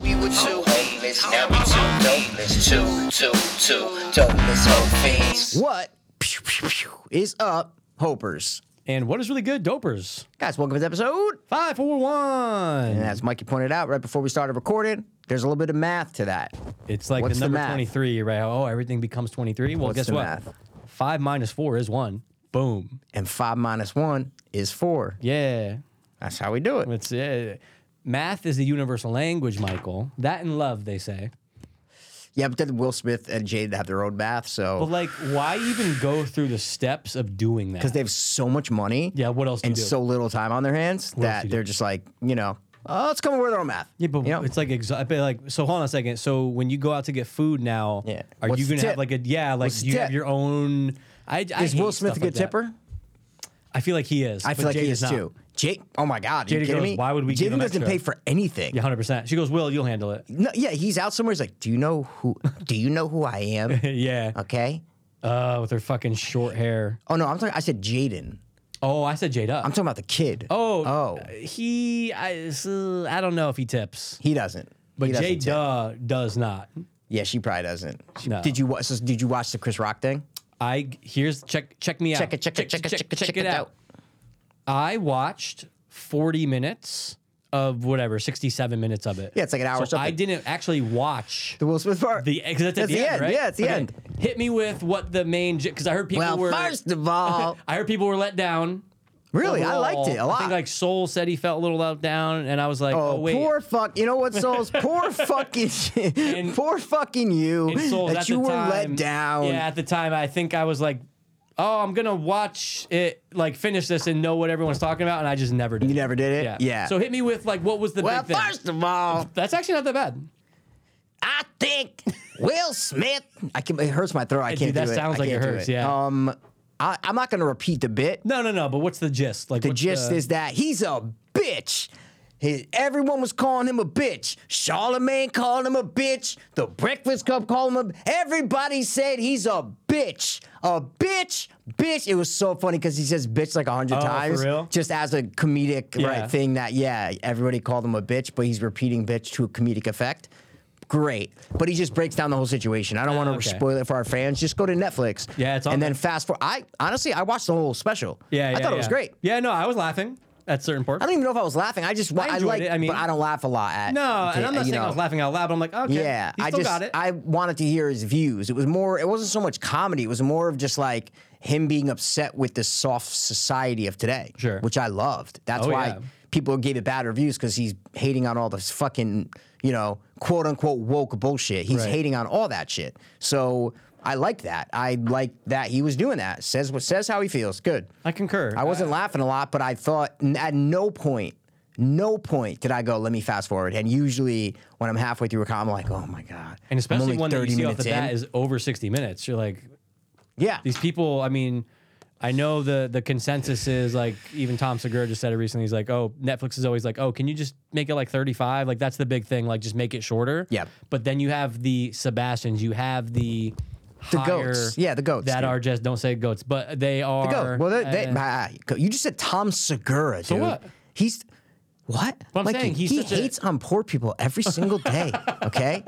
with you. Homeless, now we two domeless, two, two, two, domeless hoe fiends. What pew, pew, pew, is up, Hopers? And what is really good? Dopers. Guys, welcome to this episode. Five, four, one. And as Mikey pointed out right before we started recording, there's a little bit of math to that. It's like What's the the number math? 23, right? Oh, everything becomes 23. Well, What's guess the what? math? Five minus four is one. Boom. And five minus one is four. Yeah. That's how we do it. It's, yeah. Math is the universal language, Michael. That and love, they say. Yeah, but then Will Smith and Jade have their own math, But, so like, why even go through the steps of doing that? because they have so much money, Yeah, what else do you and do? so little time on their hands else do that you they're just like, you know, oh, let's come over with our own math. Yeah, but You know? it's like exa- but like so. Hold on a second. So when you go out to get food now, Yeah. are What's you the gonna tip? have like a yeah, like What's the you have tip? your own? I, I is Will Smith a hate stuff good like that. tipper? I feel like he is. I but feel like Jade he is not. too. Jake, oh my God, are you Jada kidding goes, me? "Why would we give Jaden him doesn't extra?" pay for anything. Yeah, hundred percent. She goes, Will, you'll handle it. No, yeah, he's out somewhere. He's like, do you know who? Do you know who I am? yeah. Okay. Uh, with her fucking short hair. Oh no, I'm talking. I said Jaden. Oh, I said Jade up. I'm talking about the kid. oh, oh, he. I. so, I don't know if he tips, he doesn't. but he doesn't Jade tip. Duh does not. Yeah, she probably doesn't. She- No. Did you watch? So did you watch the Chris Rock thing? I here's check check me out. Check it, check it, check it, check it, check it out. I watched 40 minutes of whatever, 67 minutes of it. Yeah, it's like an hour or So I something. didn't actually watch The Will Smith part. the because that's That's at the, the end, right? yeah, it's the Okay, end. Hit me with what the main because I heard people well, were first of all, I heard people were let down. really, I liked it a overall. I lot. think like Soul said he felt a little let down, and I was like, oh, Oh, wait. poor fuck! You know what, Souls? poor fucking, poor fucking you And Souls, that at you the were time- let down. Yeah, at the time I think I was like, oh, I'm gonna watch it, like finish this and know what everyone's talking about, and I just never did. You never did it. Yeah. yeah. So hit me with like what was the well, big thing? first of all, That's actually not that bad. I think Will Smith. I can. It hurts my throat. I can't Dude, that do it. sounds I like it can't do hurts, yeah. Um, I, I'm not going to repeat the bit. No, no, no. But what's the gist? Like The gist is that he's a bitch. His, everyone was calling him a bitch. Charlemagne called him a bitch. The Breakfast Club called him a. Everybody said he's a bitch. A bitch, bitch. It was so funny because he says bitch like a hundred Oh, for times, real? just as a comedic Yeah. right thing. That yeah, everybody called him a bitch, but he's repeating bitch to a comedic effect. Great, but he just breaks down the whole situation. I don't want to Oh, okay. spoil it for our fans. Just go to Netflix. Yeah, it's on and there. then fast forward. I honestly, I watched the whole special. Yeah, yeah I thought it was yeah. great. Yeah, no, I was laughing at certain parts. I don't even know if I was laughing. I just wa- I I, enjoyed like it, I mean- but I don't laugh a lot at no, and to- I'm not you saying I know. was laughing out loud, but I'm like, okay, Yeah, he I still just got it. I wanted to hear his views. It was more. It wasn't so much comedy. It was more of just like him being upset with the soft society of today, Sure. which I loved. That's Oh, why yeah. people gave it bad reviews because he's hating on all this fucking you know quote unquote woke bullshit. He's Right. hating on all that shit. So I liked that. I liked that he was doing that. Says what says how he feels. Good. I concur. I wasn't laughing a lot, but I thought n- at no point, no point did I go, let me fast forward. And usually when I'm halfway through a comic, I'm like, oh my God. and I'm especially only one that you 30 see off minutes the in. bat is over 60 minutes. You're like, yeah. these people. I mean, I know the the consensus is like even Tom Segura just said it recently. He's like, oh, Netflix is always like, oh, can you just make it like 35? Like that's the big thing. Like just make it shorter. Yeah. But then you have the Sebastians. You have the The higher- goats. Yeah, the goats, that dude. are just don't say goats, but they are. go. Well, they, they, uh, ah, go- you just said Tom Segura, dude. what? He's. What? But I'm Like, saying he's he such a- hates on poor people every single day. Okay,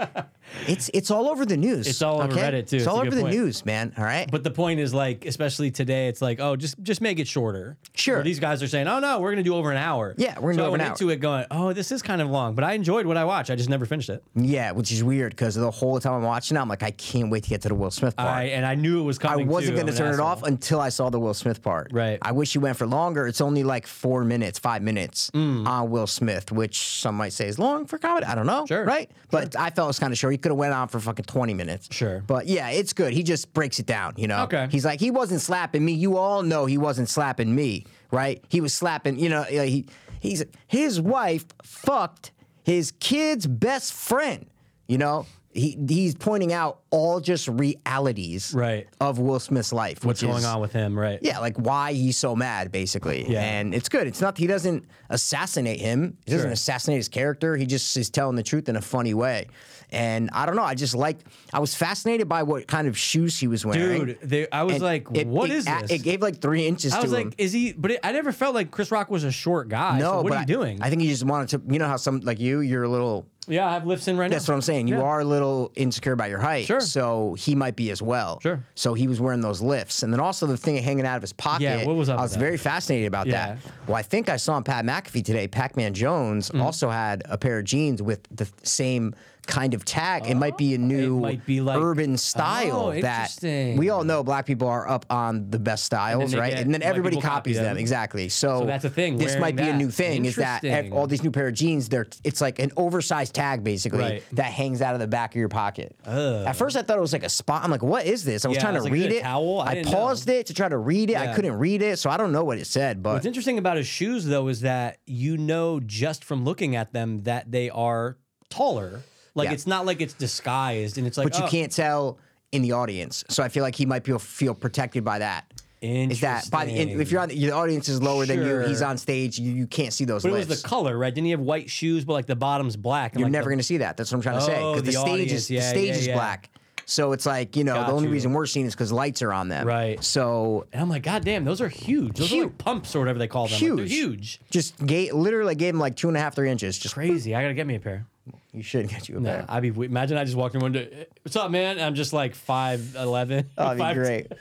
it's it's all over the news. It's all over okay? Reddit, too. It's, It's all a over good the point. news, man. All right. But the point is, like, especially today, it's like, oh, just just make it shorter. Sure. Where these guys are saying, oh no, we're gonna do over an hour. Yeah, we're gonna so do I over went an hour. into it going, oh, this is kind of long, but I enjoyed what I watched. I just never finished it. yeah, which is weird because the whole time I'm watching, it, I'm like, I can't wait to get to the Will Smith part. I and I knew it was I coming. wasn't too. going I'm to an turn it asshole. off until I saw the Will Smith part. Right. I wish he went for longer. It's only like four minutes, five minutes Mm. on Will Smith, which some might say is long for comedy. I don't know. Sure. Right. But I felt it was kind of short. He could have went on for fucking twenty minutes. Sure. But yeah, it's good. He just breaks it down. You know. Okay. He's like, he wasn't slapping me. You all know he wasn't slapping me. Right. He was slapping. You know. yeah, He he's his wife fucked his kid's best friend. You know. He, he's pointing out all just realities Right. of Will Smith's life. What's which going is- on with him, right? Yeah, like why he's so mad, basically. Yeah. And it's good. It's not he doesn't assassinate him. He doesn't Sure. assassinate his character. He just is telling the truth in a funny way. And I don't know. I just like I was fascinated by what kind of shoes he was wearing. Dude, they, I was And like, it, what it, is a- this? It gave like three inches I to was like, him. is he? But it, I never felt like Chris Rock was a short guy. so no, what but are you I- doing? I think he just wanted to. You know how some like you, you're a little Yeah, I have lifts in right That's now. what I'm saying. You Yeah. are a little insecure about your height. Sure. So he might be as well. Sure. So he was wearing those lifts. And then also the thing hanging out of his pocket. what was up I with was that? very fascinated about Yeah. Mm. that. Well, I think I saw on Pat McAfee today, Pac Man Jones also had a pair of jeans with the same kind of tag. it might be a new Oh, might be like- urban style Oh, that interesting. we all know black people are up on the best styles, they right? get- and then white everybody people copy copies them. them. Exactly. So, that's a thing, This wearing might be a that. new thing is that ev- Interesting. all these new pair of jeans, they're it's like an oversized tag basically Right. that hangs out of the back of your pocket. At first, I thought it was like a spot. I'm like, what is this? I was Yeah, trying I to was like, is read it a it. towel? I I, didn't know. paused it to try to read it. I Yeah. couldn't read it, so I don't know what it said. But What's interesting about his shoes, though, is that you know just from looking at them that they are taller. Like Yeah. it's not like it's disguised, and it's like but you oh, can't tell in the audience. So I feel like he might feel feel protected by that. Is that by the and if you're on the, your audience is lower than you, he's Sure. on stage. You, you can't see those But it lips. was the color, right? Didn't he have white shoes, but like the bottom's black? And You're like never the, going to see that. That's what I'm trying to say. Oh, Because the, the stage audience. is the Yeah, stage yeah, is yeah. black. So it's like you know Got the only you. reason we're seeing is because lights are on them. Right. So And I'm like, God damn, those are huge. Those are Huge. like pumps or whatever they call them. Like, they're Huge. huge. just gave, literally gave him like two and a half, three inches. Just Crazy. I gotta get me a pair. you should get you a Yeah, pair. I'd be w- imagine I just walked in one day. "Eh, What's up, man? I'm just like five eleven. Oh, That'd be great.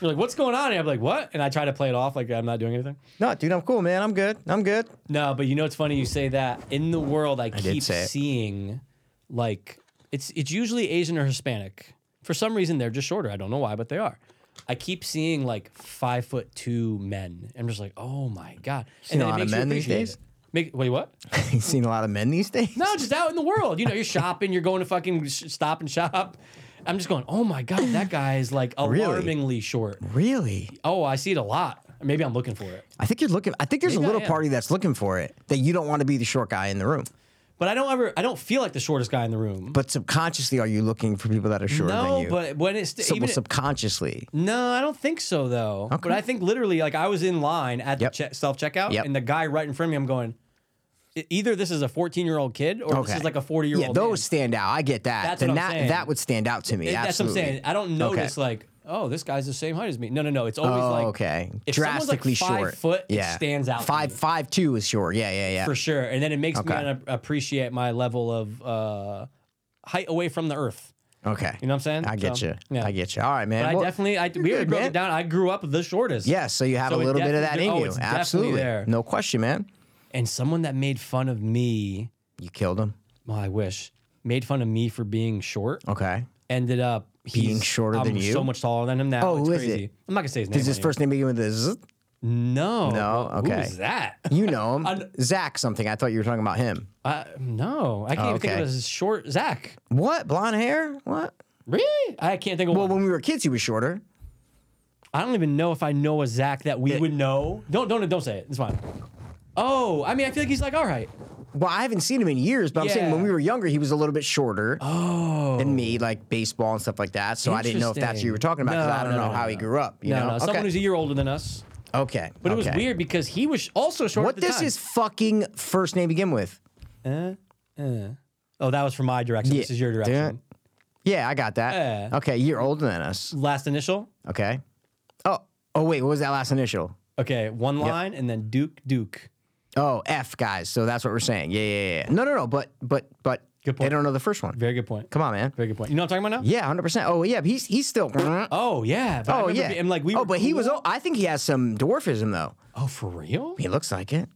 You're like, what's going on? here? I'm like, what? And I try to play it off like I'm not doing anything. No, dude, I'm cool, man. I'm good. I'm good. No, but you know it's funny you say that. In the world, I, keep say it. seeing like it's it's usually Asian or Hispanic. For some reason, they're just shorter. I don't know why, but they are. I keep seeing like five foot two men. I'm just like, oh my god. Seen a it lot of makes you men these appreciate days. it. Make, wait, what? He's seen a lot of men these days. No, just out in the world. You know, you're shopping, you're going to fucking sh- stop and shop. I'm just going, oh my God, that guy is like Really? alarmingly short. Really? Oh, I see it a lot. Maybe I'm looking for it. I think you're looking. I think there's Maybe a I little am. party that's looking for it that you don't want to be the short guy in the room. But I don't ever, I don't feel like the shortest guy in the room. But subconsciously, are you looking for people that are shorter than no, you? but when it's, So- well, even, subconsciously. no, I don't think so though. But I think literally, like I was in line at Yep. the che- self checkout Yep. and the guy right in front of me, I'm going, "E- either this is a 14 year old kid or Okay. this is like a 40 year Yeah, old those stand out. I get that. That's then what I'm that saying. that would stand out to me. It- That's what I'm absolutely. saying. I don't notice Okay. like, oh, this guy's the same height as me. No, no, no. It's always Oh, like okay. if someone's, like, Drastically five short. foot, it yeah. stands out to Five me. five two is short. Yeah, yeah, yeah. for sure. And then it makes me Okay. wanna appreciate my level of uh, height away from the earth. Okay. You know what I'm saying? I get So, you. yeah. I get you. All right, man. But I Well, definitely, I we already good, broke man. it down. I grew up the shortest. Yeah, so you have So a it little bit of that definitely- in oh, you. it's definitely Absolutely. there. No question, man. And someone that made fun of me, You killed him. well, I wish, made fun of me for being short. Okay. Ended up Oh. Being he's- shorter I'm than you? So much taller than him now. Oh, it's who is crazy. it? I'm not gonna say his name. Does his on here. first name begin with a Z? No. No? Okay. Who's that? You know him. I- Zach something. I thought you were talking about him. Uh, no, I can't even think of okay. it as short. Zach, What? Blonde hair? What? really? I can't think of Well, one. when we were kids, he was shorter. I don't even know if I know a Zach that we Yeah. would know. Don't don't don't say it. It's fine. Oh, I mean, I feel like he's like all right. Well, I haven't seen him in years, but I'm saying when Yeah. we were younger, he was a little bit shorter Oh, than me, like baseball and stuff like that. So I didn't know if that's what you were talking about because Interesting. I don't No, know no, how no, he no. grew up. You no, know? no, okay. someone who's a year older than us. okay. But it was okay. weird because he was also short. What at the does time. Uh, his fucking first name begin with? Oh, that was from my direction. This Yeah. is your direction. Yeah, I got that. Yeah. Okay, you're older than us. Last initial. Okay. Oh, oh wait, what was that last initial? Okay, one line and then Duke Duke. Oh, F guys. So that's what we're saying. Yeah, yeah, yeah. No, no, no. But, but, but. Good point. They don't know the first one. Very good point. Come on, man. Very good point. You know what I'm talking about now? Yeah, hundred percent. Oh, yeah. But he's he's still. Oh, Oh yeah. But I remember yeah. be- And like we. oh, were but he was. cool. Oh, I think he has some dwarfism though. Oh, for real? He looks like it,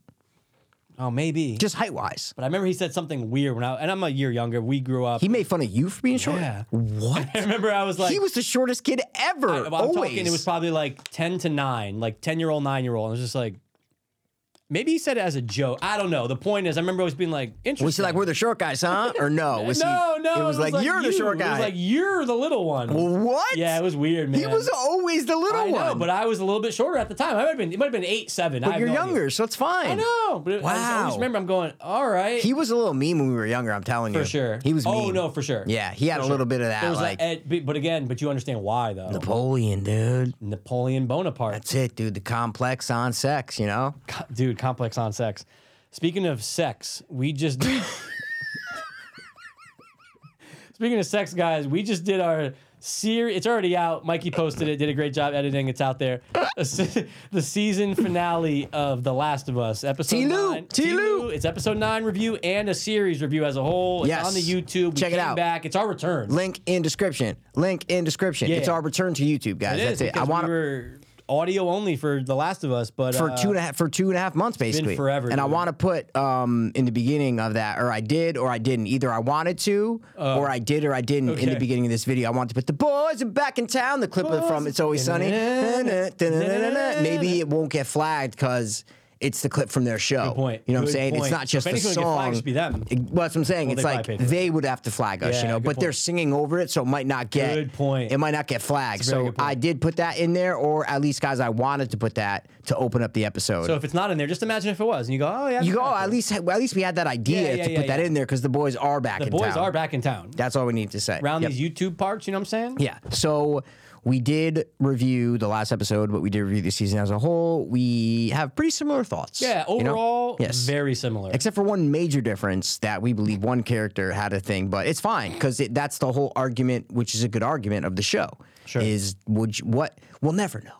Oh, maybe. just height wise. But I remember he said something weird when I and I'm a year younger. We grew up. He made fun of you for being short. Yeah. What? I remember I was like, he was the shortest kid ever. well, I'm always. talking. It was probably like ten to nine, like ten year old, nine year old. I was just like, maybe he said it as a joke. I don't know. The point is, I remember always being like, interesting. was he like we're the short guys, huh? Or no? Was no, he, no. It was like you're the you." short It guy. was like you're the little one. what? Yeah, it was weird, man. He was always the little I know, one. but I was a little bit shorter at the time. I might have been. It might have been eight, seven. I But have you're no idea. younger, so it's fine. I know. But I just Wow. always remember I'm going. All right. He was a little mean when we were younger. I'm telling you, for sure. He was. Oh mean. no, for sure. Yeah, he had a little bit of that, There was like a, eh, but- but again, but you understand why though. Napoleon, dude. Napoleon Bonaparte. That's it, dude. The complex on sex, you know. Co- dude complex on sex speaking of sex we just speaking of sex guys we just did our series it's already out mikey posted it did a great job editing it's out there a se- the season finale of The Last of Us, episode T-Lou, nine. T-Lou. T-Lou, It's episode nine review and a series review as a whole. It's Yes. on the YouTube. We Check it came out. Back. It's our return. Link in description. Link in description. Yeah. It's our return to YouTube, guys. It is That's it. I because want we were audio only for The Last of Us, but for uh, two and a half for two and a half months basically forever, and i dude. want to put um in the beginning of that or i did or i didn't either i wanted to or i did or i didn't in the Oh. okay. beginning of this video i want to put the boys are back in town the clip of from Boys. it's always sunny maybe it won't get flagged because it's the clip from their show. Good point. You know what I'm Good saying? It's point. not just If the anyone's gonna get song. flagged, it should be them. It- well, that's what I'm saying. Well, it's they probably like paid for it. they would have to flag us, you Yeah, know. good But they're point. singing over it, so it might not get. Good point. It might not get flagged. a very So good point. I did put that in there, or at least, guys, I wanted to put that to open up the episode. So if it's not in there, just imagine if it was, and you go, oh yeah. You go. exactly. At least, well, at least we had that idea Yeah, yeah, to yeah, put that yeah. in there because the boys are back. the in boys town. are back in town. That's all we need to say. Around Yep. these YouTube parts, you know what I'm saying? Yeah. So we did review the last episode, but we did review the season as a whole. We have pretty similar thoughts. Yeah, you know? overall, Yes. very similar. Except for one major difference that we believe one character had a thing, but it's fine because it, that's the whole argument, which is a good argument of the show. Sure. Is would you, what we'll never know,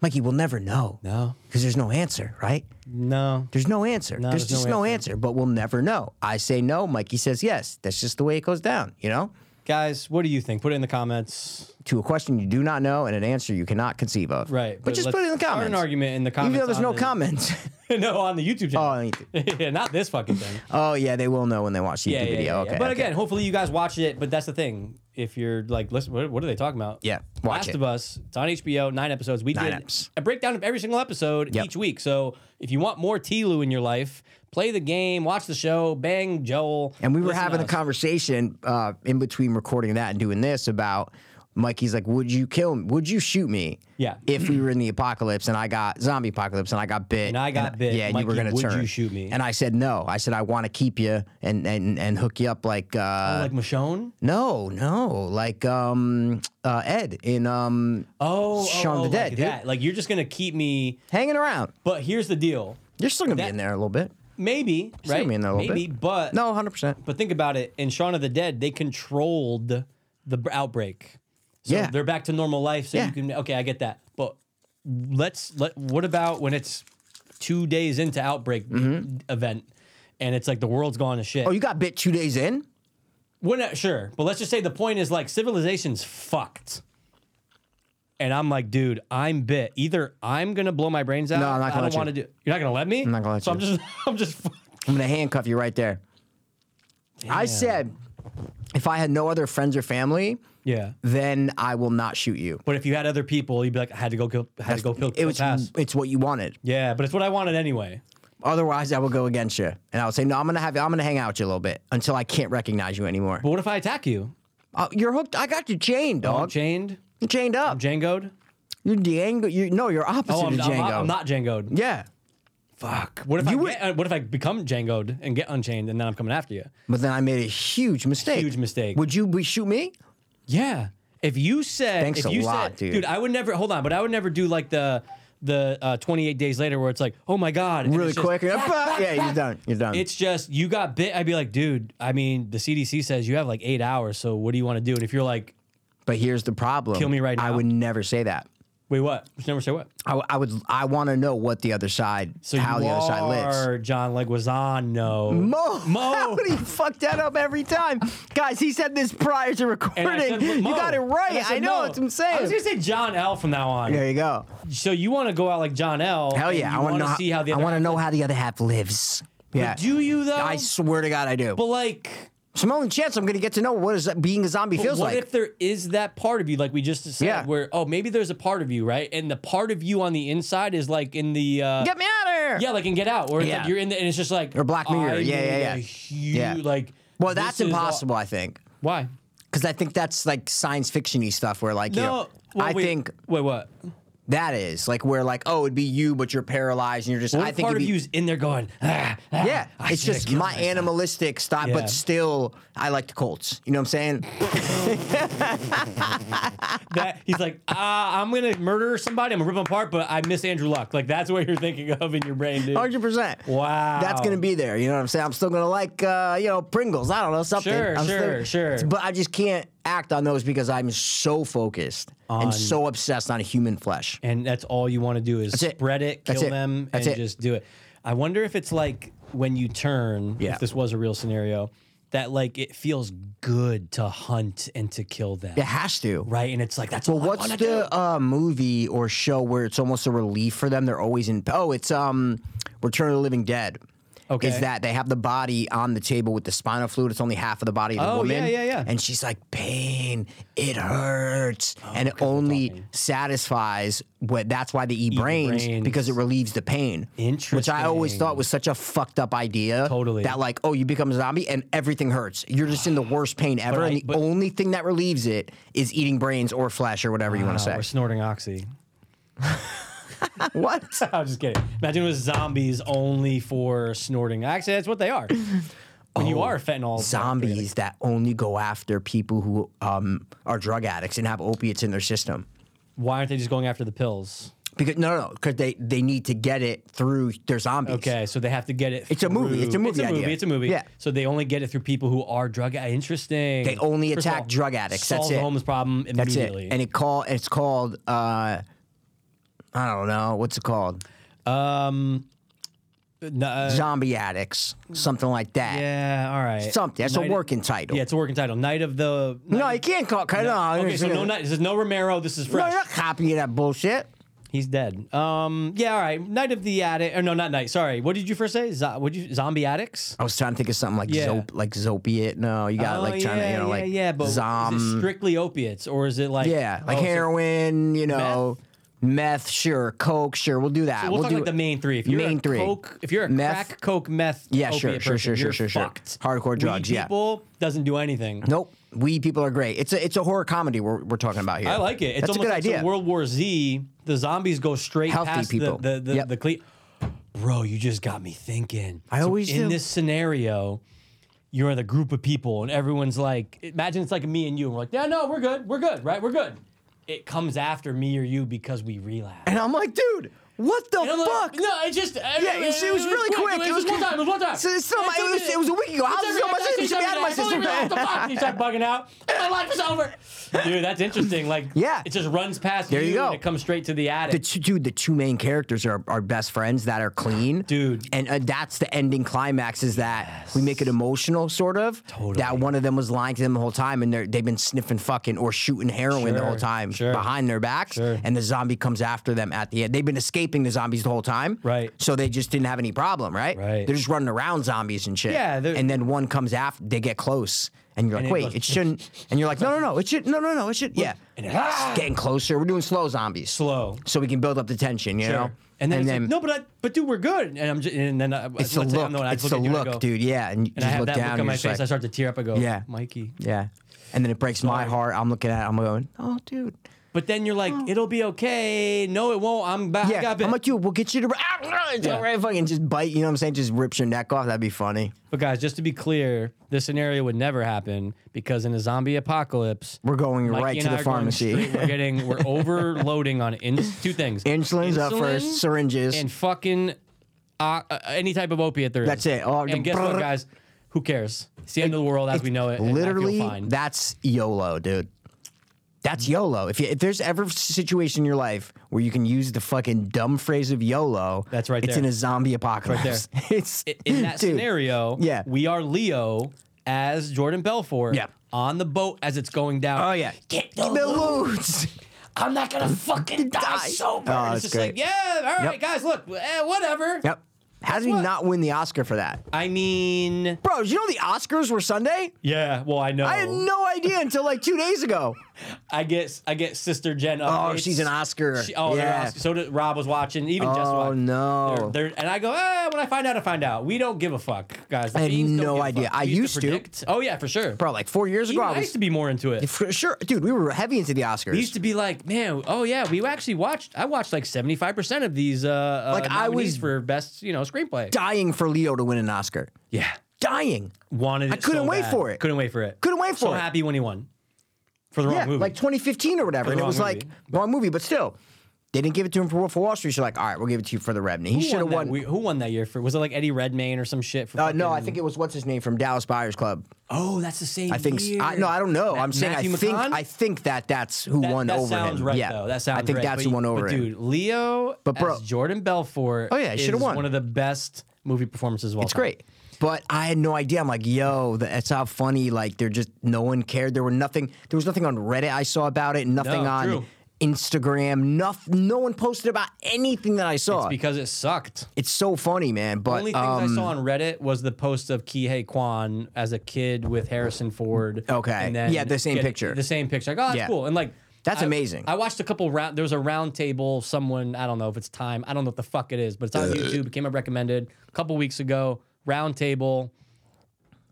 Mikey. We'll never know. No. Because there's no answer, right? no. There's no answer. there's, there's just no no answer. but we'll never know. I say no, Mikey says yes. That's just the way it goes down, you know? Guys, what do you think? Put it in the comments. To a question you do not know and an answer you cannot conceive of. Right. But, just let's put it in the start comments. an argument in the comments. Even though there's on no the- comments. no, on the YouTube oh, channel. on YouTube. yeah, not this fucking thing. oh, yeah, they will know when they watch the Yeah, YouTube yeah, video. yeah, yeah. okay. But okay. again, hopefully you guys watch it. But that's the thing. If you're like, listen, what, what are they talking about? Yeah, watch Last it. of Us. It's on HBO. Nine episodes. We Nine did eps. a breakdown of every single episode Yep. each week. So if you want more T. Lou in your life, play the game, watch the show, bang Joel. And we were listen to having a us. conversation uh, in between recording that and doing this about Mikey's like, would you kill me? Would you shoot me? Yeah. If we were in the apocalypse and I got zombie apocalypse and I got bit. And I got bit. Yeah, and you were Mikey, gonna would you turn. shoot me? And I said no. I said I want to keep you and and and hook you up like. Uh, like Michonne. no, no, like um, uh, Ed in um, Oh, oh, Shaun of oh, the Dead, like dude. that. Like you're just gonna keep me. hanging around. But here's the deal. You're still gonna be That- in there a little bit. Maybe right? me in there a little Maybe, bit. but No, hundred percent. But think about it. In Shaun of the Dead, they controlled the b- outbreak. So Yeah. they're back to normal life. So Yeah. you can okay, I get that. But let's let what about when it's two days into outbreak event and it's like the world's gone to shit. Mm-hmm. Oh, you got bit two days in. We're not sure, but let's just say the point is like civilization's fucked. And I'm like, dude, I'm bit. Either I'm gonna blow my brains out. No, I'm not gonna I let don't you. want to do. You're not gonna let me. I'm not gonna let so you. So I'm just, I'm just. fucked. I'm gonna handcuff you right there. I said, if I had no other friends or family, Yeah. then I will not shoot you. But if you had other people, you'd be like, I had to go kill, I had to go kill, it kill was pass. it's what you wanted. Yeah, but it's what I wanted anyway. Otherwise, I will go against you, and I will say, no, I'm gonna have you. I'm gonna hang out with you a little bit until I can't recognize you anymore. But what if I attack you? Uh, you're hooked. I got you chained, Oh, I'm dog. chained, You're chained up. Django'd. You're Django. You no, you're opposite Oh, I'm, I'm of Django. not, I'm not Django'd. Yeah, Fuck. What if You I would- get, uh, what if I become Django'd and get unchained and then I'm coming after you? but then I made a huge mistake. Huge mistake. Would you be shoot me? Yeah. If you said, Thanks if a you lot, said, dude. dude, I would never hold on, but I would never do like the the uh, 28 days later where it's like, oh my god, and Really it's just- quick. yeah, you're done. You're done. It's just you got bit. I'd be like, dude. I mean, the CDC says you have like eight hours. So what do you want to do? And if you're like, but here's the problem. Kill me right I now? would never say that. wait, what? Just never say what. I, w- I would. I want to know what the other side, So how you the other side lives. are John Leguizano. Mo, Mo. how do you fuck that up every time, guys? He said this prior to And I recording. said, you Mo. got it right. And I, said, know. Mo. That's what I'm I was saying. gonna say John L from now on. There you go. So you want to go out like John L? Hell and yeah! You I want to know. see how the I other. want to know how the other half lives. Yeah. Do you though? I swear to God, I do. but like, It's my only chance I'm going to get to know what is being a zombie feels what like. if there is that part of you, like we just said, Yeah. where oh maybe there's a part of you, right? And the part of you on the inside is like in the uh, get me out of here. yeah, like in Get Out, where it's Yeah. like you're in the and it's just like Or Black Mirror. I Yeah, yeah, made yeah. a huge, Yeah. like. Well, this that's is a- impossible. I think Why? because I think that's like science fictiony stuff where like you know, well, I wait, think Wait, what? that is like where like oh it'd be you but you're paralyzed and you're just What I if think part it'd of be- you's in there going? Ah, ah, Yeah, I it's should've just killed my myself." animalistic style, Yeah. but still, I like the Colts. You know what I'm saying? that he's like, ah, I'm gonna murder somebody, I'm gonna rip them apart, but I miss Andrew Luck. Like that's what you're thinking of in your brain, dude. 100%. Wow. That's going to be there. You know what I'm saying? I'm still going to like, uh, you know, Pringles. I don't know, something. Sure, I'm still- sure, sure. But I just can't act on those because I'm so focused and so obsessed on human flesh. and that's all you want to do is it. spread it, That's kill it. them, That's and it. just do it. I wonder if it's like when you turn, Yeah. if this was a real scenario, that like it feels good to hunt and to kill them, It has to. right? And it's like that's Well, all I what's wanna do. the uh, movie or show where it's almost a relief for them? They're always in. Oh, it's um, Return of the Living Dead. Okay. Is that they have the body on the table with the spinal fluid? It's only half of the body of the Oh, woman. yeah, yeah, yeah. And she's like, pain, it hurts, Oh, and it only satisfies. What that's why they eat, brains, brains. because it relieves the pain. Which I always Interesting. thought was such a fucked up idea. Totally. That like, oh, you become a zombie and everything hurts. You're just in the worst pain ever, I- and the but- only thing that relieves it is eating brains or flesh or whatever you want Wow, to Oh, We're say. snorting oxy. What? I'm just kidding. Imagine it was zombies only for snorting. Actually, that's what they are. When you are a fentanyl Oh, Zombies that only go after people who um, are drug addicts and have opiates in their system. why aren't they just going after the pills? Because no, no, because they they need to get it through their zombies. Okay, so they have to get it. It's a movie. It's a through- movie It's a idea. movie. It's a movie. Yeah. So they only get it through people who are drug. Interesting. They only First of attack all, drug addicts. That's solve the it. homeless problem That's it. immediately. And it call it's called uh, I don't know what's it called. No, Um, uh, Zombie addicts, something like that. yeah. All right. Something. That's Night- a working title. Yeah, it's a working title. Night of the. No, you can't call. No, no okay, so no night. This is no Romero. This is No, fresh. you're not copying that bullshit. He's dead. Um. Yeah. All right. Night of the addict. Or no, not night. Sorry. What did you first say? Zo- what you zombie addicts? I was trying to think of something like Yeah. zope, like zopiate. No, you got Oh, like trying yeah, to, you know, yeah, like yeah. But is it zom. strictly opiates or is it like Yeah, like oh, so- heroin. You know, meth. Sure, coke. Sure, we'll do that. Uh, We'll, talk do like the main three. If you're Main a three. coke, if you're a Meth. crack, coke, meth, Yeah, sure, opiate sure, person, sure, sure, you're sure, sure. fucked. Hardcore Weed drugs, yeah. people doesn't do anything. Nope. We people are great. It's a it's a horror comedy we're, we're talking about here. I like it. It's That's a almost good like some idea. World War Z. The zombies go straight Healthy past people. the the the, Yep. the cle- Bro, you just got me thinking. I always in do. this scenario. You're in a group of people, and everyone's like, imagine it's like me and you, and we're like, yeah, no, we're good, we're good, right, we're good. It comes after me or you because we relapse. and I'm like, dude, what the And I'm like, fuck? no, it just. Yeah, it was, it was really quick. It was, one time. It was one time. So it's still my- It's it was- it was a week ago. How It's is every it on my day. system? It's Should be every out of day. my I don't system. even know what the fuck. You start bugging out. My life is over. Dude, that's interesting. Like, Yeah. it just runs past There you go. and it comes straight to the The attic. two, dude, the two main characters are are best friends that are clean, Dude. and uh, that's the ending climax. Is that we make it emotional, sort of. Totally. That one of them was lying to them the whole time, and they're, they've been sniffing fucking or shooting heroin the whole Sure, time sure. behind their backs, Sure. and the zombie comes after them at the end. They've been escaping the zombies the whole time, Right. So they just didn't have any problem, right? Right. They're just running around zombies and shit. Yeah, they're- And then one comes after. They get close. And you're like, it wait, goes- it shouldn't. And you're like, no, no, no, it should, no, no, no, it should, yeah. And And it- ah! getting closer. We're doing slow zombies Slow. so we can build up the tension, you know. Sure. And then, it's like, no, no, but I, but dude, we're good. And I'm just, and then I, it's the let's say I'm look. the one, I It's look the at you and I look, go, dude. Yeah, and you And I just have look that down. look on and my you're just face. I like- start to tear up. I go, Yeah. Mikey. yeah, and then it breaks my heart. I'm looking at. it. I'm going, oh, dude. But then you're like, it'll be okay. No, it won't. I'm back. Oh. Yeah, up. I'm like, dude, we'll get you to. Ah, no, it's Yeah. all right, fucking just bite. You know what I'm saying? Just rips your neck off. That'd be funny. But guys, just to be clear, this scenario would never happen because in a zombie apocalypse, We're going Mikey right and to the I are going pharmacy. straight- we're getting we're overloading on in, two things: Insulin's up Insulin first. Syringes. and fucking uh, uh, any type of opiate there is. That's it. Oh, and guess what, brrr. guys? Who cares? It's the end of the world as we know it. and I feel Literally, fine. that's YOLO, dude. That's YOLO. If, you, if there's ever a situation in your life where you can use the fucking dumb phrase of YOLO, That's right It's there. in a zombie apocalypse. there. it's in that dude, scenario, Yeah. we are Leo as Jordan Belfort Yeah. on the boat as it's going down. Oh yeah, Get the Give me the loot. I'm not gonna fucking die Die. sober. Oh, it's that's just like, great. yeah, all Yep. right, guys, look, eh, whatever. Yep. How did he what? not win the Oscar for that, I mean, bro? You know the Oscars were Sunday. yeah. Well, I know. I had no idea until like two days ago. I get, I get Sister Jen. Oh, updates. she's an Oscar. She- oh, they're yeah. Oscar. so did Rob was watching. Even Jess Oh, watched. no. They're- they're- and I go, eh, when I find out, I find out. We don't give a fuck, guys. The I had Beans don't no give a idea. fuck. I We used to. predict. Oh yeah, for sure. Bro, like four years ago, Even I I was used to be more into it. for sure, dude. We were heavy into the Oscars. We used to be like, man, oh yeah, we actually watched. I watched like seventy five percent of these. Uh, Like, uh, I nominees was- for best, you know, screenplay. dying for Leo to win an Oscar. Yeah, Dying. wanted. It I couldn't so wait bad. for it. Couldn't wait for it. Couldn't wait So for it. happy when he won for the wrong yeah, movie. like 2015 or whatever. the And it wrong was like movie, wrong movie, but still, They didn't give it to him for Wolf of Wall Street. You're like, all right, we'll give it to you for the revenue. He Who should have that won. we- who won that year? For was it like Eddie Redmayne or some shit? For uh, no, I fucking- think it was what's his name from Dallas Buyers Club. Oh, that's the same. I think Year. I, no, I don't know. Ma- I'm saying Matthew I think McConaughey? I think that that's who That- won that over sounds him. Right, yeah, though. That I sounds think right. that's But who you- won over but him. Dude, Leo But bro- as Jordan Belfort Oh, yeah, he is should've won. one of the best movie performances of all It's great. But I had no idea. I'm like, yo, that's how funny. Like, they're just no one cared. There were nothing. There was nothing on Reddit I saw about it. Nothing No, on true. Instagram. Nothing. No one posted about anything that I saw. It's, because it sucked. so funny, man. The But only things um, I saw on Reddit was the post of Kihei Kwan as a kid with Harrison Ford. Okay. and then Yeah, the same get- picture. The same picture. Like, oh, that's Yeah. cool. And like, That's I- amazing. I watched a couple round. There was a round table. Someone I don't know if it's time. I don't know what the fuck it is, but it's on YouTube. It came up recommended a couple weeks ago. Round table.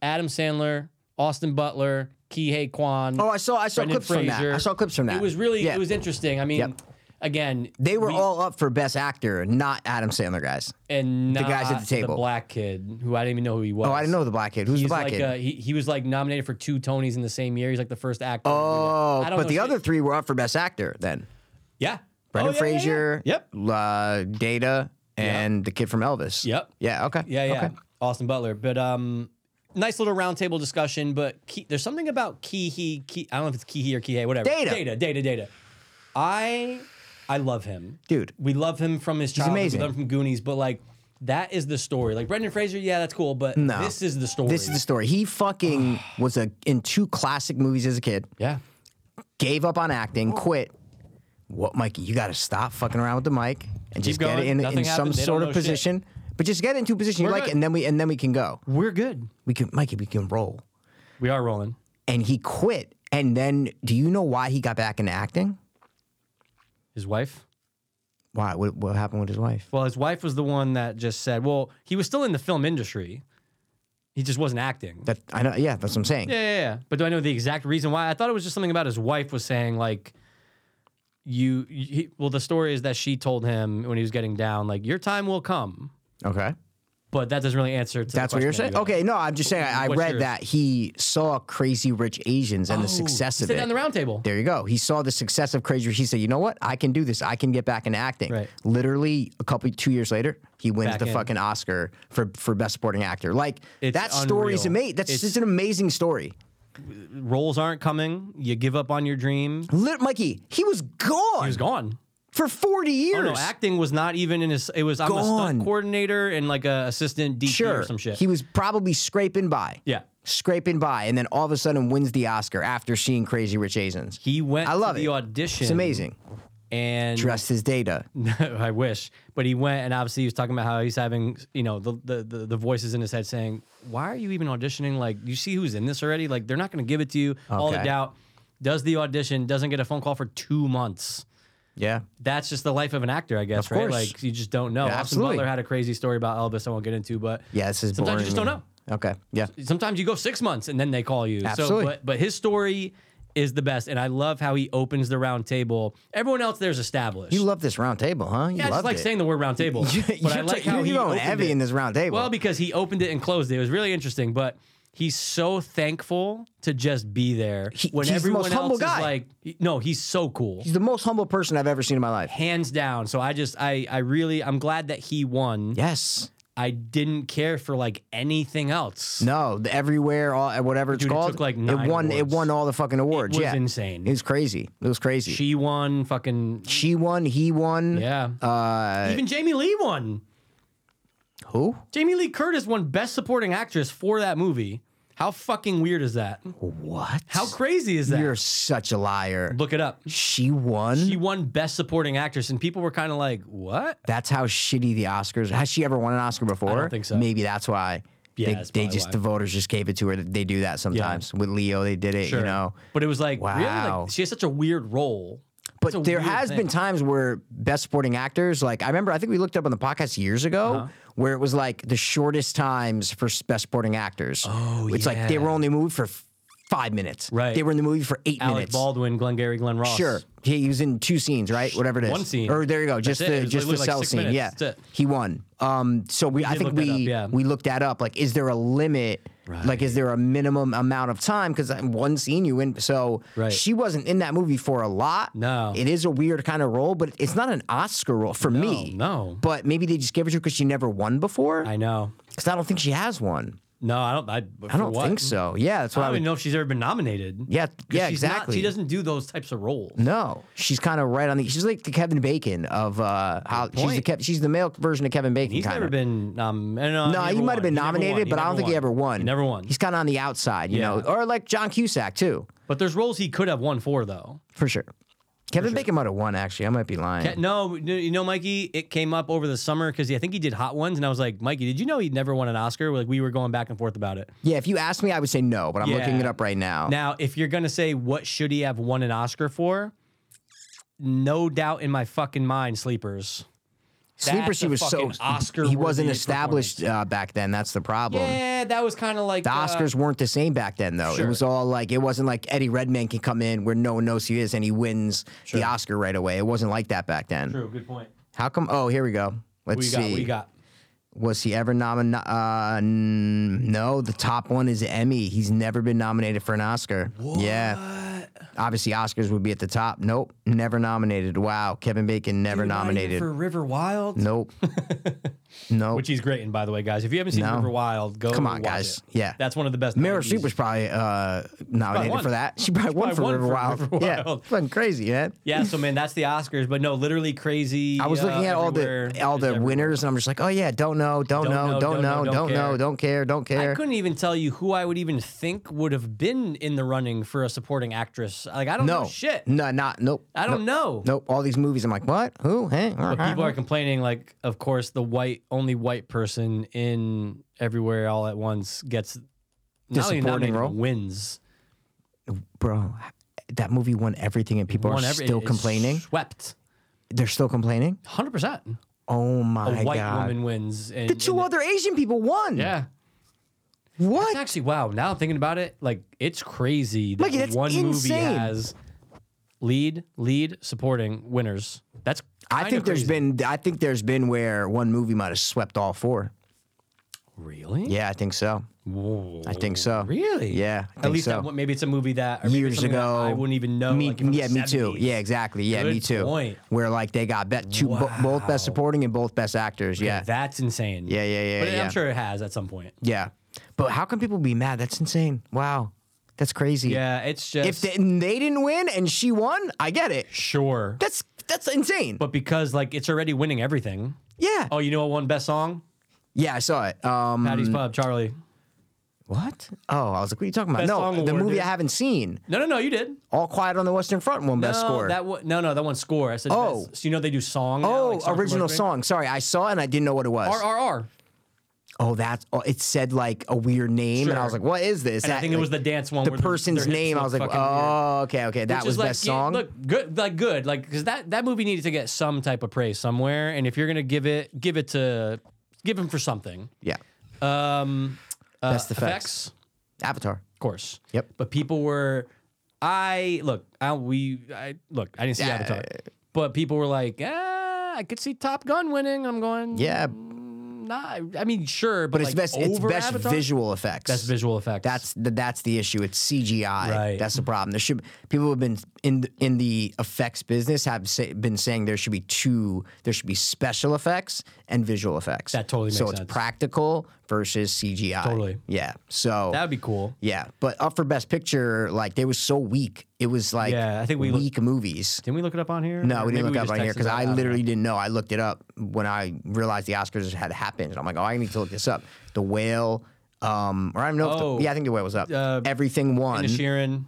Adam Sandler, Austin Butler, Kihei Kwan. oh, I saw. I saw Brendan clips from that. I Fraser. saw clips from that. It was really Yeah. it was interesting. I mean, Yep. again, They were we- all up for best actor, not Adam Sandler guys. and not guys at the table. black kid who I didn't even know who he was. Oh, I didn't know the black kid. Who's the He's black like kid? uh, he, he was like nominated for two Tonys in the same year. He's like the first actor. to do that. oh, I don't but know the shit. other three were up for best actor then. yeah, Brendan Oh, yeah, yeah, yeah. Fraser, Yep, uh, Data, and the kid from Elvis. Yep. Yeah. Okay. yeah, yeah. Okay. Austin Butler, but um, nice little roundtable discussion. But Ki there's something about Kihi. Ki- I don't know if it's Kihi or Kihei, whatever. Data. data, data, data. I I love him, Dude. We love him from his childhood. amazing. We love him from Goonies, but like. That is the story. Like Brendan Fraser, yeah, that's cool, but No. this is the story. This is the story. He fucking was a, in two classic movies as a kid. yeah. Gave up on acting, quit. What, Mikey? You got to stop fucking around with the mic and just get going. it in, Nothing in some happened. They don't sort of know shit. position. But just get into a position you We're like, good. and then we and then we can go. We're good. We can, Mikey. We can roll. We are rolling. And he quit. And then, do you know why he got back into acting? His wife. Why? What, what happened with his wife? Well, his wife was the one that just said, well, he was still in the film industry. He just wasn't acting. That I know. Yeah, that's what I'm saying. yeah, yeah, yeah. But do I know the exact reason why? I thought it was just something about his wife was saying, like, you, you- he, well, the story is that she told him when he was getting down, like, your time will come. Okay. But that doesn't really answer to the That's what you're question saying. that you Okay, no, I'm just saying. I, I What's read yours? that he saw Crazy Rich Asians and the asked. success of Sit it. down the round table. There you go. He saw the success of Crazy Rich. He said, "You know what? I can do this. I can get back into acting." Right. Literally, a couple two years later, he wins Back the in. fucking Oscar for for best supporting actor. Like It's that story's unreal. amazing. That's It's- it's an amazing story. Roles aren't coming. You give up on your dream. Lit- Mikey, he was gone He was gone. for forty Oh, years. no, acting was not even in his. It was I'm a Gone. stunt coordinator and like a assistant DP sure, or some shit. he was probably scraping by. yeah, Scraping by, and then all of a sudden wins the Oscar after seeing Crazy Rich Asians. he went. I love to it. the audition. It's amazing. And Dressed his data. I wish, but he went and obviously he was talking about how he's having you know the the the, the voices in his head saying, "Why are you even auditioning? Like you see who's in this already? Like they're not going to give it to you. All the Okay. doubt." Does the audition doesn't get a phone call for two months. Yeah. that's just the life of an actor, I guess, Of right? course. Like you just don't know. Yeah, Austin absolutely. Butler had a crazy story about Elvis I won't get into, but Yeah, this is sometimes boring. you just don't know. Okay. Yeah. Sometimes you go six months and then they call you. Absolutely. So but but his story is the best. And I love how he opens the round table. Everyone else there's established. You love this round table, huh? You yeah, I loved just like it. saying the word round table. but I You're like ta- how you're he going opened heavy it. in this round table. Well, because he opened it and closed it. It was really interesting, but he's so thankful to just be there He- when he's the everyone most else humble is guy. like no, he's so cool. He's the most humble person I've ever seen in my life. Hands down. So I just I I really I'm glad that he won. Yes. I didn't care for like anything else. No. The everywhere, all whatever it's Dude, it called. took, like, nine won. It awards. won all the fucking awards. was yeah. insane. It was crazy. It was crazy. She, She won fucking won. He won. yeah. Uh, Even Jamie Lee won. who? Jamie Lee Curtis won Best Supporting Actress for that movie. How fucking weird is that? What? How crazy is that? You're such a liar. Look it up. she won. She won Best Supporting Actress, and people were kind of like, "What?" That's how shitty the Oscars. Has she ever won an Oscar before? think so. Maybe that's why. Yeah, they, that's they probably just why. the voters just gave it to her. They do that sometimes. With Leo, they did it. You know, But it was like, really? Like, Wow. she has such a weird role. It's a but there weird has thing. been times where best supporting actors, like I remember, I think we looked up on the podcast years ago, Uh-huh. where it was like the shortest times for s- best supporting actors. Oh, it's like they yeah. were only moved for f- five minutes. Right. They were in the movie for eight Alec minutes. Baldwin, Glengarry Glen Ross. Sure. He, he was in two scenes, right? Whatever it is. One scene. Or there you go. Just it. It the was just the literally like cell six scene. minutes. Yeah. That's it. He won. Um so we, I did think look that we up, yeah. we looked that up. Like, is there a limit Like, is there a minimum amount of time? Because one scene you in, so Right. she wasn't in that movie for a lot. No. it is a weird kind of role, but it's not an Oscar role for me. no. but maybe they just gave it to her because she never won before. I know. Because I, don't think she has one. No, I don't. I, I don't think so. Yeah, that's what I I, don't would. even know if she's ever been nominated. Yeah, 'Cause yeah, she's not- exactly. Mm, she doesn't do those tyes of roles. No, she's kind of right on the. She's like the Kevin Bacon of uh, how she's the point. Kev, she's the male version of Kevin Bacon. He's kinda. never been nom- uh, No, No, he never might have won. been He never won. nominated, but I don't never think he ever won. He never won. He's kind of on the outside, you know, Yeah. or like John Cusack too, but there's roles he could have won for though. for sure. Kevin Bacon might have won. Actually, I might be lying. Yeah, No, n- you know, Mikey, it came up over the summer because I think he did Hot Ones, and I was like, Mikey, did you know he never won an Oscar? Like we were going back and forth about it. yeah, if you asked me, I would say no, but I'm looking Yeah. it up right now. Now, if you're gonna say what should he have won an Oscar for, no doubt in my fucking mind, Sleepers. Sleeper, that's she a was so fucking Oscar-worthy He wasn't established uh, back then. That's the problem. Yeah, that was kind of like The uh, Oscars weren't the same back then, though. It Sure. was all like it wasn't like Eddie Redmayne can come in where no one knows who he is and he wins the Oscar right away. It wasn't like that back then. True, good point. How come? Oh, here we go. Let's What you see. got? What you got? Was he ever nominated? Uh, n- no, the top one is Emmy. He's never been nominated for an Oscar. Yeah. Obviously, Oscars would be at the top. Nope, never nominated. Wow, Kevin Bacon never Dude, not even nominated. for River Wild. Nope. nope. Which he's great in, by the way, guys. If you haven't seen No. River Wild, go Come on, watch guys. it. Yeah. that's one of the best. Meryl 90s. Streep was probably uh, nominated won. for that. She probably won probably for won River for Wild. River Yeah, Wild. fucking crazy, man. Yeah, so man, that's the Oscars, but no, literally crazy. I was uh, looking at all the everywhere, all the just winners, and I'm just like, oh yeah, don't know, don't, know, don't know, don't know, care. don't care, don't everywhere. care. I couldn't even tell you who I would even think would have been in the running for a supporting actress. Like I don't no know shit. No, not nope. I don't know. Nope. All these movies, I'm like, what? Who? Hey, But people are complaining like of course the white only white person in everywhere all at once gets not only supporting nominated, role? wins. bro. That movie won everything, and people Won are every- still it's complaining. Swept. They're still complaining. 100%. Oh A my white god! woman wins. And, the two other Asian people won. Yeah. What? It's actually wow. Now I'm thinking about it, like it's crazy that Mikey, that's one insane. movie has lead, lead, supporting winners. That's I think there's there's been I think there's been where one movie might have swept all four. really, Yeah, I think so. Whoa. I think so. really, Yeah, I At think least so. that one- maybe it's a movie that or maybe Years it's something that ago, I wouldn't even know. Me, like, if it was yeah, me too. 70s. Yeah, exactly. Yeah, me Good too. point. Where like they got bet two bo- both best supporting and both best actors. Yeah, that's insane. Yeah, yeah, yeah, But yeah. I'm sure it has at some point. yeah. But how can people be mad? That's insane. Wow, that's crazy. Yeah, it's just If they, and they didn't win and she won, I get it. sure, That's that's insane. but because like it's already winning everything. yeah. Oh, you know what won best song? yeah, I saw it. Um, Patty's Pub, Charlie. what? Oh, I was like, what are you talking about? Best no, song the award, movie dude. I haven't seen. No, no, no, you did. All Quiet on the Western Front won best no, score. That one, no, no, that one score. I said. Oh. best- so you know they do song. now, Oh, like songs from original Earth Day? song. Sorry, I saw it and I didn't know what it was. RRR. oh, that's oh, it said like a weird name, and I Sure. was like, what is this? And I That- think it like, was the dance one. the where their- person's their hips name. I was look like, fucking weird. oh, okay, okay, that Which was is like, best yeah, song. Look good, like good, like because that that movie needed to get some type of praise somewhere, and if you're gonna give it, give it to, give him for something. yeah, Um, uh, Best effects. effects, Avatar. of course. Yep. But people were, I look, I we, I look, I didn't see Yeah. Avatar, but people were like, ah, I could see Top Gun winning. I'm going, "Mm, Yeah, nah. I mean, sure, but, but it's like, best. It's over best Avatar? visual effects. That's visual effects. That's the that's the issue. It's CGI. Right. That's the problem. There should people have been in th- in the effects business have say, been saying there should be two. There should be special effects and visual effects. That totally so makes it's sense. practical versus CGI. Totally. Yeah. So that'd be cool. yeah, but up for best picture, like they was so weak. It was like Yeah, I think we look- weak movies. Didn't we look it up on here? No, Or we didn't maybe look up just on here texted because it I out. literally didn't know. I looked it up when I realized the Oscars had happened. And I'm like, oh, I need to look this up. The whale, um, or I don't know. if the- Oh, yeah, I think the whale was up. uh, Everything won. Ed Sheeran.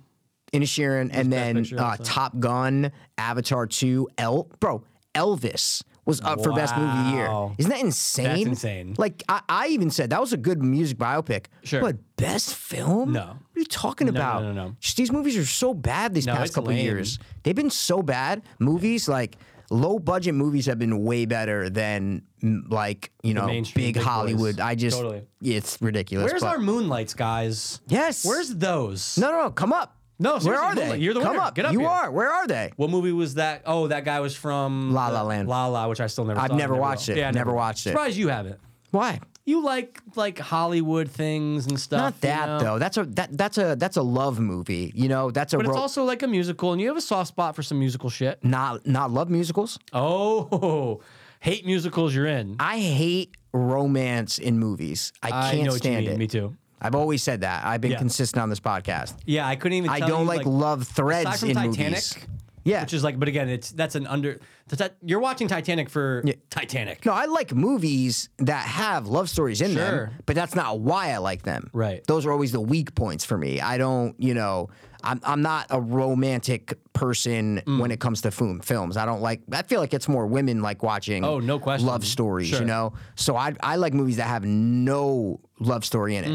Ina Sheeran, and then Picture uh, also. Top Gun, Avatar 2, El, bro, Elvis was up for best movie of the year. Wow. Isn't that insane? insane. Like I, I even said that was a good music biopic. Sure. But best film? No. What are you talking no, about? no, no. Just these movies are so bad these No, past it's couple lame. years. They've been so bad. Movies like low budget movies have been way better than mm, like, you know, mainstream big big boys. Hollywood. I just Totally. it's ridiculous. Where's but- our moonlights, guys? Yes. Where's those? No, no, no. Come up. No, where seriously, are they? Moonlight, you're the Come winner. up. Get up You here. are. Where are they? What movie was that? Oh, that guy was from La La uh, Land. La La, which I still never. I've saw. never will. watched it. I Never watched it. Surprised you haven't. Why? you like like Hollywood things and stuff. Not you that know? though. That's a that, that's a that's a love movie. You know, that's a But it's ro- also like a musical, and you have a soft spot for some musical shit. not not love musicals. Oh, hate musicals you're in. I hate romance in movies. I I can't know what you stand mean. it. Me too. I've always said that. I've been Yeah. consistent on this podcast. Yeah, I couldn't even. I tell don't you, like, love threads aside from in Titanic. movies. Yeah. Which is like, but again, it's that's an under. that's that- you're watching Titanic for Titanic, no, I like movies that have love stories in Sure. them, but that's not why I like them. Right. Those are always the weak points for me. I don't, you know, I'm I'm not a romantic person Mm. when it comes to film, films. I don't like I feel like it's more women like watching Oh, no question. love stories, Sure. you know. So I I like movies that have no love story in it.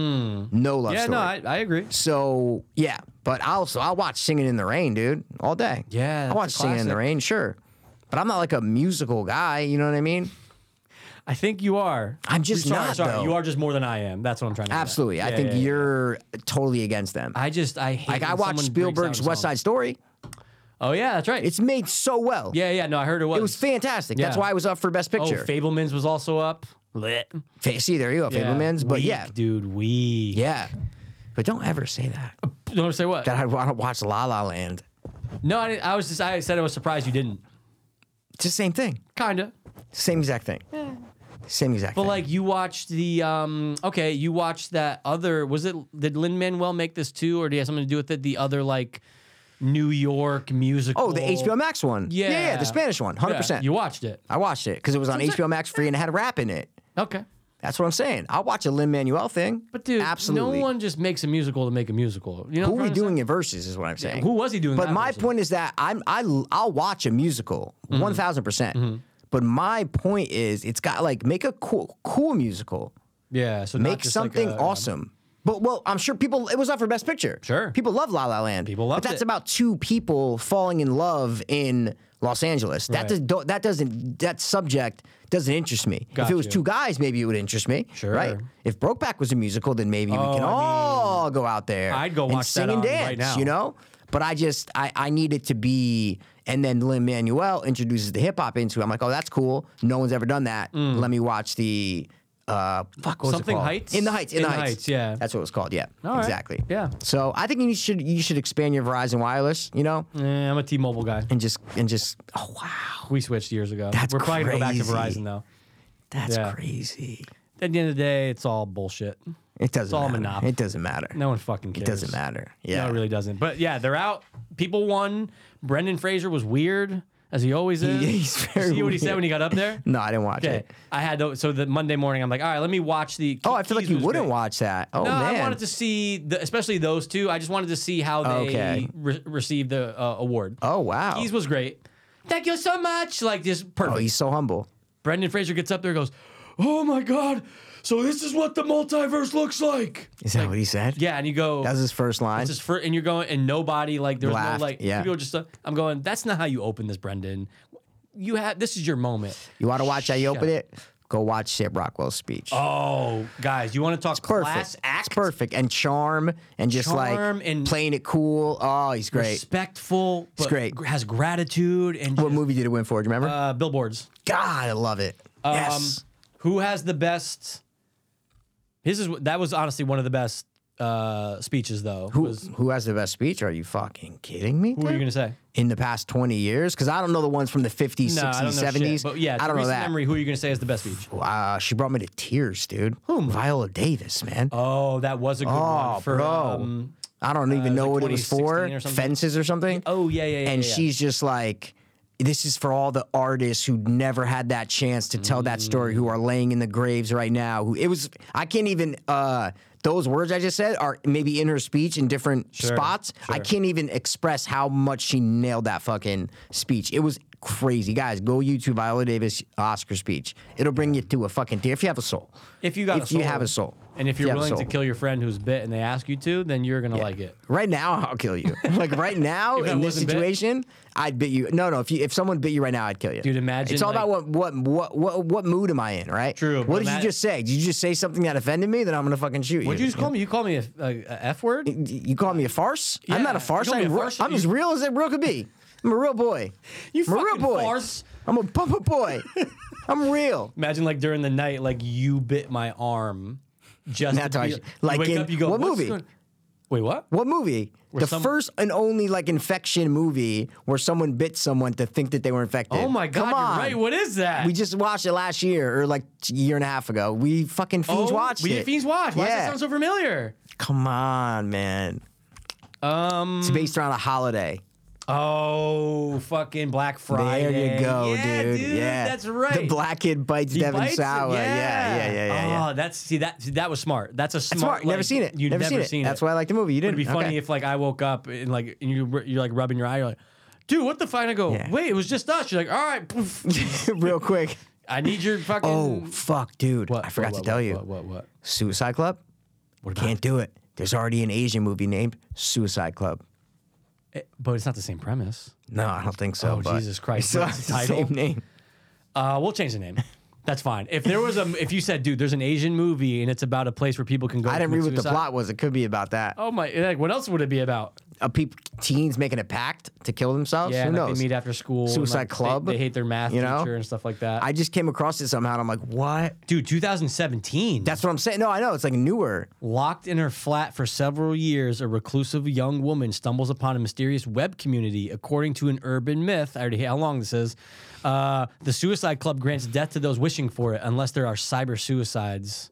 No love Mm. Yeah, story. no, I, I agree. So yeah, but I'll so I'll watch Singing in the Rain, dude, all day. Yeah, I that's watch a Singing in the classic. Rain, sure, but I'm not like a musical guy. You know what I mean? I think you are. I'm just sorry, not, Sorry, though. you are just more than I am. That's what I'm trying to. get at. Absolutely, I Yeah, think yeah, yeah. you're totally against them. I just I hate. like I watched when someone breaks out Spielberg's in West song. Side Story. Oh yeah, that's right. It's made so well. yeah, yeah. No, I heard it was. it was fantastic. That's Yeah. why I was up for Best oh, Picture. Fablemans was also up. Lit. Fa- See, there you go, Yeah. Fablemans. But Weak, yeah, dude, we. yeah. But don't ever say that. Don't say what. That I want to watch La La Land. No, I, didn't- I was just. I said I was surprised you didn't. It's the same thing. Kinda. Same exact thing. Same exact. But thing. like you watched the um okay, you watched that other was it did Lin Manuel make this too, or do you have something to do with it? The other like New York musical. oh, the HBO Max one. yeah, yeah Yeah. the Spanish one, hundred Yeah, percent. You watched it. I watched it because it was on HBO Max free and it had rap in it. Okay. That's what I'm saying. I'll watch a Lin Manuel thing. But dude, absolutely. no one just makes a musical to make a musical. You know who what we I'm trying to doing in verses is what I'm saying. who was he doing But that my versus? point is that I'm I I'll watch a musical Mm-hmm. one percent. But my point is it's got like make a cool cool musical, say? Yeah, so not make just like something a- um, awesome. But well, I'm sure people. It was up for Best Picture. Sure. people love La La Land. People love. loved But that's it. about two people falling in love in Los Angeles. That Right. does does that doesn't that subject doesn't interest me. Got if it was you. two guys, maybe it would interest me. Sure. Oh, Right. If Brokeback was a musical, then maybe we I can mean, all go out there. I'd go and watch that sing and on dance. right now. You know. But I just I I need it to be. And then Lin Manuel introduces the hip hop into. it. I'm like, oh, that's cool. No one's ever done that. Mm. Let me watch the. Uh, fuck, what was it Something called? Heights? in the heights in, the, heights. yeah. that's what it was called yeah All right. exactly Yeah. so i think you should you should expand your verizon wireless you know Eh, I'm a T-Mobile guy. and just and just oh wow We switched years ago. That's We're probably gonna go back to crazy. Verizon though. that's Yeah. crazy At the end of the day, it's all bullshit. it doesn't all matter monop- it doesn't matter No one fucking cares. it doesn't matter yeah No, it really doesn't. But yeah, they're out. People won. Brendan Fraser was weird, as he always is. he's You very see what he said weird. when he got up there? no i didn't watch Okay. it I had to, so the Monday morning I'm like, all right, let me watch the oh i feel like Keys you was wouldn't great. watch that oh No, man I wanted to see the, especially those two. I just wanted to see how they Okay. re- received the uh, award. oh wow Keys was great. Thank you so much. Like just perfect. oh he's so humble Brendan Fraser gets up there and goes, "Oh my god. So this is what the multiverse looks like." is that what he said Yeah, and you go that was his first line just for and you're going and nobody like there's Laughed, no like yeah. people just uh, I'm going that's not how you open this Brendan you have this is your moment you want to watch how you Shut open up. it go watch Sam Rockwell's speech oh guys you want to talk perfect. class act It's perfect and charm and just Charm like and- playing it cool. Oh, he's great. respectful but great. gr- has gratitude and What just, movie did it win for? Do you remember? uh, um, billboards God, I love it. yes. who has the best this is that was honestly one of the best uh speeches though Who, was, who has the best speech? Are you fucking kidding me? who are you dude? gonna say In the past 20 years? Because I don't know the ones from the 50s, no 60s, I don't know shit, 70s. but yeah I don't know recent that. memory who are you gonna say is the best speech Wow, she brought me to tears, dude. Viola Davis, man. oh that was a good one Oh, for bro. um, I don't even was know like what it was for. 2016 or something. Fences or something. Oh yeah, yeah, yeah. and yeah, yeah. she's just like this is for all the artists who never had that chance to tell that story who are laying in the graves right now who it was i can't even uh those words i just said are maybe in her speech in different spots i can't even express how much she nailed that fucking speech it was crazy guys go youtube viola davis oscar speech it'll bring you to a fucking tear if you have a soul if you got if a soul, you have a soul and if you you're have a willing to soul. kill your friend who's bit and they ask you to, then you're gonna like it. Right now, I'll kill you. Like right now, If I in this wasn't bit? situation, I'd bit you. No, no. If you, if someone bit you right now, I'd kill you. Dude, imagine, It's all about like- what what what what what mood am I in, right? True, but What did ima- you just say? Did you just say something that offended me? Then I'm gonna fucking shoot you. Would you just call me? You call me a, a, a f word? You call me a farce? I'm not Yeah, a farce. you call me I'm, a real- farce? I'm as You- real as it real could be. I'm a real boy. You I'm a real fucking boy. farce. I'm a pump boy. I'm real. Imagine like during the night, like you bit my arm. Just Not to be- Tarzan. Like you wake in up, you go, what "What's movie?" going-" Wait, what? What movie? the some- first and only like infection movie where someone bit someone to think that they were infected. Oh my god, Come you're on. right. What is that? We just watched it last year or like a year and a half ago. We fucking fiends oh, watched we it. did Fiends Watch. Why does Yeah. that sound so familiar? Come on, man. Um. It's based around a holiday. Oh, fucking Black Friday. There you go, yeah, dude. Yeah, that's right. The black kid bites He Devin bites it, Sawa. Yeah, yeah, yeah, yeah. yeah. Oh, that's see that see, that was smart. That's a smart. Smart. never like, seen it. You've never, seen, it. That's why I like the movie. You didn't. It'd be funny Okay. if like I woke up and like and you you're like rubbing your eye. You're like, dude, what the fuck? And I go, Yeah. wait, it was just us. You're like, all right, poof. real quick. I need your fucking. Oh fuck, dude! I forgot what, to tell what, you. What? What? What? Suicide Club. What about Can't do it. There's already an Asian movie named Suicide Club. it? Eh, But it's not the same premise. No, I don't think so. Oh, but Jesus Christ, So that's it's the the title? same name. Uh, we'll change the name. That's fine. If there was a, if you said, dude, there's an Asian movie and it's about a place where people can go. I didn't commit read what the suicide." plot was. It could be about that. Oh my! Like, what else would it be about? A peop teens making a pact to kill themselves. Yeah, Oh, Who and, like, knows? they meet after school. and, Suicide like, they- Club, They, hate their math you know? teacher and stuff like that. I just came across it somehow, and I'm like, what? Dude, 2017. That's what I'm saying. No, I know it's like newer. Locked in her flat for several years, a reclusive young woman stumbles upon a mysterious web community. According to an urban myth, I already hate how long this is. Uh, the Suicide Club grants death to those wishing for it, unless there are cyber suicides.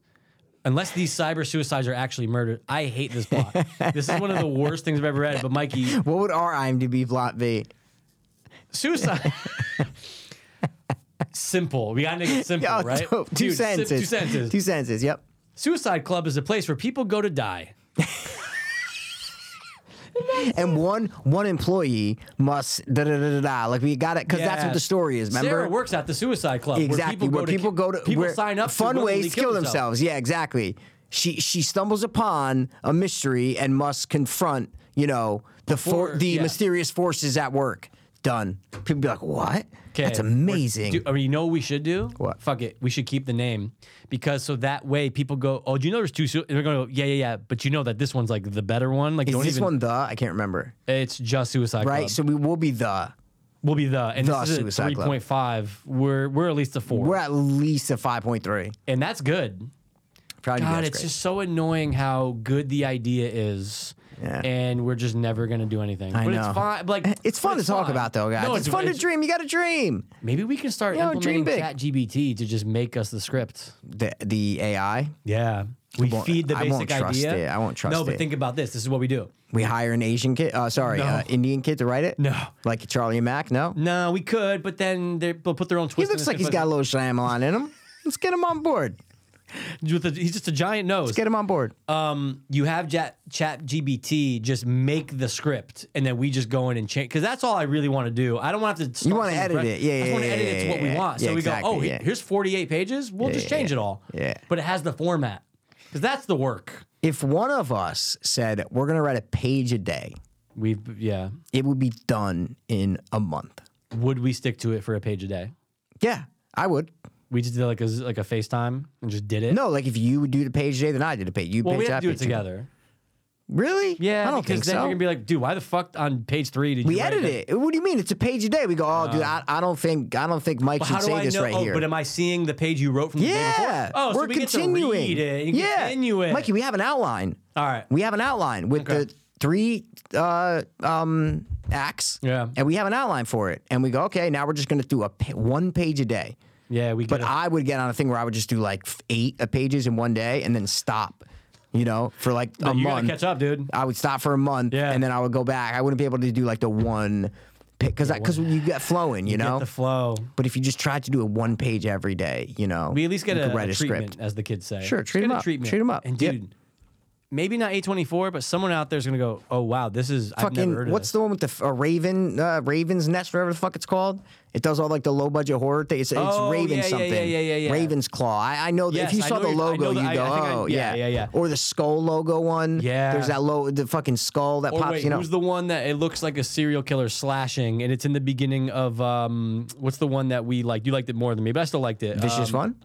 Unless these cyber suicides are actually murdered. I hate this plot. this is one of the worst things I've ever read. But Mikey, What would our IMDb plot be? suicide. simple. We gotta make it simple, Oh, right? dope. Two Dude, sim- sentences. two sentences. Two sentences. Yep. Suicide Club is a place where people go to die. And one one employee must da da da da da. Like we got it because that's what Yeah. the story is. Remember? Sarah works at the Suicide Club. exactly where people go to, people where sign up. fun to willingly ways to kill themselves. yeah exactly she she stumbles upon a mystery and must confront you know the for, Before- the yeah. mysterious forces at work done people be like what Okay. that's amazing Do, uh, I mean, you know what we should do? What? Fuck it. We should keep the name because so that way people go, oh, do you know there's two? Su-? And they're going to go, yeah, yeah, yeah. But you know that this one's like the better one. Like, is don't this even. Um, one the i can't remember it's just Suicide right Club. so we will be the we'll be the and The this is a Suicide Club. 3.5. We're we're at least a 4 we're at least a 5.3 and that's good. probably God, that's it's great. just so annoying how good the idea is. Yeah. And we're just never gonna do anything. I but know. it's fine. Like it's fun to talk fine. about though guys No, it's, fun to dream you gotta dream Maybe we can start You know, dream implementing big. ChatGPT to just make us the script. the, the ai Yeah. We won't- feed the I basic won't trust idea. it. I won't trust No, but it. think about this. This is what we do. we hire an asian kid uh, sorry No. uh, indian kid to write it No. like charlie and mack no No, we could, but then they- they'll put their own He twist. on looks this like he's got a because- little Shyamalan in him. Let's get him on board. with a- he's just a giant nose. Let's get him on board. um, you have chat, chat GBT just make the script, and then we just go in and change. Because that's all I really want to do. I don't want to have to. You wanna edit it. Yeah, I yeah, want to yeah, edit it to yeah, what we yeah. want. Yeah, so we exactly, go, oh, he- yeah. here's 48 pages. We'll just change it all. yeah. But it has the format. Because that's the work. If one of us said we're gonna write a page a day, We've yeah. it would be done in a month. Would we stick to it for a page a day? Yeah, I would. We just did like a z- like a FaceTime and just did it. No, like if you would do the page a day, then I did a page. You well, page we have I to do it page. together. Really? Yeah, I don't because think then so. you're gonna be like, dude, why the fuck on page three did we you write edit that?" it. What do you mean? It's a page a day. We go, oh, dude, I, I don't think I don't think Mike Uh, But should how do say I this know? right oh, here. but am I seeing the page you wrote from the yeah, day before? Oh, so we're we continuing. Get to read it and yeah, continue it. Mikey, we have an outline. All right. We have an outline with the three uh, um, acts. Yeah. And we have an outline for it. And we go, okay, now we're just going to do a pa- one page a day. Yeah, we. But gotta- I would get on a thing where I would just do like f- eight uh, pages in one day and then stop, you know, for like a you gotta month. catch up, dude. I would stop for a month Yeah. and then I would go back. I wouldn't be able to do like the one because because you get flowing, you, know. Get the flow. but if you just tried to do a one page every day, you know, We at least get you a, could write a a treatment, script. as the kids say. Sure, Just treat get 'em a up. Treatment. Treat 'em up. And Yep. dude, maybe not A24, but someone out there's gonna go, oh wow, this is I've never heard Fucking, of what's this. the one with the f- uh, Raven, uh, Raven's Nest, whatever the fuck it's called? It does all like the low budget horror thing. It's, it's Oh, Raven yeah, yeah, something. yeah, yeah, yeah. Raven's Claw. I, I know that if Yes, you I saw know the you- I logo, know you that- I- go, I think I- oh, yeah, yeah, yeah. Or the skull logo one. Yeah. There's that low, the fucking skull that Or pops, wait, you know. who's the one that it looks like a serial killer slashing, and it's in the beginning of um, what's the one that we liked? You liked it more than me, but I still liked it. Vicious Um,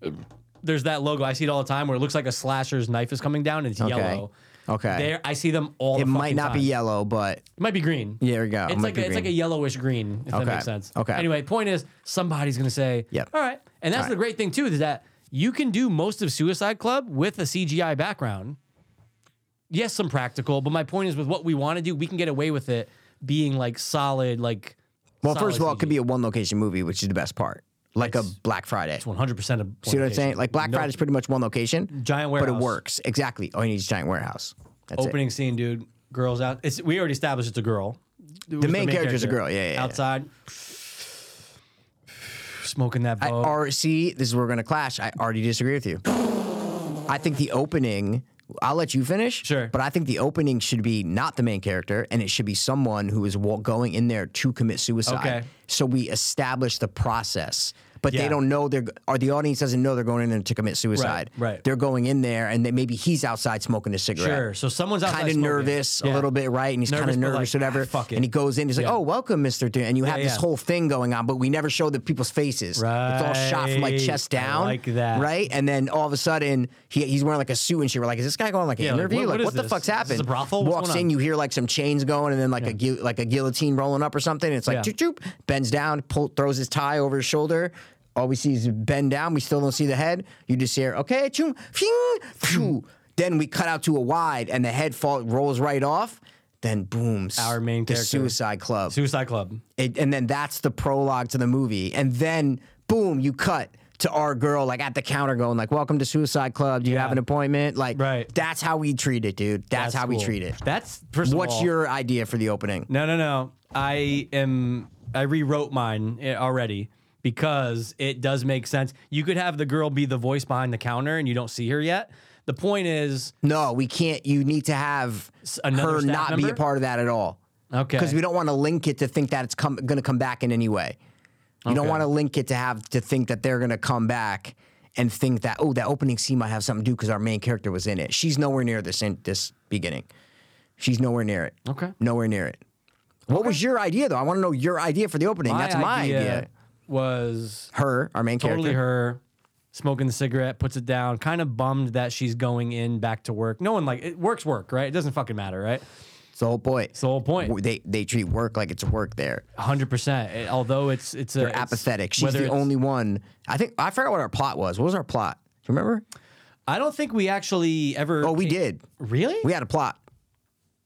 one? There's that logo I see it all the time where it looks like a slasher's knife is coming down and it's yellow. Okay. There, I see them all. it might not be yellow, but It might be green. Yeah, there we go. It It's might like be a, it's like a green. yellowish green, if Okay. that makes sense. Okay. Anyway, point is somebody's gonna say, Yep. all right. And that's All the right. great thing too, is that you can do most of Suicide Club with a CGI background. Yes, some practical, but my point is with what we want to do, we can get away with it being like solid, like well, first of all, it could be a one location movie, which is the best part, like a Black Friday. one hundred percent of See what I'm saying? Like Black Nope. Friday's pretty much one location, Giant but it warehouse. works exactly. All you need is a giant warehouse. That's it. opening scene, dude. Girls out. It's, we already established it's a girl. It was The main character's a girl, yeah, yeah, yeah. Outside, smoking that I Vogue. alre- see, this is where we're gonna clash. I already disagree with you. I think the opening. I'll let you finish. Sure. But I think the opening should be not the main character, and it should be someone who is wa- going in there to commit suicide. Okay. So we establish the process, but they Yeah. don't know they're, or the audience doesn't know they're going in there to commit suicide. right. They're going in there, and they, maybe he's outside smoking a cigarette. Sure. So someone's outside Kind of smoking. nervous, a Yeah. little bit, right? And he's kind Nervous, of but nervous, like, whatever. "Ah, fuck it." And he goes in, he's like, Yeah. "Oh, welcome, Mister," and you have Yeah, this yeah. whole thing going on, but we never show the people's faces. It's all shot from like Right. chest I down. like that. Right? And then all of a sudden, he, he's wearing like a suit and shit. We're like, is this guy going like an Yeah, like, interview? what- Like, what what, is the this? fuck's Is this happened? a brothel? What's Walks going in, on? you hear like some chains going and then like a gu- like a guillotine rolling up or something. It's like, Yeah. choop, choop, bends down, pull, throws his tie over his shoulder. All we see is bend down. We still don't see the head. You just hear, okay, choom, phew, phew. Then we cut out to a wide and the head fall, rolls right off. Then boom, Our main the character. Suicide Club Suicide Club. it, and then that's the prologue to the movie and then boom you cut to our girl like at the counter going like welcome to suicide club do you have Yeah. an appointment like Right. that's how we treat it dude that's, how we cool. treat it That's first of what's all- your idea for the opening No, no, no. I am. I rewrote mine eh, already because it does make sense. You could have the girl be the voice behind the counter, and you don't see her yet. The point is, no we can't you need to have another her staff not be a member? part of that at all Okay. because we don't want to link it to think that it's come, gonna come back in any way you don't Okay. want to link it to have to think that they're gonna come back and think that oh that opening scene might have something to do because our main character was in it she's nowhere near this in this beginning she's nowhere near it Okay. nowhere near it what was your idea though i want to know your idea for the opening that's my idea, Was her our main totally character her smoking the cigarette, puts it down, kind of bummed that she's going in back to work. No one like it works work, right? It doesn't fucking matter, right? it's the whole point It's the whole point. they they treat work like it's work there hundred percent. Although it's it's a they're it's- apathetic she's whether the it's- only one i think i forgot what our plot was what was our plot do you remember I don't think we actually ever. oh we came- did Really? We had a plot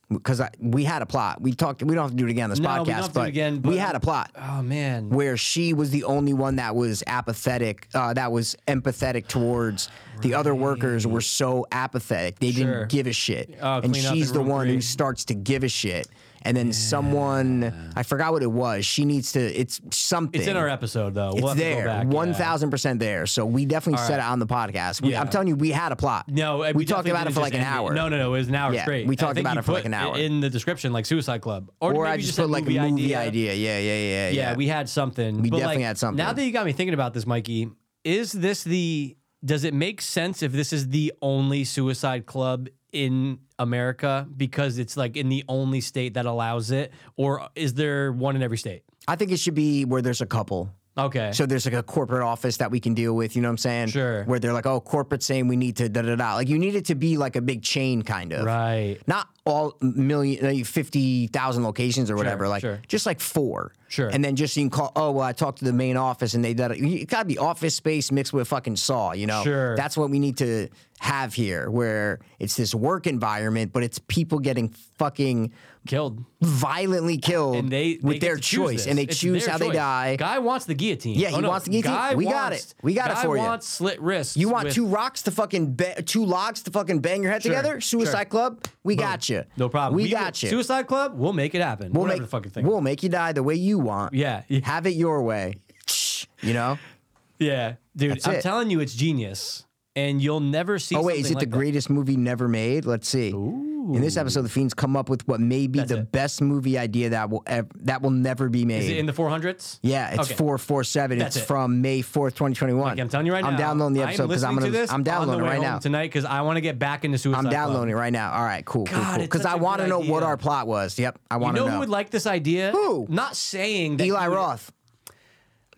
because we had a plot. We talked. We don't have to do it again on this No, we podcast, don't have to do it but, again, we but- had a plot oh man. where she was the only one that was apathetic, uh, that was empathetic towards the other workers. Were so apathetic they Sure. didn't give a shit, Oh, and clean up in she's the room one who three. starts to give a shit. And then someone, I forgot what it was. She needs to. It's something. it's in our episode though. It's we'll have To go there, back. one yeah. thousand percent there. So we definitely said it on the podcast. We, I'm Yeah. telling you, we had a plot. No, we, we, talked definitely about it didn't for just like an end it. hour. No, no, no, it was an hour Yeah, straight. we I talked think about you it for like put an hour. in the description, like Suicide Club, or maybe I you just, said put like movie a movie idea. Yeah, yeah, yeah, yeah. Yeah, we had something. We definitely had something. Now that you got me thinking about this, Mikey, is this the? Does it make sense if this is the only Suicide Club in America because it's like in the only state that allows it, or is there one in every state? I think it should be where there's a couple. Okay. So there's like a corporate office that we can deal with, you know what I'm saying? Sure. Where they're like, oh, corporate saying we need to da da da. Like you need it to be like a big chain kind of. right. Not all million, like 50,000 locations or whatever. like sure. just like four. Sure. And then just you can call, oh, well, I talked to the main office and they did it. You gotta be office space mixed with fucking saw, you know? Sure. That's what we need to have here where it's this work environment, but it's people getting fucking Killed. violently killed And they, they with get their to choose choice this. and they It's choose their how they choice. die. Guy wants the guillotine. Yeah, he Oh, no. wants the guillotine. Guy We got wants- it. We got it guy for you. wants slit wrists. You want with- two rocks to fucking ba- two logs to fucking bang your head together? Suicide sure. Club, we got you. No problem. We, will- got you. Suicide Club. We'll make it happen. we'll Whatever make the fucking thing. We'll make you die the way you want. yeah. yeah. Have it your way. You know? Yeah, dude, That's I'm it. telling you, it's genius, and you'll never see. Oh wait, is it something the like that. greatest movie never made? Let's see. In this episode, the fiends come up with what may be the it. best movie idea that will ev- that will never be made. Is it in the 400s? Yeah, it's Okay. four four seven. It's That's it. from May fourth, twenty twenty one. I'm telling you right I'm now. downloading the episode because I'm listening gonna. to this I'm on downloading the it way right home now. tonight because I want to get back into Suicide I'm downloading Club. it right now. All right, cool, cool, God, cool. it's Because such I a want to good know what idea. our plot was. Yep, I You want to know know. who would like this idea? Who? Not saying that Eli he would- Roth.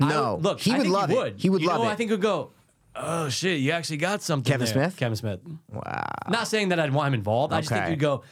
I No, would- look, he I would think love he it. would. He would You know love who it. I think would go. oh shit, you actually got something. Kevin there. Smith? Kevin Smith. Wow. Not saying that I'd want him involved. I just think Okay. you'd go.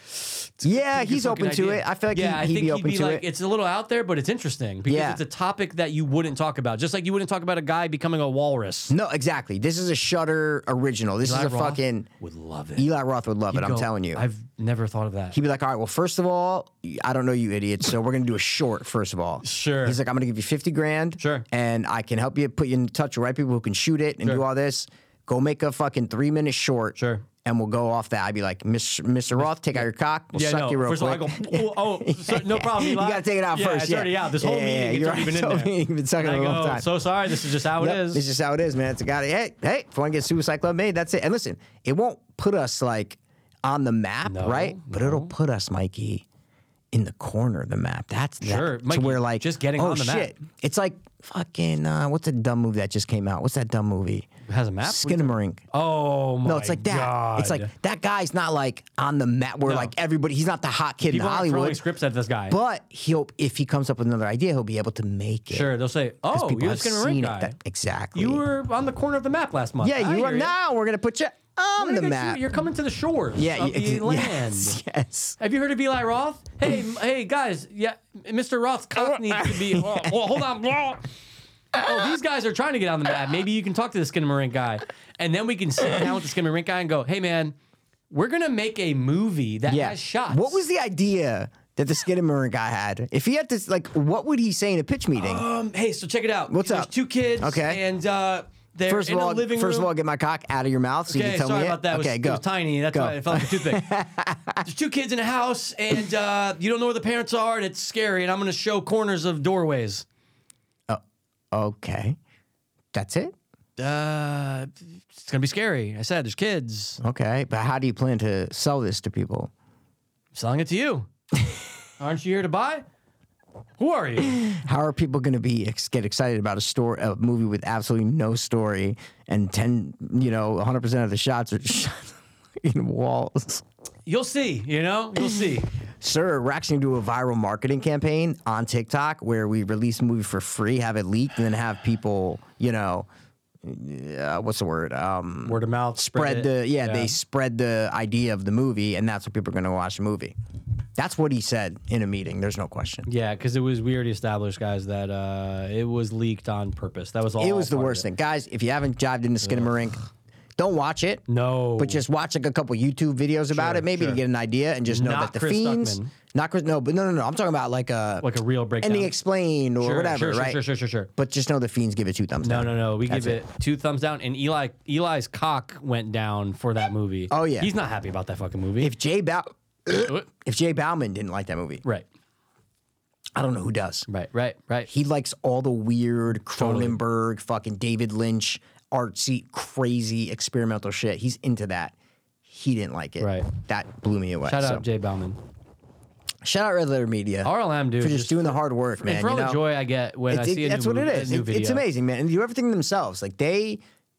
Yeah, good he's fucking open to idea. it. I feel like yeah, I he, think would be open he'd be to like, it. it's a little out there, but it's interesting because Yeah. it's a topic that you wouldn't talk about. Just like you wouldn't talk about a guy becoming a walrus. No, exactly. This is a Shutter original. This Eli is a Roth fucking would love it. Eli Roth would love it. I'm Go, telling you. I've never thought of that. He'd be like, all right, well, first of all, I don't know you idiots, so we're gonna do a short, first of all. Sure. He's like, I'm gonna give you 50 grand. Sure. And I can help you put you in touch with the right people who can shoot it and do all this. Go make a fucking three minute short. Sure. And we'll go off that. I'd be like, Miss, Mr. Roth, take out your cock. We'll yeah, suck no. you real first quick. of all, I go, oh, oh, so- no problem. you Eli. gotta take it out yeah, first. It's yeah. already out. This whole Yeah, yeah, yeah, meeting, you're it's right. already This whole been in meeting, there. you've been sucking And it a I long go, time. So sorry. This is just how Yep, it is. It's just how it is, man. It's a guy. Hey, hey, if you want to get Suicide Club made, that's it. And listen, it won't put us like on the map, No, right? But it'll put us, Mikey, in the corner of the map. That's that- Sure, to Mikey, where like just getting oh, on the map. shit. It's like fucking uh, what's a dumb movie that just came out? What's that dumb movie? It has a map. Skinamarink. Oh my No, it's like that. God. It's like that guy's not like on the map where No. like everybody. He's not the hot kid people in aren't throwing Hollywood. scripts at this guy. But he'll if he comes up with another idea, he'll be able to make it. sure, they'll say, Because "Oh, people you're have just gonna seen ring it guy. that- exactly. You were on the corner of the map last month. Yeah, I you hear are now. We're gonna put you on Look the at map. You. You're coming to the shores yeah, of you- the land. yes, yes. Have you heard of Eli Roth? Hey, m- hey guys, yeah, Mr. Roth's cock needs to be. Well, hold on. Well, oh, these guys are trying to get on the map. Maybe you can talk to the Skinamarink guy, and then we can sit down with the Skinamarink guy and go, "Hey, man, we're gonna make a movie that Yeah. has shots." What was the idea that the Skidamore guy had? If he had to, like, what would he say in a pitch meeting? Um, hey, so check it out. What's There's up? Two kids. Okay. And uh, they're first of in all, a living first room. of all, get my cock out of your mouth so you okay, can tell sorry me. about that. It It. was- Okay, it was, go. tiny. That's Go. why it felt like a toothpick. There's two kids in a house, and uh, you don't know where the parents are, and it's scary. And I'm going to show corners of doorways. Okay, that's it. Uh, it's going to be scary. I said, there's kids. Okay, but how do you plan to sell this to people? I'm selling it to you. Aren't you here to buy? Who are you? How are people going to be ex- get excited about a story, a movie with absolutely no story and ten, you know, one hundred percent of the shots are shot in walls? You'll see. You know, you'll see. Sir, we're actually gonna do a viral marketing campaign on TikTok where we release a movie for free, have it leaked, and then have people, you know, uh, what's the word? Um, Word of mouth. Spread, spread it. the yeah, they spread the idea of the movie, and that's what people are gonna watch the movie. That's what he said in a meeting. There's no question. Yeah, because it was we already established, guys, that uh, it was leaked on purpose. That was all. It was the part of worst it. thing, guys. If you haven't jived into Skinamarink, don't watch it. No, But just watch like a couple YouTube videos about Sure, it, maybe sure. to get an idea, and just know Not that the Chris fiends, Stuckman. not Chris, no, but no, no, no. I'm talking about like a like a real breakdown. ending explained or Sure, whatever, sure, sure, right? Sure, sure, sure, sure. But just know the fiends give it two thumbs No, down. no, no. We That's give it. two thumbs down, and Eli Eli's cock went down for that movie. Oh, yeah. he's not happy about that fucking movie. If Jay Bow- if Jay Bauman didn't like that movie, right, I don't know who does. right, right, right. He likes all the weird Cronenberg, fucking David Lynch, artsy, crazy experimental shit. He's into that. He didn't like it. Right. That blew me away. Shout so. out Jay Bauman. Shout out Red Letter Media RLM dude, for just, doing the hard work, and man. for all you the know? joy I get when I It's- see it- a that's new, what it a is. new It- video. It's amazing, man. And they do everything themselves. Like they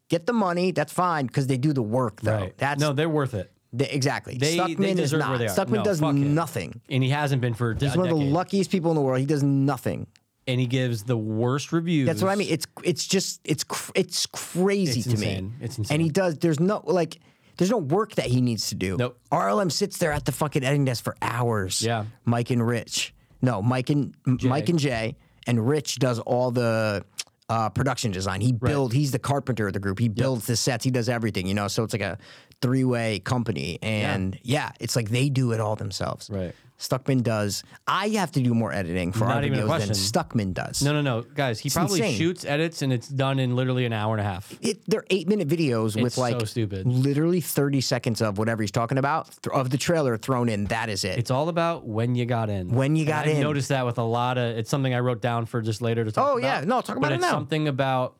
get the money. That's fine because they do the work, though. Right. That's no, they're worth it, they- exactly. they- they Stuckman is deserve not. where they are. Stuckman No, does fuck him. nothing. and he hasn't been for. He's one of the luckiest people in the world. He does nothing. and he gives the worst reviews. That's what I mean. It's it's just it's cr- it's crazy It's to insane. me. It's And he insane. does. There's no like. There's no work that he needs to do. Nope. RLM sits there at the fucking editing desk for hours. Yeah. Mike and Rich. No, Mike and M- Mike and Jay and Rich does all the uh, production design. He build. He's the carpenter of the group. He builds the sets. He does everything. You know. So it's like a three way company. And yeah. it's like they do it all themselves. Right. Stuckman does. I have to do more editing for our Not even a videos than question. Stuckman does. No, no, no, guys. He probably insane. shoots, edits, and it's done in literally an hour and a half. it, they're eight minute videos with so like stupid. literally 30 seconds of whatever he's talking about th- of the trailer thrown in. That is it. It's all about when you got in. When you And got I've in. noticed that with a lot of. It's something I wrote down for just later to talk. Oh, about, yeah. No, talk about but it it's now. Something about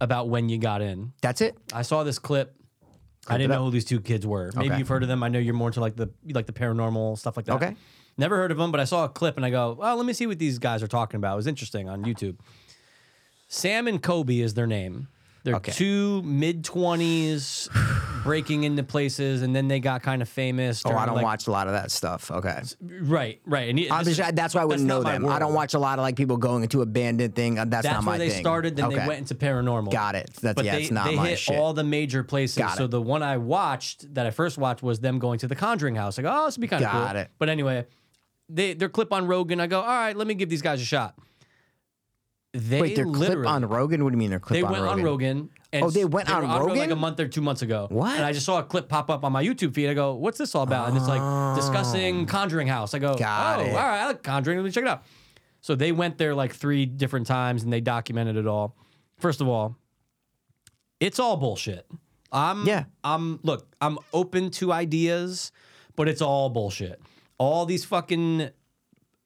about when you got in. That's it. I saw this clip. I didn't it up. know who these two kids were. Maybe Okay. you've heard of them. I know you're more into like the like the paranormal stuff like that. Okay. Never heard of them, but I saw a clip and I go, "Well, let me see what these guys are talking about." It was interesting on YouTube. Sam and Kobe is their name. They're Okay. two mid twenties breaking into places, and then they got kind of famous. Oh, I during, don't like- watch a lot of that stuff. Okay. Right, right. And I'm just, that's why I wouldn't that's know not my them. I world. don't watch a lot of like people going into abandoned thing. Uh, That's, that's not my where they thing. started. Then Okay. they went into paranormal. Got it. That's But yeah, they, it's not they my hit shit. all the major places. Got so it. the one I watched that I first watched was them going to the Conjuring house. Like, oh, this would be kind of Got cool. it. But anyway, they their clip on Rogan. I go, all right, let me give these guys a shot. They Wait, their clip literally- on Rogan? What do you mean their clip They on went Rogan? on Rogan. And Oh, they went were on like Rogan? a month or two months ago. What? And I just saw a clip pop up on my YouTube feed. I go, "What's this all about?" And it's like discussing Conjuring House. I go, Oh. Got "Oh, it. all right, I like Conjuring. Let me check it out." So they went there like three different times and they documented it all. First of all, it's all bullshit. I'm Yeah. I'm look, I'm open to ideas, but it's all bullshit. All these fucking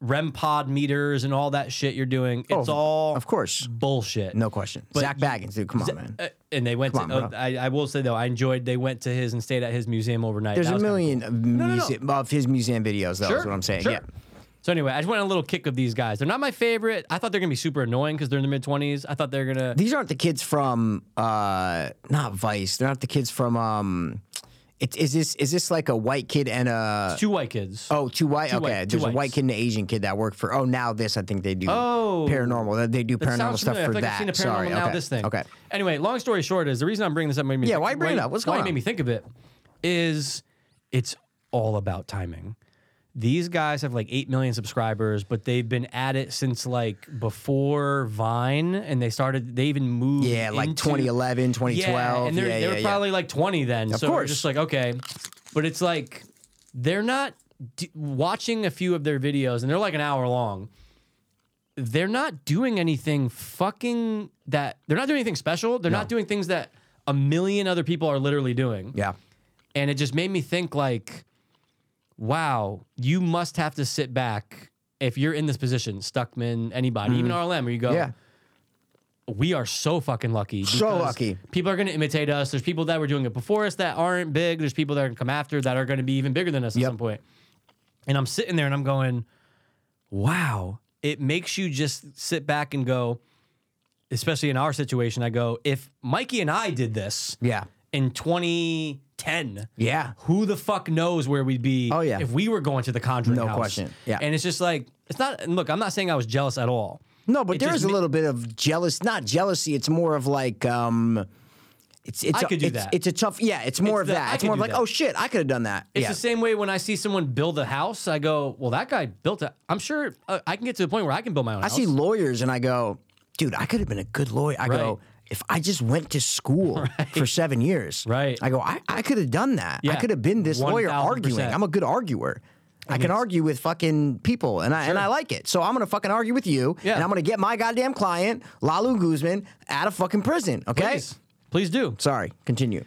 REM pod meters and all that shit you're doing, it's all Oh, Of course. bullshit. No question. But Zach you- Baggins, dude. Come on, man. Uh, and they went Come to. on, oh, bro. I, I will say though, I enjoyed. They went to his and stayed at his museum overnight. There's That a was kinda million of, no, no. music, of his museum videos, though, cool. is what I'm saying. Sure. Yeah. So anyway, I just went on a little kick of these guys. They're not my favorite. I thought they're gonna be super annoying because they're in their mid twenties. I thought they're gonna. These aren't the kids from uh not Vice. They're not the kids from um it, is this is this like a white kid and a two white kids. Oh, two white. okay, white- two there's a white whites. kid and an Asian kid that work for. Oh, now this I think they do. Oh. paranormal. They- They do paranormal sounds stuff familiar. for that. I feel like I've seen a paranormal Sorry. now okay. this thing. Okay. Anyway, long story short is the reason I'm bringing this up. Made me Yeah, think- why you bringing it up? What's why going you made on? me think of it is it's all about timing. These guys have like eight million subscribers, but they've been at it since like before Vine, and they started. They even moved. Yeah, like into- 2011, 2012. Yeah, and they're, yeah, they were yeah, probably like 20 then. so we're course. just like, okay. But it's like, they're not d- watching a few of their videos and they're like an hour long. They're not doing anything fucking that, they're not doing anything special. They're not doing things that a million other people are literally doing. yeah. And it just made me think, like, wow, you must have to sit back if you're in this position, Stuckman, anybody, even RLM, where you go, Mm-hmm. Yeah. we are so fucking lucky. So because lucky. People are going to imitate us. There's people that were doing it before us that aren't big. There's people that are going to come after that are going to be even bigger than us at Yep. some point. And I'm sitting there and I'm going, wow. It makes you just sit back and go, especially in our situation, I go, if Mikey and I did this Yeah. in 2010, Yeah. who the fuck knows where we'd be Oh, yeah. if we were going to the Conjuring No house? question. Yeah. And it's just like, it's not, and look, I'm not saying I was jealous at all. No, but It there just is a ma- little bit of jealous, not jealousy. It's more of like, um, it's it's I a- could do it's, that. It's a tough, yeah. It's more of It's the, that. I It's could more of do like, that. oh shit, I could have done that. It's yeah. the same way when I see someone build a house, I go, "Well, that guy built it." I'm sure uh, I can get to the point where I can build my own I house. see lawyers and I go, dude, I could have been a good lawyer. I go, Right. if I just went to school for seven years, Right. I go, I, I could have done that. I Yeah. could have been this lawyer 1000%. arguing. I'm a good arguer. I can argue with fucking people and I and I like it. So I'm gonna fucking argue with you Yeah. and I'm gonna get my goddamn client, Lalu Guzman, out of fucking prison. Okay? please, please do. Sorry, continue.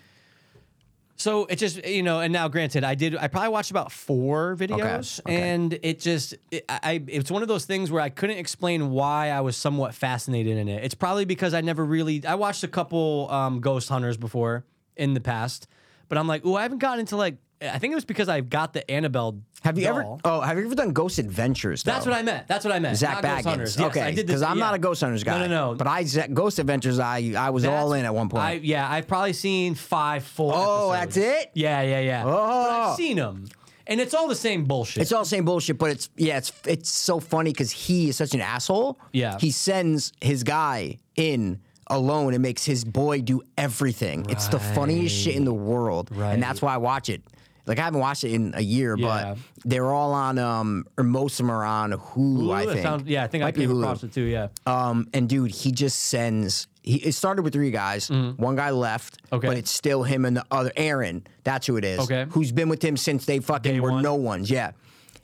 So it just you know, and now granted, I did. I probably watched about four videos, okay. and it just it, I- I it's one of those things where I couldn't explain why I was somewhat fascinated in it. It's probably because I never really I watched a couple um, ghost hunters before in the past, but I'm like, oh, I haven't gotten into like. I think it was because I got the Annabelle. Have you doll. ever oh have you ever done ghost adventures though? That's what I meant. That's what I meant. Zach not Ghost Baggins. Hunters. Yes, okay, I did this- because I'm not yeah. a Ghost Hunters guy. No, no, no. But I Ghost Adventures, I I was all That's- in at one point. I, yeah, I've probably seen five full. Oh, episodes. that's it? Yeah, yeah, yeah. But Oh. I've seen them, and it's all the same bullshit. It's all the same bullshit, but it's yeah, it's it's so funny because he is such an asshole. Yeah. he sends his guy in alone and makes his boy do everything. It's the funniest shit in the world, and that's why I watch it. Like I haven't watched it in a year, Yeah. but they're all on um or most of them are on Hulu. Ooh, I that think. sounds- yeah, I think I Might be came Hulu. across it too. Yeah, Um, and dude, he just sends. He it started with three guys. One guy left. Mm-hmm. Okay. but it's still him and the other Aaron. That's who it is. Okay. who's been with him since they fucking Day were one. no ones. Yeah,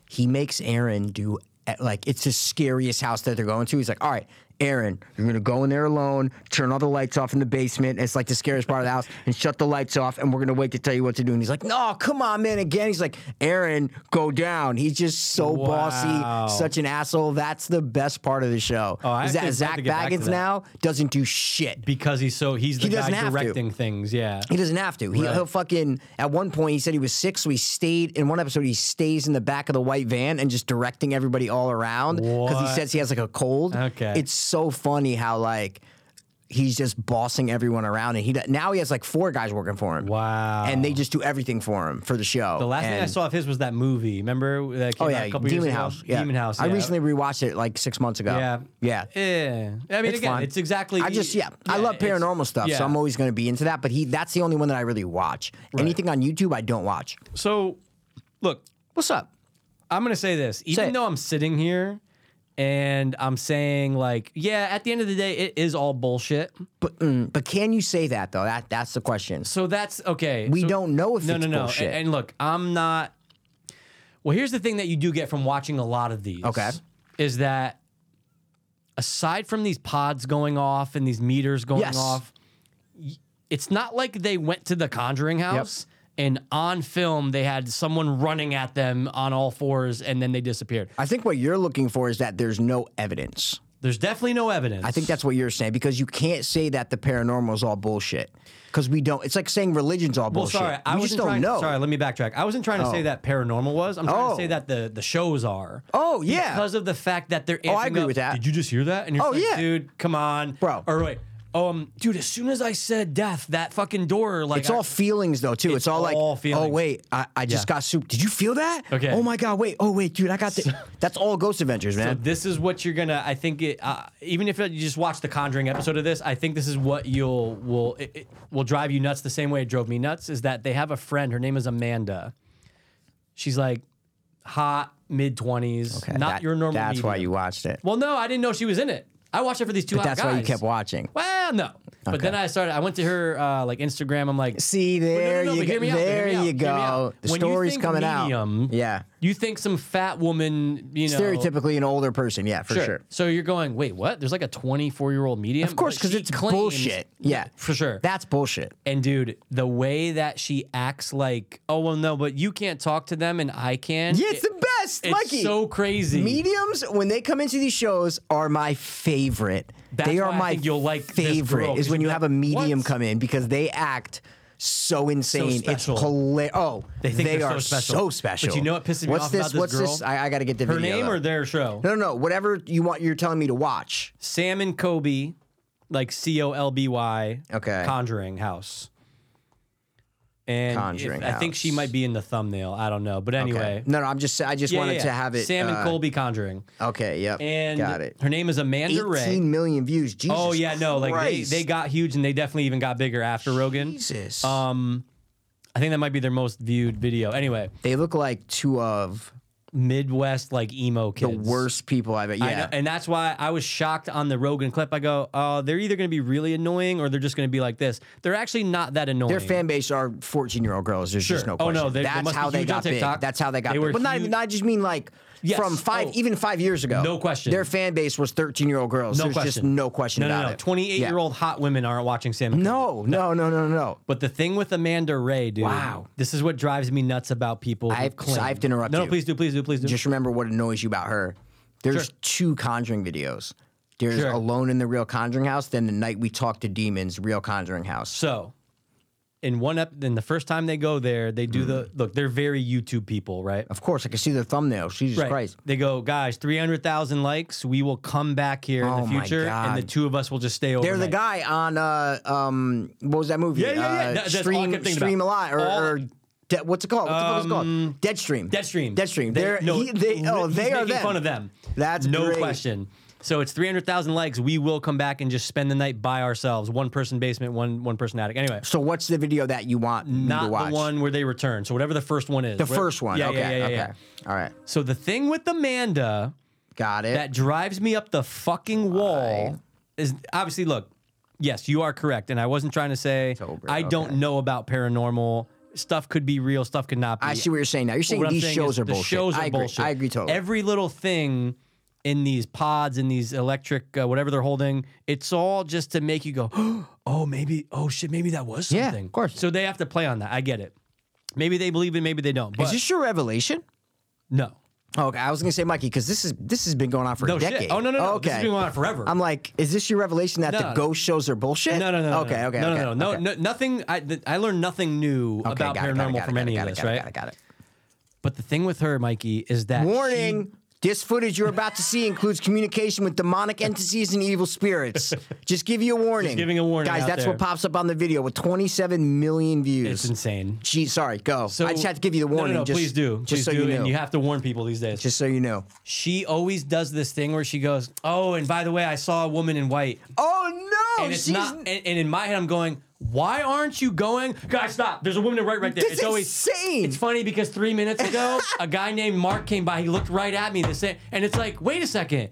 he makes Aaron do eh, like it's the scariest house that they're going to. He's like, all right. Aaron, you're gonna go in there alone, turn all the lights off in the basement. It's like the scariest part of the house, and shut the lights off. And we're gonna wait to tell you what to do. And he's like, "No, come on, man!" Again, he's like, "Aaron, go down." He's just so Wow. bossy, such an asshole. That's the best part of the show. Oh, I Is that actually Zach wanted to get back to Baggins that. now doesn't do shit. because he's so he's the He guy doesn't have to. directing things. Yeah, He doesn't have to. He, Right. He'll fucking. At one point, he said he was sick, so he stayed in one episode. He stays in the back of the white van and just directing everybody all around because he What? says he has like a cold. Okay. it's so funny how like. he's just bossing everyone around, and he do- now he has like four guys working for him. Wow. And they just do everything for him for the show. The last thing I And- saw of his was that movie. Remember that came Oh out yeah, a couple Demon years ago? House. Yeah. Demon House. I yeah. recently rewatched it like six months ago. Yeah. Yeah. Yeah. I mean, It's again, fun. it's exactly. I just yeah, I yeah, love it's- paranormal stuff, yeah. so I'm always going to be into that. But he, that's the only one that I really watch. Anything on YouTube, I don't watch. So, look, What's up? I'm gonna say this. it. Even though I'm sitting here and I'm saying like, yeah, at the end of the day, it is all bullshit. But mm, but can you say that though? That that's the question. So that's okay. We so- don't know if no, it's no, no. A- bullshit. And, look, I'm not. Well, here's the thing that you do get from watching a lot of these. Okay. Is that aside from these pods going off and these meters going Yes. off, y- it's not like they went to the Conjuring house and on film they had someone running at them on all fours and then they disappeared. I think what you're looking for is that there's no evidence. There's definitely no evidence. I think that's what you're saying because you can't say that the paranormal is all bullshit because we don't. It's like saying religion's all Well, bullshit. sorry, I we wasn't just don't trying. know. Sorry, let me backtrack. I wasn't trying to say that paranormal was. I'm trying Oh. to say that the the shows are. Oh, yeah. Oh, because of the fact that they're. I amping agree up, with that. Did you just hear that? And you're Oh, like, yeah. dude, come on, Bro. Or wait, um, dude, as soon as I said death, that fucking door, like, It's all feelings though too. It's, It's all like, all oh feelings. wait, I, I just Yeah. got soup. Did you feel that? Okay. Oh my god, wait. Oh wait, dude, I got the. That's all Ghost Adventures, So man. this is what you're gonna. I think it, uh, even if you just watch the Conjuring episode of this, I think this is what you'll will it, it will drive you nuts the same way it drove me nuts. Is that they have a friend. Her name is Amanda. She's like hot mid twenties, Okay, not that- your normal. That's why medium. you watched it. Well, no, I didn't know she was in it. I watched it for these two. But hot that's why you guys. kept watching. Well, no. But then I started. I went to her uh, like Instagram. I'm like, See But no, no, there no, you but hear me go. out, hear There me you out, hear me go. out. The When you story's think coming medium, out. Yeah. You think some fat woman, you know, Stereotypically an older person. Yeah, for sure. So you're going, wait, what? There's like a 24 year old medium. Of course, But because she it's claims- bullshit. Yeah, for sure. That's bullshit. And dude, the way that she acts like, oh well, no, but you can't talk to them and I can. Yeah, it's It- the best, it's Mikey. so crazy. Mediums, when they come into these shows, are my favorite. That's they are why I my think you'll like this favorite. girl, is 'cause when you'll you be have a like, medium "What?" come in because they act so insane. it's special. hila- Oh, They think they're so are special. so But special. you know what pisses me what's off this? about this what's this? girl? I, I got to get the her video. name though. or their show? no, no, no. Whatever you want, you're telling me to watch. Sam and Kobe, like C O L B Y. Okay. Conjuring House. And if- Conjuring I think she House. might be in the thumbnail. I don't know, but anyway. No, no. I'm just. I just Yeah, wanted yeah, to yeah. have it. Sam and uh, Colby Conjuring. Okay. Yep. And got it. her name is Amanda 18 Ray. million views. Jesus. Oh yeah, no, like they, Christ. they got huge and they definitely even got bigger after Rogan. Jesus. Um I think that might be their most viewed video. Anyway, they look like two of Midwest like emo the kids. worst people I've. e-, I know, Yeah. and that's why I was shocked on the Rogan clip. I go, oh, they're either going to be really annoying or they're just going to be like this. They're actually not that annoying. Their fan base are 14 year old girls. There's just Sure. no Oh, question. no, they- they That's must be how they huge on got big. TikTok. That's how they got They big. were But not, huge- not just mean like Yes. from five, Oh. even five years ago. No question. Their fan base was 13 year old girls. No There's question. just no question no, about no, no. it. 28 Yeah. year old hot women aren't watching Sam. and Cody. No, no, no, no, no. But the thing with Amanda Ray, dude. Wow. This is what drives me nuts about people. who I have- claim- I have to interrupt No, no, you. please do, please do, please do. Just remember what annoys you about her. There's two Conjuring videos. There's Sure. Alone in the Real Conjuring House, then The Night We Talk to Demons, Real Conjuring House. so, in one up, then the first time they go there, they do the look. They're very YouTube people, right? Mm. Of course, I can see the thumbnail. Jesus Right. Christ. They go, guys, three hundred thousand likes. We will come back here Oh in my the future, and the God. two of us will just stay over. They're the guy on uh um what was that movie? Yeah, yeah, yeah. Uh, That- that's all I stream kept thinking stream about. alive or, All- Um, or De- what's it called? What the fuck is it called? Deadstream. Deadstream. Deadstream. They're, no, he- they, oh, he's they are making them. fun of them. That's no great. question. So it's three hundred thousand likes. We will come back and just spend the night by ourselves. One person basement, one one person attic. Anyway, So what's the video that you want me to not watch? the one where they return. So whatever the first one is, The first one. Yeah, okay. yeah, yeah, okay. yeah. All right. So the thing with Amanda Got it. that drives me up the fucking wall is obviously look. Yes, you are correct, and I wasn't trying to say October, I don't okay. know about paranormal stuff. Could be real, stuff could not be. I see what you're saying now. You're saying What I'm these saying shows is are the bullshit. Shows are I agree. bullshit. I agree totally. Every little thing in these pods, in these electric, uh, whatever they're holding, it's all just to make you go, oh, maybe, oh shit, maybe that was Yeah, something. of course. So they have to play on that. I get it. Maybe they believe it, maybe they don't. But is this your revelation? no. Oh, okay, I was gonna say Mikey because this is this has been going on for No a shit. decade. Oh, no, no, no. Okay, This has been going on forever. I'm like, is this your revelation that the No. ghost shows are bullshit? No, no, no. no, Okay, no. okay, no, okay, no, no, okay. no, no. Nothing. I, th- I learned nothing new Okay, about got it, got it, paranormal got it, from got it, any got of it, this, got it, right? Got it. But the thing with her, Mikey, is that she- Warning. This footage you're about to see includes communication with demonic entities and evil spirits. Just give you a warning. giving a warning Guys, out that's there. what pops up on the video with 27 million views. It's insane. Gee, sorry, go. So- I just had to give you the No, no, warning. No, just, please do. Just please so do. you know. And you have to warn people these days. just so you know. she always does this thing where she goes, "Oh, and by the way, I saw a woman in white." Oh no! and it's she's not. And, and in my head, I'm going, "Why aren't you going, guys? Stop! There's a woman in white right there." this it's is always insane. It's funny because three minutes ago, a guy named Mark came by. He looked right at me. The same, and it's like, wait a second.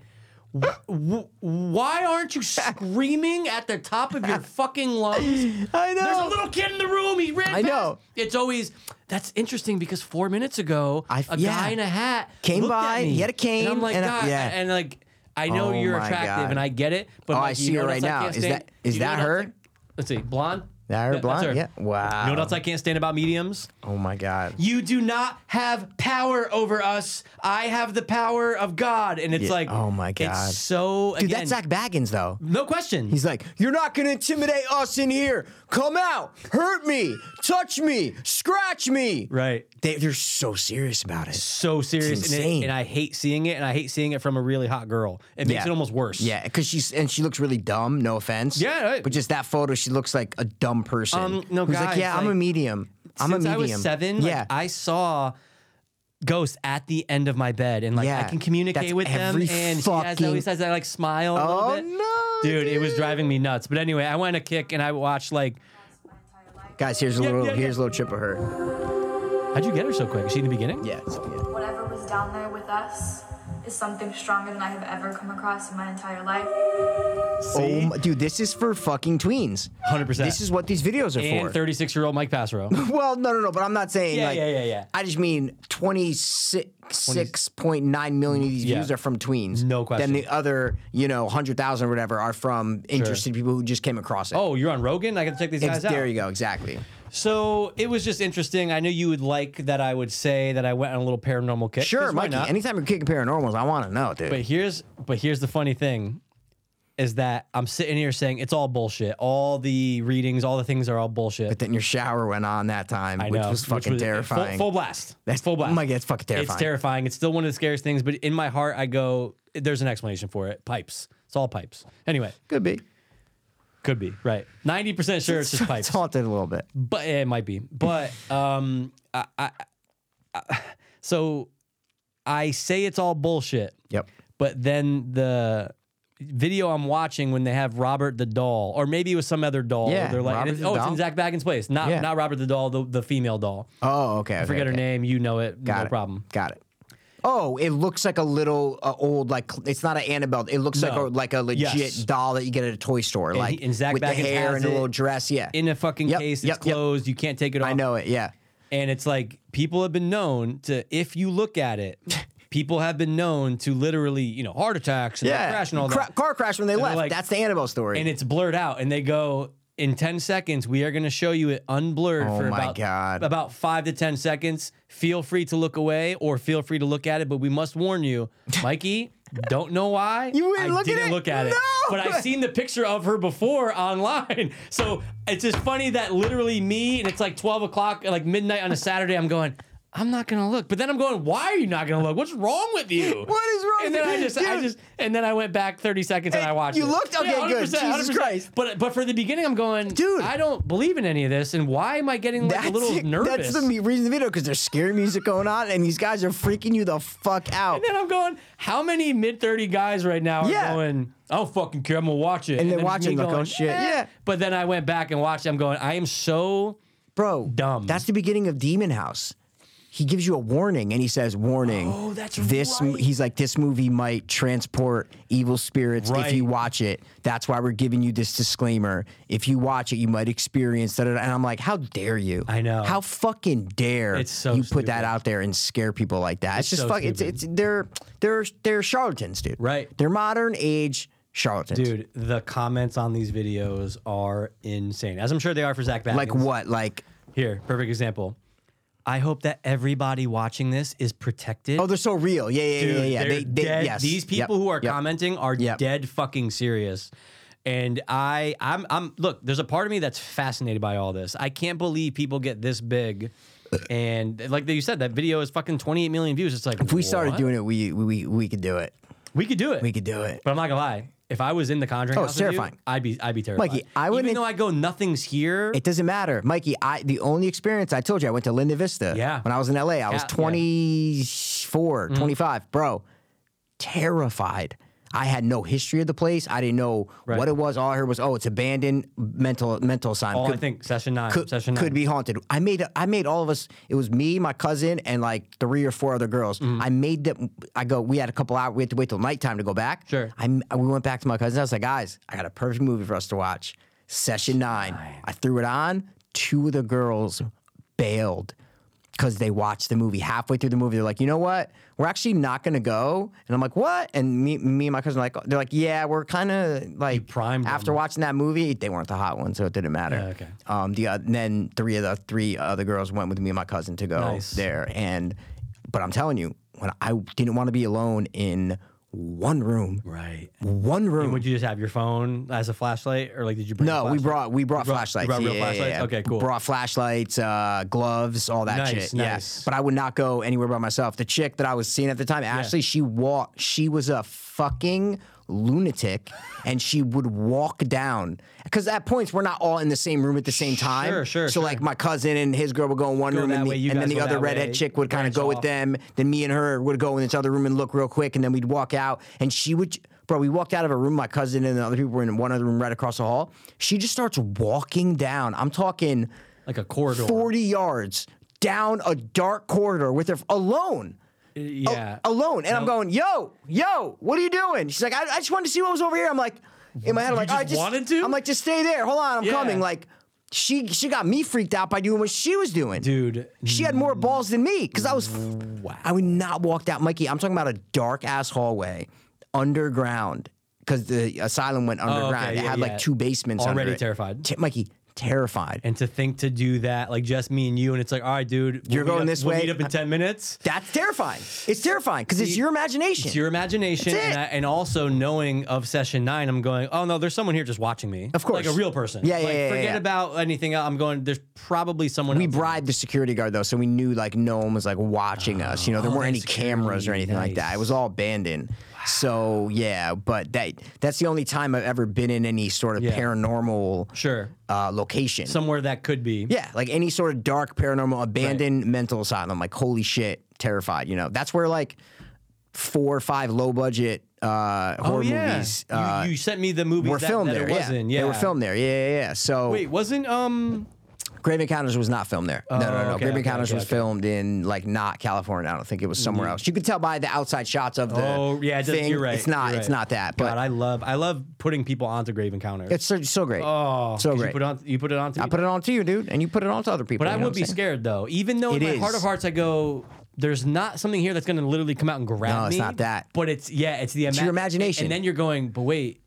W- w- why aren't you screaming at the top of your fucking lungs? I know. There's a little kid in the room. He ran. I past. know. It's always that's interesting because four minutes ago, I- a yeah. guy in a hat Came looked at by, me, he had a cane, and I'm like, and a- God, yeah. and like, I know Oh you're my attractive, God. and I get it. But Oh, like, I you see know her what right else I now. can't Is stand? that- is You know that what else her? I- Let's see, blonde. That Yeah, her that's blonde? her. Yeah. Wow. You know what else I can't stand about mediums? oh my god. you do not have power over us. I have the power of God. And it's Yeah. like, Oh my God. It's so, Dude, again, that's Zach Baggins though. no question. He's like, you're not gonna intimidate us in here. Come out, hurt me, touch me, scratch me. right. They, they're so serious about it. So serious. And, it- insane. and I hate seeing it. And I hate seeing it from a really hot girl. It makes Yeah. it almost worse. Yeah, because she's and she looks really dumb. No offense. Yeah, right. But just that photo, she looks like a dumb person. Um, no, who's like, guys, yeah, I'm a like, medium. I'm a Since medium. I was seven, yeah. like, I saw ghosts at the the end of my bed. And like, Yeah. I can communicate That's with them. every And she has, fucking- always has that like smile. a little oh bit. no, Dude, it was driving me nuts. But anyway, I went on a kick and I watched like, Guys, here's a Yeah, little yeah, yeah. here's a little chip of her. how'd you get her so quick? Is she in the beginning? Yeah. so, yeah. Whatever was down there with us is something stronger than I have ever come across in my entire life. Oh, my, dude, this is for fucking tweens. 100%. This is what these videos are and for. 36 year old Mike Passero. well, no, no, no, but I'm not saying Yeah, like. yeah, yeah, yeah. I just mean 26.9 million of these Yeah. views are from tweens. No question. Then the other, you know, 100,000 or whatever are from interested people who just came across it. Oh, you're on Rogan? I got to check these Ex- guys out. there you go. Exactly. So it was just interesting. I knew you would like that I would say that I went on a little paranormal kick. Sure, 'cause why Mikey. not? Anytime you're kicking paranormals, I want to know, dude. but here's but here's the funny thing is that I'm sitting here saying it's all bullshit. All the readings, all the things are all bullshit. But then your shower went on that time, I which know, was fucking terrifying. Full, full blast. That's- full blast. Mike, that's fucking terrifying. It's terrifying. It's still one of the scariest things, but in my heart I go there's an explanation for it. Pipes. It's all pipes. Anyway, Could be. could be, right. 90% sure it's just pipes. It's haunted a little bit. but it might be. But um, I, I, I- so I say it's all bullshit. Yep. But then the video I'm watching when they have Robert the doll, or maybe it was some other doll. Yeah, they're like, Robert and it's- the oh, it's doll. in Zach Baggins' place, not Yeah. not Robert the doll, the, the female doll. Oh, okay. okay I forget her name. You know it. Got no it. problem. Got it. Oh, it looks like a little uh, old, like cl- it's not an Annabelle. It looks like a No. like a legit Yes. doll that you get at a toy store, like he- and Zach with the Baggins hair has and a it little dress. Yeah, In a fucking Yep, case, yep, it's yep. closed. You can't take it off. I know it. Yeah, And it's like people have been known to, if you look at it, people have been known to literally, you know, heart attacks and yeah. crash and all Cra- that. car crash when they they're left. like- That's the Annabelle story. and it's blurred out and they go in 10 seconds we are going to show you it unblurred Oh for my about, God. about 5 to 10 seconds feel free to look away or feel free to look at it but we must warn you mikey don't know why You wouldn't I look at didn't it? look at it No! but i've seen the picture of her before online so it's just funny that literally me and it's like 12 o'clock like midnight on a saturday i'm going I'm not gonna look, but then I'm going. Why are you not gonna look? What's wrong with you? What is wrong And with then I you? just, I Dude. just, and then I went back 30 seconds and Hey, I watched. you it. looked? Okay, good. Jesus Christ. But but for the beginning, I'm going, Dude. I don't believe in any of this, and why am I getting like, a little it. nervous? That's the me- reason of the video because there's scary music going on and these guys are freaking you the fuck out. and then I'm going, how many mid 30 guys right now are Yeah. going? I don't fucking care. I'm gonna watch it. And they're then watching, me like, oh, shit, "Eh." yeah. But then I went back and watched. it. I'm going, I am so. Bro, Dumb. That's the beginning of Demon House. He gives you a warning and he says, "Warning." Oh, that's this. m- right. He's like, "This movie might transport evil spirits if you Right. watch it." That's why we're giving you this disclaimer. If you watch it, you might experience that. And I'm like, "How dare you?" I know. How fucking dare It's so you put that stupid. out there and scare people like that? It's, just so fuck. It's stupid. it's they're they're they're charlatans, dude. Right. They're modern age charlatans, Dude, the comments on these videos are insane, as I'm sure they are for Zach Baggins. Like what? Like Here, perfect example. I hope that everybody watching this is protected. oh, they're so real. Yeah, yeah, yeah, Dude, yeah. they're They, they, dead. yes. These Yep, people who are yep. commenting are Yep. dead fucking serious. And I, I'm, I'm. Look, there's a part of me that's fascinated by all this. I can't believe people get this big and like you said, that video is fucking 28 million views. It's like If we started doing it, we we we could do it. we could do it. We could do it. But I'm not gonna lie. If I was in the Conjuring, Oh, house it's with you, terrifying. I'd be, I'd be terrified. Mikey, I wouldn't- e- Even though I go, nothing's here. It doesn't matter, Mikey. I the only experience I told you I went to Linda Vista. Yeah. When I was in LA, I was Yeah, Mm-hmm. yeah. 24, 25, bro. Terrified. I had no history of the place. I didn't know Right. what it was. All I heard was, "Oh, it's abandoned, mental mental asylum." all I Could- think session nine, could, session nine. could be haunted. I made I made all of us. It was me, my cousin, and like three or four other girls. Mm-hmm. I made them. I go. We had a couple hours. We had to wait till nighttime to go back. Sure. I we went back to my cousin. I was like, guys, I got a perfect movie for us to watch. Session nine. I threw it on. Two of the girls bailed because they watched the movie halfway through the movie. They're like, you know what? We're actually not gonna go. And I'm like, what? And me, me and my cousin are like, they're like, yeah, we're kind of like primed them. after watching that movie. They weren't the hot ones, so it didn't matter. Yeah, okay. Um, the uh, then three of the three other girls went with me and my cousin to go Nice. there, and but I'm telling you, when I didn't want to be alone in one room, right. one room. Would you just have your phone as a flashlight, or like did you bring? a no, we flashlight? brought we brought, brought- you flashlights. brought real yeah, yeah, flashlights? yeah. Okay, cool. Brought flashlights, uh, gloves, all that Nice, shit. nice. Yeah, but I would not go anywhere by myself. The chick that I was seeing at the time, Ashley, she walked. She was a fucking lunatic, and she would walk down because at points we're not all in the same room at the same time. Sure, sure, So sure. like my cousin and his girl would go in one Go room, that and, the- way, you and guys then the go other that redhead way, chick would kind of branch go with off. them them. Then me and her would go in this other room and look real quick, and then we'd walk out, and she would. Bro, we walked out of a room. My cousin and the other people were in one other room right across the hall. She just starts walking down. I'm talking like a corridor. 40 yards down a dark corridor with her alone. Al- yeah. Alone. And I'm No. going, yo, yo, what are you doing? She's like, I, I just wanted to see what was over here. I'm like, in my head, I'm You like, just "I wanted to? I'm like, just stay there. Hold on, I'm Yeah. coming. Like, she she got me freaked out by doing what she was doing. dude. She had more balls than me because I was. I would not walk down, Mikey. I'm talking about a dark ass hallway, underground, because the asylum went underground. it Oh, yeah, had yeah. like two basements. under Already it. terrified. T- Mikey, terrified. And to think to do that, like just me and you, and it's like, all right, dude, we'll You're meet going up- this we'll way. Meet up in ten minutes. That's terrifying. It's terrifying because it's your imagination. It's your imagination, That's it. and, I, and also knowing of session nine, I'm going. Oh no, there's someone here just watching me. Of course. like a real person. Yeah, yeah, Like, yeah, yeah, Forget yeah. about anything. else. I'm going. There's probably someone. we else. bribed the security guard though, so we knew like no one was like watching us. You know, there Oh, weren't any that's security. cameras or anything like that. Nice. It was all abandoned. So yeah, but that that's the only time I've ever been in any sort of Yeah. paranormal Sure. uh, location. Somewhere that could be. Yeah, like any sort of dark paranormal abandoned mental asylum. Like holy shit, terrified. You know, that's where like four or five low budget uh, horror movies Oh, You- uh, you, sent me the movie were that, filmed that there. It was yeah. in. yeah, they were filmed there. Yeah, yeah, yeah. So Wait, wasn't um? Grave Encounters was not filmed there. no, no, no. Oh, okay, Grave okay, Encounters okay, was okay. Mm-hmm. filmed in like not California. I don't think it was somewhere else. You could tell by the outside shots of the Oh yeah, it does- thing. you're right. It's not. you're It's right. not that. But God, I love I love putting people onto Grave Encounter. it's so, so great. oh, so 'cause great. You put it on. You put it on. I put it on to you, dude, and you put it on to other people. But you I know would what I'm be saying? scared though, even though in It my is. heart of hearts I go, there's not something here that's going to literally come out and grab me. No, it's not that. But it's yeah, it's the your imag- imagination. And then you're going, but wait,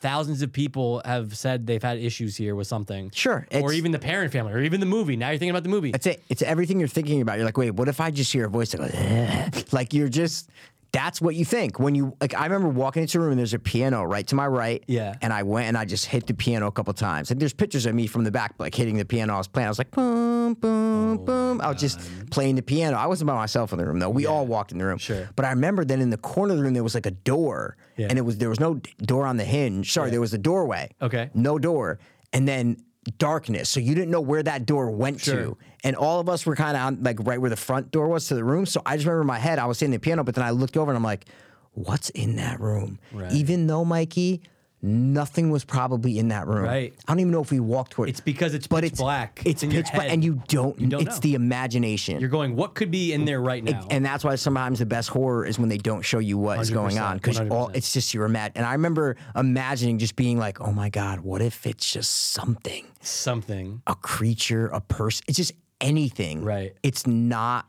thousands of people have said they've had issues here with something. Sure, or it's- even the parent family, or even the movie. Now you're thinking about the movie. That's it. It's everything you're thinking about. You're like, wait, what if I just hear a voice that goes, "Ugh?" like you're just. That's what you think when you like. I remember walking into a room and there's a piano right to my right. Yeah. And I went and I just hit the piano a couple times. And there's pictures of me from the back, like hitting the piano. I was playing. I was like, boom, Oh, boom, boom. I was just playing the piano. I wasn't by myself in the room though. We all walked in the room. Sure. But I remember then in the corner of the room there was like a door, Yeah. and it was there was no d- door on the hinge. Sorry, there was a doorway. Okay. No door, and then darkness. So you didn't know where that door went Sure. to. And all of us were kind of like right where the front door was to the room. So I just remember in my head, I was sitting at the piano, but then I looked over and I'm like, what's in that room? Right. Even though, Mikey, nothing was probably in that room. Right. I don't even know if we walked toward It's because it's but pitch it's black. It's in your pitch black. head. And you don't, don't it's know. the imagination. You're going, what could be in there right now? And that's why sometimes the best horror is when they don't show you what is going on 100%, because all 100%. it's just your imagine. And I remember imagining just being like, "Oh my god, what if it's just something, something. a creature, a person? It's just anything. Right. It's not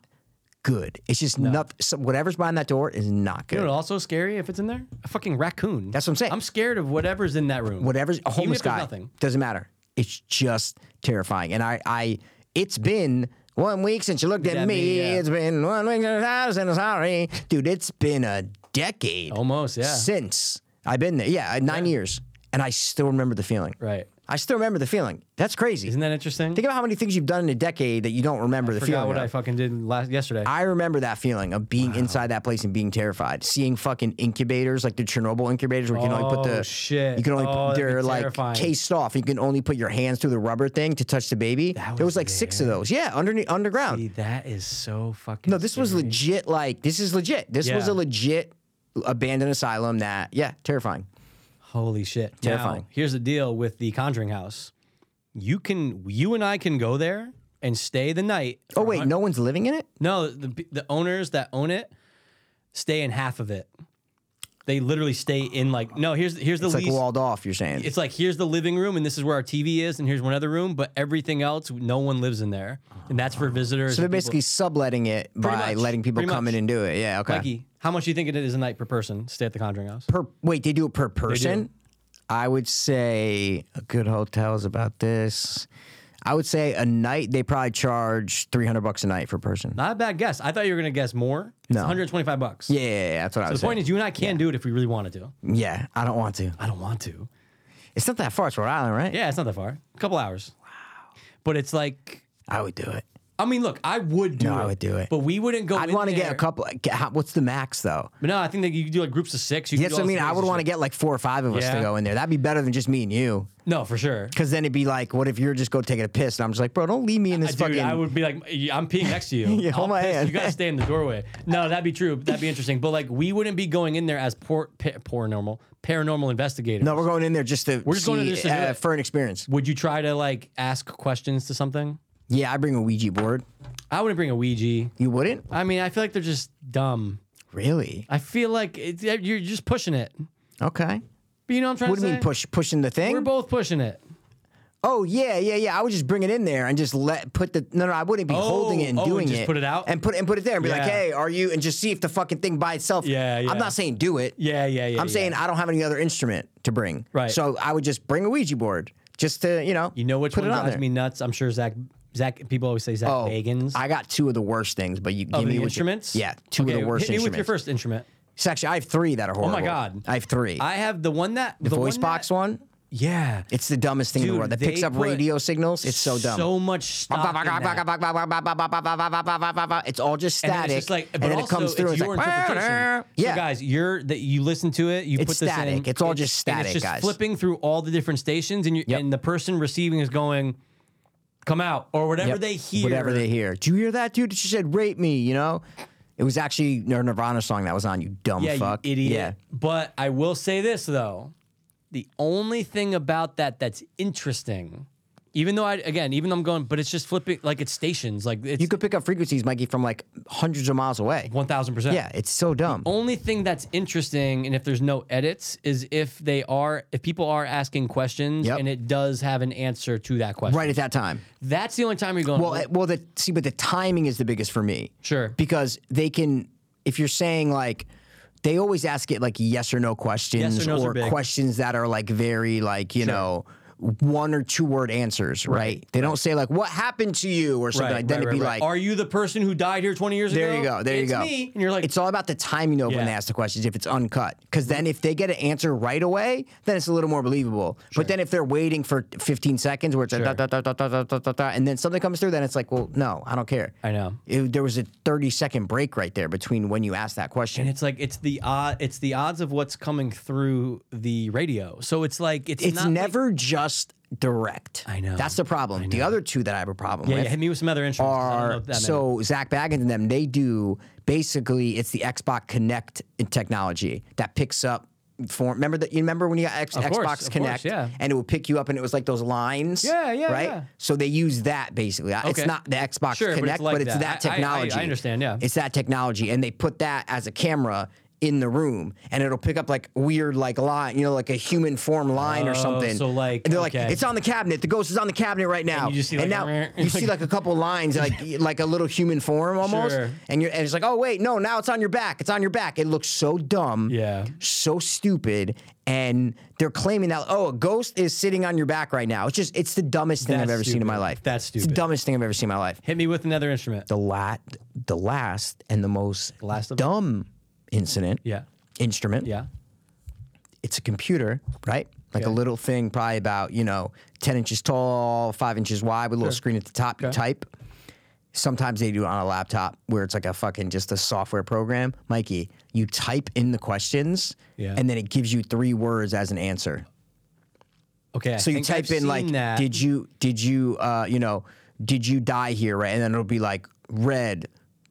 good. It's just nothing. So whatever's behind that door is not good. You know what's also scary if it's in there? A fucking raccoon. That's what I'm saying. I'm scared of whatever's in that room. whatever's a homeless if there's guy nothing. doesn't matter. It's just terrifying. And I, I, it's been one week since you looked at Yeah, me. me, yeah. It's been one week since I was in a sorry, dude. It's been a decade Almost, yeah. since I've been there. Yeah, nine years, and I still remember the feeling. Right. I still remember the feeling. That's crazy. Isn't that interesting? Think about how many things you've done in a decade that you don't remember the forgot feeling. what of. I fucking did last yesterday. I remember that feeling of being inside that place and being terrified. Seeing fucking incubators, like the Chernobyl incubators, where you can only put Oh, the shit. You can only Oh, put, that'd be they're like terrifying. cased off. You can only put your hands through the rubber thing to touch the baby. there was like six of those. Yeah, underneath underground. Dude, that is so fucking. Uh, no, this was scary. legit. Like this is legit. This was a Yeah. legit abandoned asylum. That yeah, terrifying. holy shit. Now, Terrifying. here's the deal with the Conjuring House. You can, you and I can go there and stay the night. Oh wait, no one's living in it. No, the the owners that own it stay in half of it. They literally stay in like no. Here's here's the It's like lease. walled off. You're saying It's like here's the living room, and this is where our TV is, and here's one other room, but everything else, no one lives in there, and that's for visitors. so they're and people- basically subletting it by much, letting people pretty come in much. and do it. Yeah, okay. Mikey, how much do you think it is a night per person stay at the Conjuring House? per wait they do it per person i would say a good hotel is about this i would say a night they probably charge 300 bucks a night for a person Not a bad guess. I thought you were gonna guess more. It's No. 125 bucks. yeah, yeah, yeah, that's what i The was point saying is, you and I can do it if we really wanted to. yeah i don't want to I don't want to. it's not that far it's rhode island right Yeah, it's not that far. A couple hours. Wow. But it's like, i would do it I mean, look, I would do No, it. I would do it. But we wouldn't go. i'd want to get a couple get- how- what's the max though But no, I think that you could do like groups of six. You could yes do i all mean this i would crazy want to shit. get like four or five of us to Yeah. go in there that'd be better than just me and you No, for sure. because then it'd be like what if you're just go taking a piss and i'm just like bro don't leave me in this Dude, fucking I would be like, I'm peeing next to you. Yeah, I'll hold my piss. hand. You gotta stay in the doorway. No, that'd be true. That'd be interesting. But like, we wouldn't be going in there as por- pa- paranormal paranormal investigators. no we're going in there just to We're just going in see, just to do uh, it. for an experience Would you try to like ask questions to something? yeah i bring a ouija board I wouldn't bring a Ouija. you wouldn't I mean, I feel like they're just dumb. Really? I feel like it's, you're just pushing it. Okay. But you know what I'm trying What to do you mean say? push pushing the thing? We're both pushing it. oh yeah, yeah, yeah. I would just bring it in there and just let put the no, no. I wouldn't be holding it and oh, and doing just it. put it out? and put and put it there and be like, Yeah. hey, are you? And just see if the fucking thing by itself. Yeah, yeah. I'm not saying do it. Yeah, yeah, yeah. I'm yeah. saying I don't have any other instrument to bring. Right. So I would just bring a Ouija board just to you know. You know which put one it on drives there. me nuts? I'm sure Zach. Zach. People always say Zach Oh, Bagans. I got two of the worst things, but you of give the me what you- instruments. yeah, two Okay, of the worst Hit me instruments. with your first instrument. Oh It's actually, I have three that are horrible. God. I have three. I have the one that the, voice box one. Yeah, It's the dumbest thing in the Dude, world. That they picks up put radio signals. It's so dumb. So much stock. in that. It's all just And then static. it's just like, and but then it also comes through. It's and your it's like, interpretation. yeah, so guys, you're that you listen to it. You It's put this static. in. It's all just and static, It's just guys. flipping through all the different stations, and you Yep. and the person receiving is going, "Come out" or whatever Yep. they hear. Whatever they hear. Do you hear that, dude? She said, "Rape me." You know, it was actually a Nirvana song that was on. You dumb yeah, fuck, you idiot. Yeah, But I will say this though, the only thing about that that's interesting, even though I again, even though I'm going, but it's just flipping like it's stations, like it's you could pick up frequencies, Mikey, from like hundreds of miles away. one thousand percent. Yeah, it's so dumb. only thing that's interesting and if there's no edits is if they are if people are asking questions Yep. and it does have an answer to that question Right at that time. that's the only time you're going Well, it- well, the see, but the timing is the biggest for me. Sure. because they can. If you're saying like, they always ask it like yes or no questions, nos are or big. questions that are like very like you know. One or two word answers, right? They don't say like "What happened to you" or something. like, then it'd be like, are you the person who died here 20 years ago "There you go, there It's you go." me. and you're like it's all about the timing of when Yeah. they ask the questions. If it's uncut, because then if they get an answer right away, then it's a little more believable. But then if they're waiting for 15 seconds, where it's like, Sure. "Da, da, da, da, da, da, da, da," and then something comes through, then it's like, "Well, no, I don't care." i know it, there was a 30 second break right there between when you asked that question. and it's like it's the odd it's the odds of what's coming through the radio so it's like it's, it's not like- never just direct. I know. That's the problem. The other two that I have a problem yeah, yeah, with hit me with some other instruments 'cause I don't know are what that meant. so Zach Baggins and them, they do basically it's the Xbox Connect technology that picks up form. Remember that you remember when you got X, Of course, Xbox of course, Connect yeah. and it would pick you up and it was like those lines. Yeah, yeah, Right? yeah. So they use that basically. I- It's Okay. not the Xbox Sure, but it's Connect, like but it's that. that, I- I- I- I technology. understand, yeah. It's that technology. And they put that as a camera in the room and it'll pick up like weird like line, you know, like a human form line or Oh, something. so, like, and they're okay. like, it's on the cabinet. The ghost is on the cabinet right now. you just see, and like, now you see like a couple lines, like like a little human form almost. Sure. And you're and it's like, oh wait, no, now it's on your back. It's on your back. It looks so dumb. Yeah. So stupid. And they're claiming that oh, a ghost is sitting on your back right now. It's just it's the dumbest thing I've That's ever seen in my stupid. life. That's It's the stupid. dumbest thing I've ever seen in my life. hit me with another instrument The la- the last and the most last of- dumb incident yeah instrument. yeah It's a computer, right? like a little thing, probably about you know ten inches tall, five inches wide, with a little screen at the top. You type. Sometimes they do it on a laptop where it's like a fucking just a software program. Mikey, you type in the questions, Yeah. and then it gives you three words as an answer. Okay. I So you think type I've in seen like, that. did you did you uh, you know did you die here right? And then it'll be like red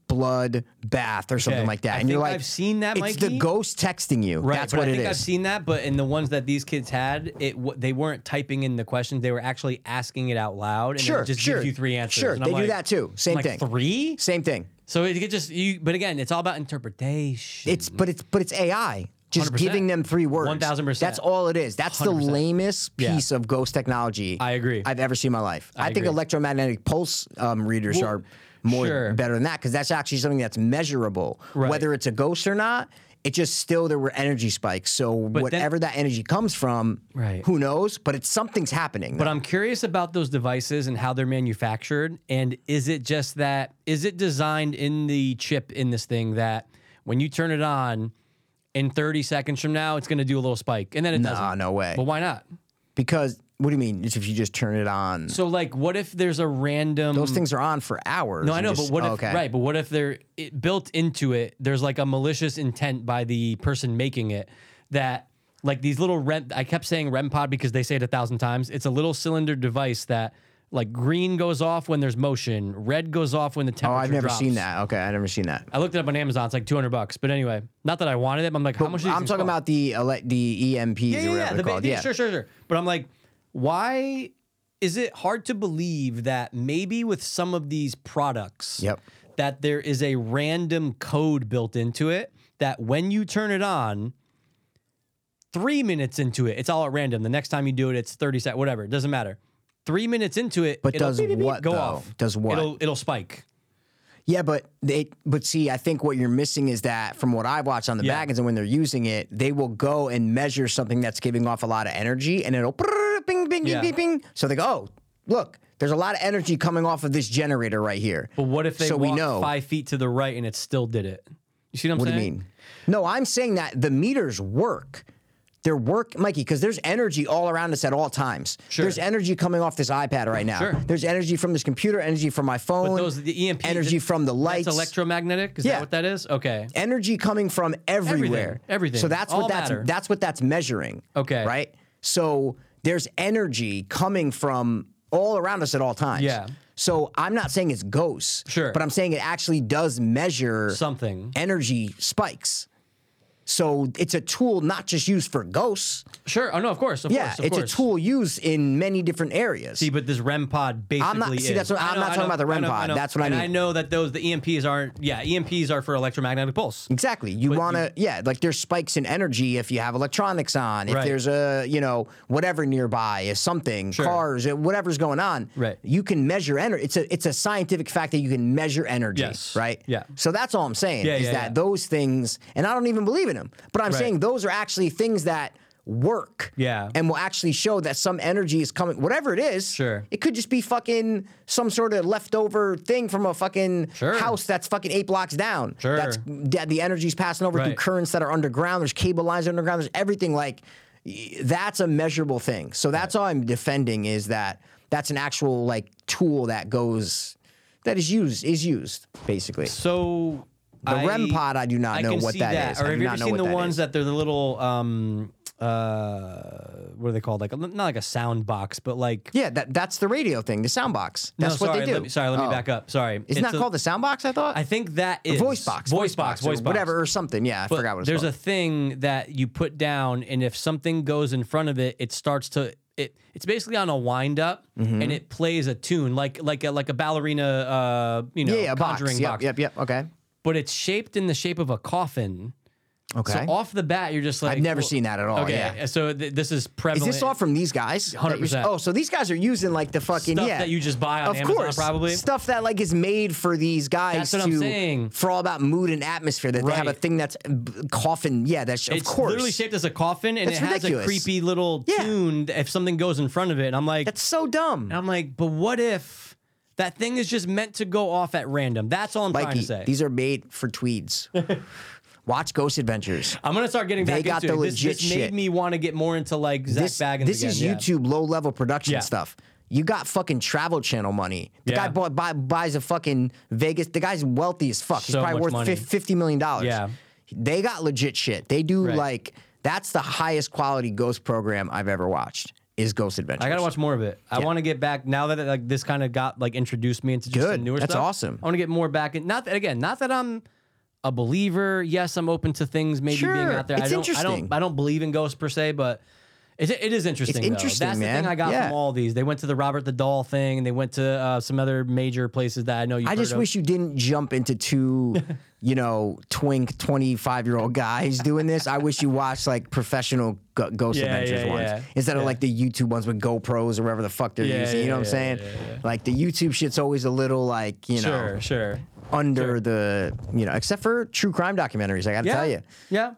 blood bath or something Okay. like that. I and you're think like, I've seen that, It's the Mikey. ghost texting you. Right, That's but what I it think I've is. seen that, but in the ones that these kids had, it w- they weren't typing in the questions; they were actually asking it out loud, and Sure, it just sure, gives you three answers. sure. and They do that too. Same I'm like, thing. Three. Same thing. So it could just you, but again, it's all about interpretation. It's but it's but it's AI. Just 100%. giving them three words. 1000%. That's all it is. That's the 100%. lamest Yeah. piece of ghost technology I agree. I've ever seen in my life. I, think agree. electromagnetic pulse um, readers Well, are more sure. better than that because that's actually something that's measurable. Right. Whether it's a ghost or not, it just still there were energy spikes. So then- whatever that energy comes from, Right. who knows? But it's something's happening. But I'm curious about those devices and how they're manufactured. And is it just that, is it designed in the chip in this thing that when you turn it on in 30 seconds from now, it's going to do a little spike? And then it Nah, doesn't. no way. But why not? because what do you mean? It's if you just turn it on. So, like, what if there's a random. those things are on for hours. Hmm. No, I and know, just- Oh, but what if okay. right? But what if they're it, built into it? There's like a malicious intent by the person making it that like these little rent. I kept saying REM pod because they say it a thousand times. It's a little cylinder device that like green goes off when there's motion, red goes off when the Oh, temperature. I've never drops. seen that. Okay, I've never seen that. I looked it up on Amazon. It's like two hundred bucks. But anyway, not that I wanted it. But I'm like, how much? do these I'm things talking cost? about the ele- the EMPs or whatever the they're ba- called. yeah, Yeah, sure, sure, sure. But I'm like, why is it hard to believe that maybe with some of these products, Yep. that there is a random code built into it that when you turn it on, three minutes into it, it's all at random. The next time you do it, it's 30 seconds, whatever. It doesn't matter. Three minutes into it, But it'll does beep, beep, beep, what, go though? off? Does what? It'll it'll spike. yeah, but they but see, I think what you're missing is that from what I've watched on the Yeah. back ends and when they're using it, they will go and measure something that's giving off a lot of energy, and it'll brrrr, bing bing bing Yeah. bing bing. So they go, oh, look, there's a lot of energy coming off of this generator right here. But what if they so walk we know? five feet to the right and it still did it? You see what I'm what do saying? you mean? No, I'm saying that the meters work. They're work, Mikey, because there's energy all around us at all times. Sure. There's energy coming off this iPad right now. Sure. There's energy from this computer, energy from my phone. But those the E EMP energy from the lights. That's electromagnetic. Is Yeah. that what that is? Okay. energy coming from everywhere. Everything, everything. So that's All what that's matter. that's what that's measuring. Okay. Right? So there's energy coming from all around us at all times. Yeah. So I'm not saying it's ghosts. Sure. But I'm saying it actually does measure Something. energy spikes. So it's a tool not just used for ghosts. Sure. Oh no, of course. Of Yeah, course. Of it's course. a tool used in many different areas. See, but this REM pod basically see, is- that's what- I I'm know, not I talking know, about the I REM know, pod. know. That's what I And I mean. know that those the EMPs aren't. Yeah, EMPs are for electromagnetic pulse. Exactly. You want to, yeah, like there's spikes in energy if you have electronics on, if Right. there's a, you know, whatever nearby, if something, Sure. cars, eh, whatever's going on. Right. You can measure energy. It's a, it's a scientific fact that you can measure energy. Yes. Right. Yeah. So that's all I'm saying Yeah, is yeah, that yeah. those things, and I don't even believe in them, but I'm Right. saying those are actually things that work. Yeah. And will actually show that some energy is coming, whatever it is. Sure. It could just be fucking some sort of leftover thing from a fucking Sure. house that's fucking eight blocks down. Sure. That's that the energy's passing over through Right. currents that are underground. There's cable lines underground. There's everything like y- that's a measurable thing. So that's all I'm defending is that that's an actual like tool that goes that is used is used basically. So The REM pod, I do not I know can what see that is. Or I have do you not ever know seen what the that ones is. that they're the little um uh what are they called? Like a- not like a sound box, but like Yeah, that that's the radio thing, the sound box. That's no, what sorry, they do. Let me, sorry, let me Oh. back up. Sorry, Isn't It's that a- called the sound box? I thought. I think that is voice box. voice box, or voice box, Whatever or something. Yeah, I But forgot what it's there's called. a thing that you put down, and if something goes in front of it, it starts to it. It's basically on a wind up, Mm-hmm. and it plays a tune like like a like a ballerina, uh, you know, yeah, yeah, a box. conjuring Yep, box. Yep, yep. Okay. But it's shaped in the shape of a coffin. Okay. So off the bat, you're just like I've never well- seen that at all. Okay, Yeah. so th- this is Is prevalent. this all from these guys? that you're- 100%. Oh, so these guys are using like the fucking Stuff yeah that you just buy on of Amazon, course, probably. stuff that like is made for these guys. That's what to, I'm saying. For all about mood and atmosphere, that they have a Right. thing that's b- coffin. Yeah, that's of it's course. literally shaped as a coffin, and That's it has ridiculous. a creepy little Yeah. tune. If something goes in front of it, and I'm like, that's so dumb. And I'm like, but what if that thing is just meant to go off at random? That's all I'm trying Mikey, to say. these are made for tweeds. Watch Ghost Adventures. I'm gonna start getting They back got into the it. This, this legit shit. made me want to get more into like Zach This, Baggins. this again, is yeah. YouTube low level production Yeah. stuff. You got fucking Travel Channel money. The Yeah. guy bought, buy, buys a fucking Vegas. The guy's wealthy as fuck. He's So probably much worth money. fif- fifty million dollars. Yeah. They got legit shit. They do Right. like that's the highest quality ghost program I've ever watched. Is Ghost Adventures? I gotta watch more of it. I Yeah. want to get back now that like this kind of got like introduced me into just the Good. newer That's stuff. awesome. I want to get more back in. Not that again. Not that I'm a believer. Yes, I'm open to things maybe being Sure. out there. I It's don't, I interesting. don't. I don't believe in ghosts per se, but it, it is interesting. though. interesting, That's the man. thing I got Yeah. from all these. They went to the Robert the Doll thing, and they went to uh, some other major places that I know you. I just wish you didn't jump into two, you know, twink 25 year old guys doing this. I wish you watched like professional go- ghost Yeah, adventures yeah, ones yeah. instead of Yeah. like the YouTube ones with GoPros or whatever the fuck they're Yeah, using. You yeah, know what yeah, I'm saying? yeah, Like the YouTube shit's always a little like, you know, Sure, sure. under the, you know, except for true crime documentaries. I got to Yeah, tell you, yeah.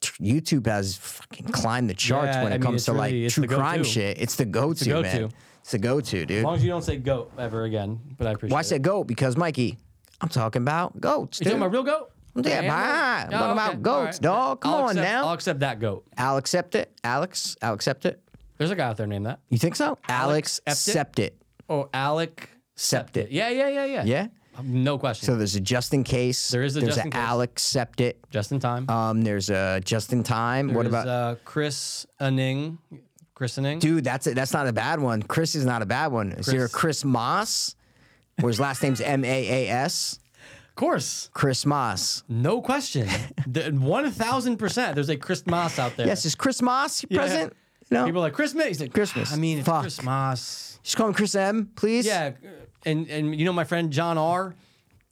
tr- YouTube has fucking climbed the charts Yeah, when it I mean, comes it's to like really- it's true the crime go-to. shit. It's the go to, go-to. man. It's the go to, dude. As long as you don't say goat ever again, but I appreciate. Why I it. said goat? Because Mikey, I'm talking about goats. You talking dude. about real goat? Yeah, Damn, bye. right? I'm talking about All goats, dog. Come I'll on accept- now. I'll accept that goat. I'll accept it. Alex, I'll accept it. There's a guy out there named that. You think so? Alex, Alex accept it. Oh, Alec Accept it. Yeah, yeah, yeah, yeah. Yeah. No question. So there's a just in case. There is a there's just in case. Alex, accept it. just in time. Um, there's a just in time. what There's, about uh, Chris Anning? Chris Anning? dude? That's it. That's not a bad one. Chris is not a bad one. Is there a Chris Moss? Where his last name's M A A S. Of course. Chris Moss. No question. The- 1000%. There's a Chris Moss out there. Yes, is Chris Moss present? No. People are like, Chris May. He's like, Christmas. I mean, it's Fuck. Chris Moss. Just call him Chris M, please. Yeah. And, and you know my friend John R.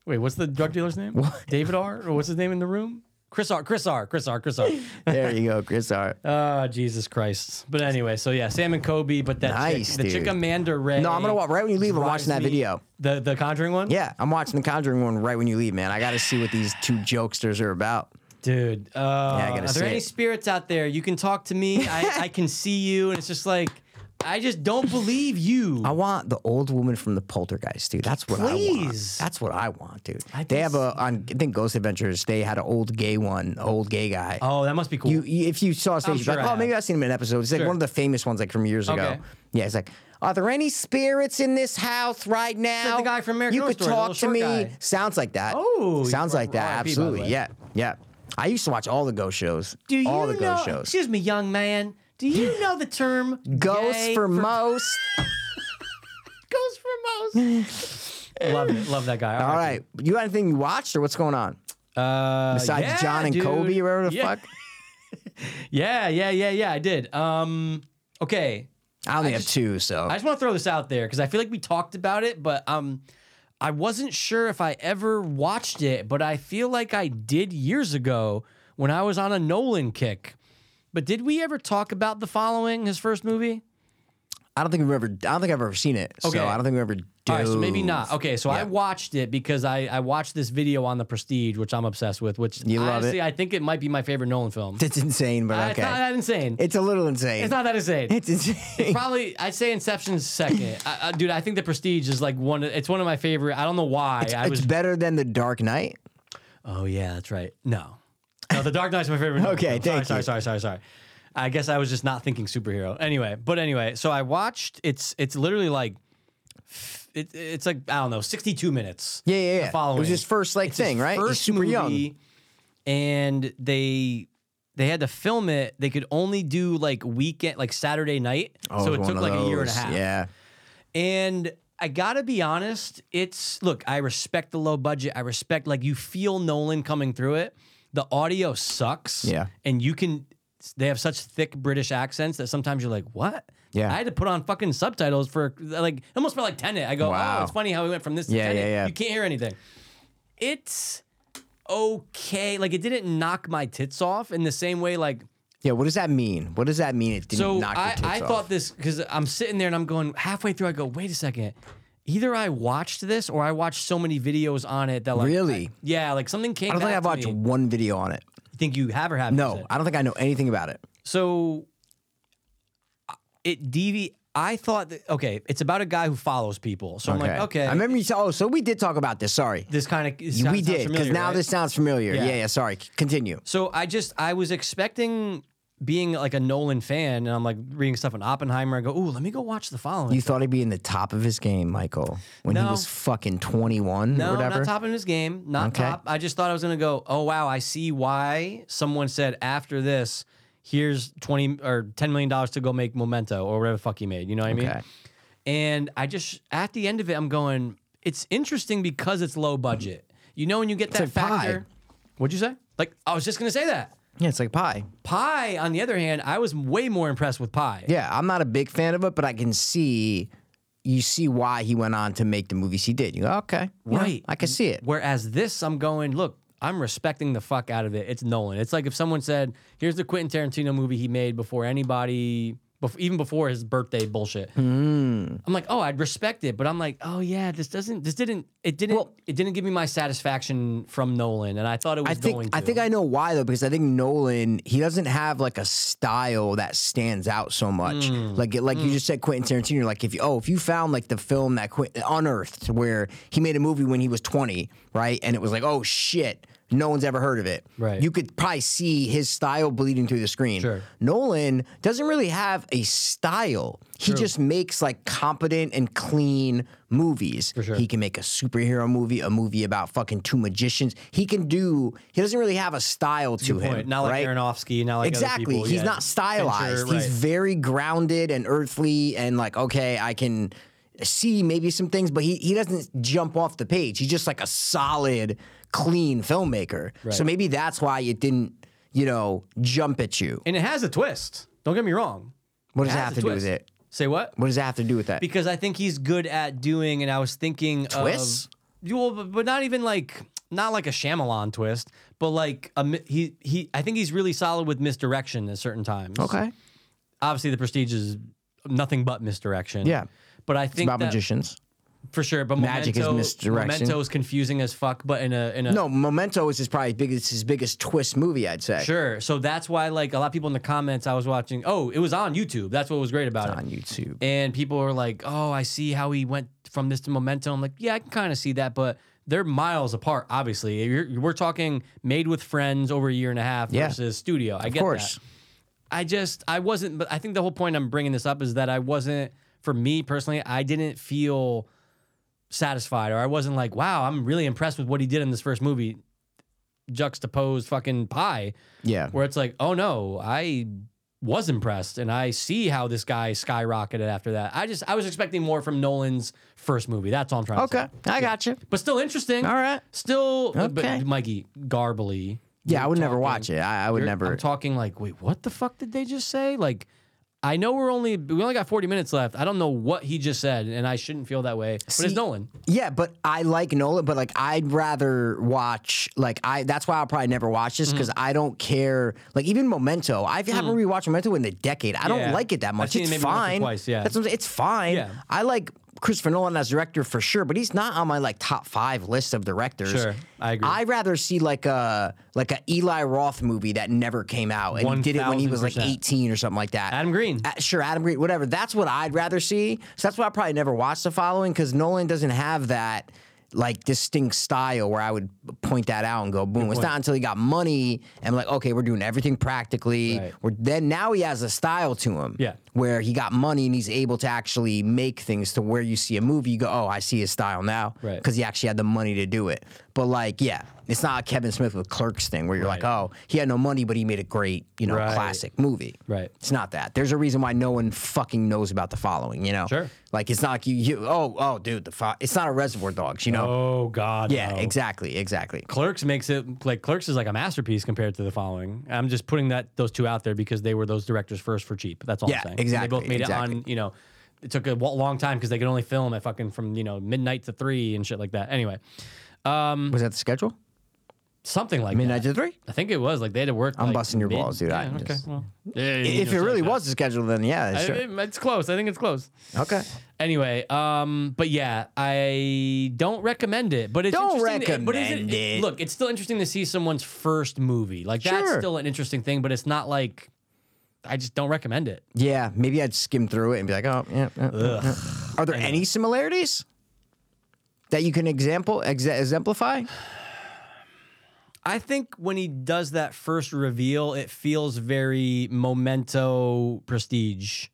Wait, what's the drug dealer's name? David R. Or what's his name in the room? Chris R. Chris R. Chris R. Chris R. There you go, Chris. All right. Ah, Jesus Christ. But anyway, so yeah, Sam and Kobe, but that Nice, chick, the chick dude. Amanda Ray. No, I'm gonna walk right when you leave. I'm drives watching that me- video. The the Conjuring one? Yeah, I'm watching The Conjuring one right when you leave, man. I got to see what these two jokesters are about. Dude. Uh, yeah, I gotta are see there any it. spirits out there? You can talk to me. I, I can see you. And it's just like, I just don't believe you. I want the old woman from the Poltergeist, dude. That's what I want. Please. That's what I want, dude. I they have just- a on. I think Ghost Adventures. They had an old gay one, an old gay guy. oh, that must be cool. You, you- if you saw a station, sure like, I oh, maybe have. I've seen him in an episode. It's like Sure. one of the famous ones, like from years ago. Okay. Yeah, it's like, are there any spirits in this house right now? guy from American You Horror could Story, the talk little to short me. guy. Sounds like that. Oh, you- sounds like that. R.I.P., by the Absolutely. way. Yeah, yeah. I used to watch all the ghost shows. Do you all the know, ghost shows. Excuse me, young man. Do you know the term Ghost gay for most. Ghost for most? love it. Love that guy. All right, you got anything you watched or what's going on Uh, besides yeah, John and dude. Kobe or whatever the Yeah. fuck? Yeah, yeah, yeah, yeah. I did. Um, okay. I only have two, so I just want to throw this out there because I feel like we talked about it, but um, I wasn't sure if I ever watched it, but I feel like I did years ago when I was on a Nolan kick. But did we ever talk about the following, his first movie? I don't think we've ever. I don't think I've ever seen it. Okay. So I don't think we ever. All right, so maybe dove. not. Okay, so I Yeah. watched it because I, I watched this video on The Prestige, which I'm obsessed with, which You love it. honestly, I think it might be my favorite Nolan film. It's insane, Uh, but It's not okay. that insane. It's a little insane. it's not that insane. It's insane. Probably, I'd say Inception's second. I, I, dude, I think The Prestige is like one. of- It's one of my favorite. I don't know why. I It's was. better than the Dark Knight. Oh yeah, that's right. No, no, The Dark Knight's my favorite. Nolan Okay, film. sorry, thank sorry, you. sorry, sorry, sorry. I guess I was just not thinking superhero. Anyway, but anyway, so I watched. It's it's literally like. f- It, it's like I don't know, sixty-two minutes. Yeah, yeah, the yeah. It was Following his first, like, his thing, right? He's super young. and they they had to film it. They could only do like weekend, like Saturday night. Oh, so was it one took of like a year and a those. half. Yeah. And I gotta be honest, it's look, I respect the low budget. I respect like you feel Nolan coming through it. The audio sucks. Yeah. And you can they have such thick British accents that sometimes you're like, what? Yeah. I had to put on fucking subtitles for like it almost felt like Tenet. I go, Wow. oh, it's funny how we went from this Yeah, to Tenet. yeah, yeah. You can't hear anything. It's okay. Like it didn't knock my tits off in the same way like Yeah. What does that mean? What does that mean? It didn't so knock your I, tits I off? thought this because I'm sitting there and I'm going halfway through. I go, wait a second. Either I watched this or I watched so many videos on it that like Really? I- yeah, like something came. I don't think I've back watched to me. one video on it. You think you have or haven't? No, I don't think I know anything about it. So uh, it DV I thought that okay, it's about a guy who follows people. So I'm like, okay, I remember you said, oh, so we did talk about this. Sorry. this kind of we did, because now this sounds familiar. Yeah, Yeah. yeah, sorry. C- Continue. So I just I was expecting being like a Nolan fan, and I'm like reading stuff on Oppenheimer. I go, ooh, let me go watch the following. You thought he'd be in the top of his game, Michael, when he No. was fucking 21 no, or whatever? not top in this game. Not Okay. top. I just thought I was gonna go. Oh wow, I see why someone said after this, here's twenty or ten million dollars to go make Memento or whatever the fuck he made. You know what I Okay. mean? And I just at the end of it, I'm going. It's interesting because it's low budget. You know when you get that like pie. factor. What'd you say? Like I was just gonna say that. Yeah, it's like pie. Pie, on the other hand, I was way more impressed with Pie. Yeah, I'm not a big fan of it, but I can see you see why he went on to make the movies he did. You go, okay, yeah, Right. I can see it. Whereas this, I'm going, look, I'm respecting the fuck out of it. It's Nolan. It's like if someone said, here's the Quentin Tarantino movie he made before anybody, bef- even before his birthday bullshit. Hmm. I'm like, oh, I'd respect it, but I'm like, oh yeah, this doesn't, this didn't, it didn't, it didn't give me my satisfaction from Nolan, and I thought it was I going think to. I think I know why though because I think Nolan he doesn't have like a style that stands out so much. Hmm. Like like you just said, Quentin Tarantino. Like if you oh if you found like the film that Quentin unearthed where he made a movie when he was twenty, right, and it was like oh shit. No one's ever heard of it. Right. You could probably see his style bleeding through the screen. Sure. Nolan doesn't really have a style. He just makes like competent and clean movies. For sure. He can make a superhero movie, a movie about fucking two magicians. He can do. He doesn't really have a style to Good point. him. Not like right? Aronofsky, not like other exactly. people, He's yeah. not stylized. Fincher, He's right. very grounded and earthly, and like okay, I can see maybe some things, but he he doesn't jump off the page. He's just like a solid, clean filmmaker. So maybe that's why it didn't. You know, jump at you. and it has a twist. Don't get me wrong. What does that has have a to do twist. with it? Say what? What does that have to do with that? because I think he's good at doing. And I was thinking of- Twists? You- well, but- but not even like not like a Shyamalan twist, but like a, mi- he he. I think he's really solid with misdirection at certain times. okay. Obviously, the Prestige is nothing but misdirection. Yeah. But I think About that- magicians. for sure. But Magic is Memento, misdirection. Memento is confusing as fuck, but in a in a No, Memento is his probably biggest his biggest twist movie, I'd say. sure. So that's why like a lot of people in the comments I was watching. Oh, it was on YouTube. That's what was great about it. On YouTube. and people are like, "Oh, I see how he went from this to Memento." I'm like, "Yeah, I can kind of see that, but they're miles apart. Obviously, You're, we're talking made with friends over a year and a half Yeah. versus studio. I get Of course. that. I just I wasn't, but I think the whole point I'm bringing this up is that I wasn't. For me personally, I didn't feel satisfied, or I wasn't like, "Wow, I'm really impressed with what he did in this first movie." Juxtaposed fucking pie Yeah. where it's like, oh no, I was impressed and I see how this guy skyrocketed after that. I just I was expecting more from Nolan's first movie. That's all I'm trying Okay. to say. I got you. But still interesting. All right. Still Okay. but Mikey garbly. Yeah, You're I would never talking- watch it. I, I would you're- never. I'm talking like, wait, what the fuck did they just say? Like I know we're only we only got 40 minutes left. I don't know what he just said, and I shouldn't feel that way. But See- it's Nolan. yeah, but I like Nolan, but like I'd rather watch like I. That's why I'll probably never watch this Mm. because I don't care. Like even Memento, I haven't rewatched Memento in a decade. I don't Yeah. like it that I've much. seen It's it maybe once or fine. twice, yeah. That's what I'm saying. It's fine. Yeah. I like Christopher Nolan as director for sure, but he's not on my like top five list of directors. Sure, I agree. I'd rather see like a like a Eli Roth movie that never came out and he did it when he was like 1000%. 18 or something like that. Adam Green. Uh, sure, Adam Green, whatever. That's what I'd rather see. So that's why I probably never watched the following because Nolan doesn't have that like distinct style where I would point that out and go boom. It's not until he got money and like okay, we're doing everything practically. Right. We're, then now he has a style to him. Yeah. where he got money and he's able to actually make things to where you see a movie, you go, oh, I see his style now Right. because he actually had the money to do it. But like, yeah, it's not a Kevin Smith with Clerks thing where you're like, oh, he had no money but he made a great you know Right. classic movie. Right. It's not that. There's a reason why no one fucking knows about the following, you know? Sure. Like, it's not like you, you oh, oh, dude, the fo- it's not a Reservoir Dogs, you know? Oh God. yeah, no. exactly, exactly. Clerks makes it like Clerks is like a masterpiece compared to the following. I'm just putting that those two out there because they were those directors first for cheap. That's all Yeah, I'm saying. exactly, And they both made exactly. it on you know. It took a wa- long time because they could only film at fucking from you know midnight to three and shit like that. Anyway, Hmm. Was that the schedule? something like Midnight that. to three? I think it was like they had to work. I'm like, busting your mid- balls, dude. I Yeah, okay. just- well, yeah, you If know, it really something was the schedule, then yeah, like that. sure. I- it's close. I think it's close. Okay. Anyway, um, but yeah, I don't recommend it. But it's Don't interesting to- but is recommend it. Look, it's still interesting to see someone's first movie. Like that's Sure. still an interesting thing, but it's not like I just don't recommend it. Yeah, maybe I'd skim through it and be like, oh, yeah. yeah, yeah. Are there any similarities that you can example ex- exemplify? I think when he does that first reveal, it feels very memento prestige.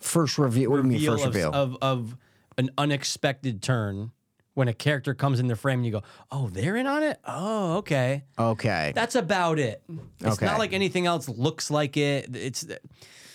First reveal. What do you mean Feel first of, oh. reveal? Of, of an unexpected turn when a character comes into frame and you go, oh, they're in on it? Oh, okay. okay. That's about it. It's Okay. not like anything else looks like it. It's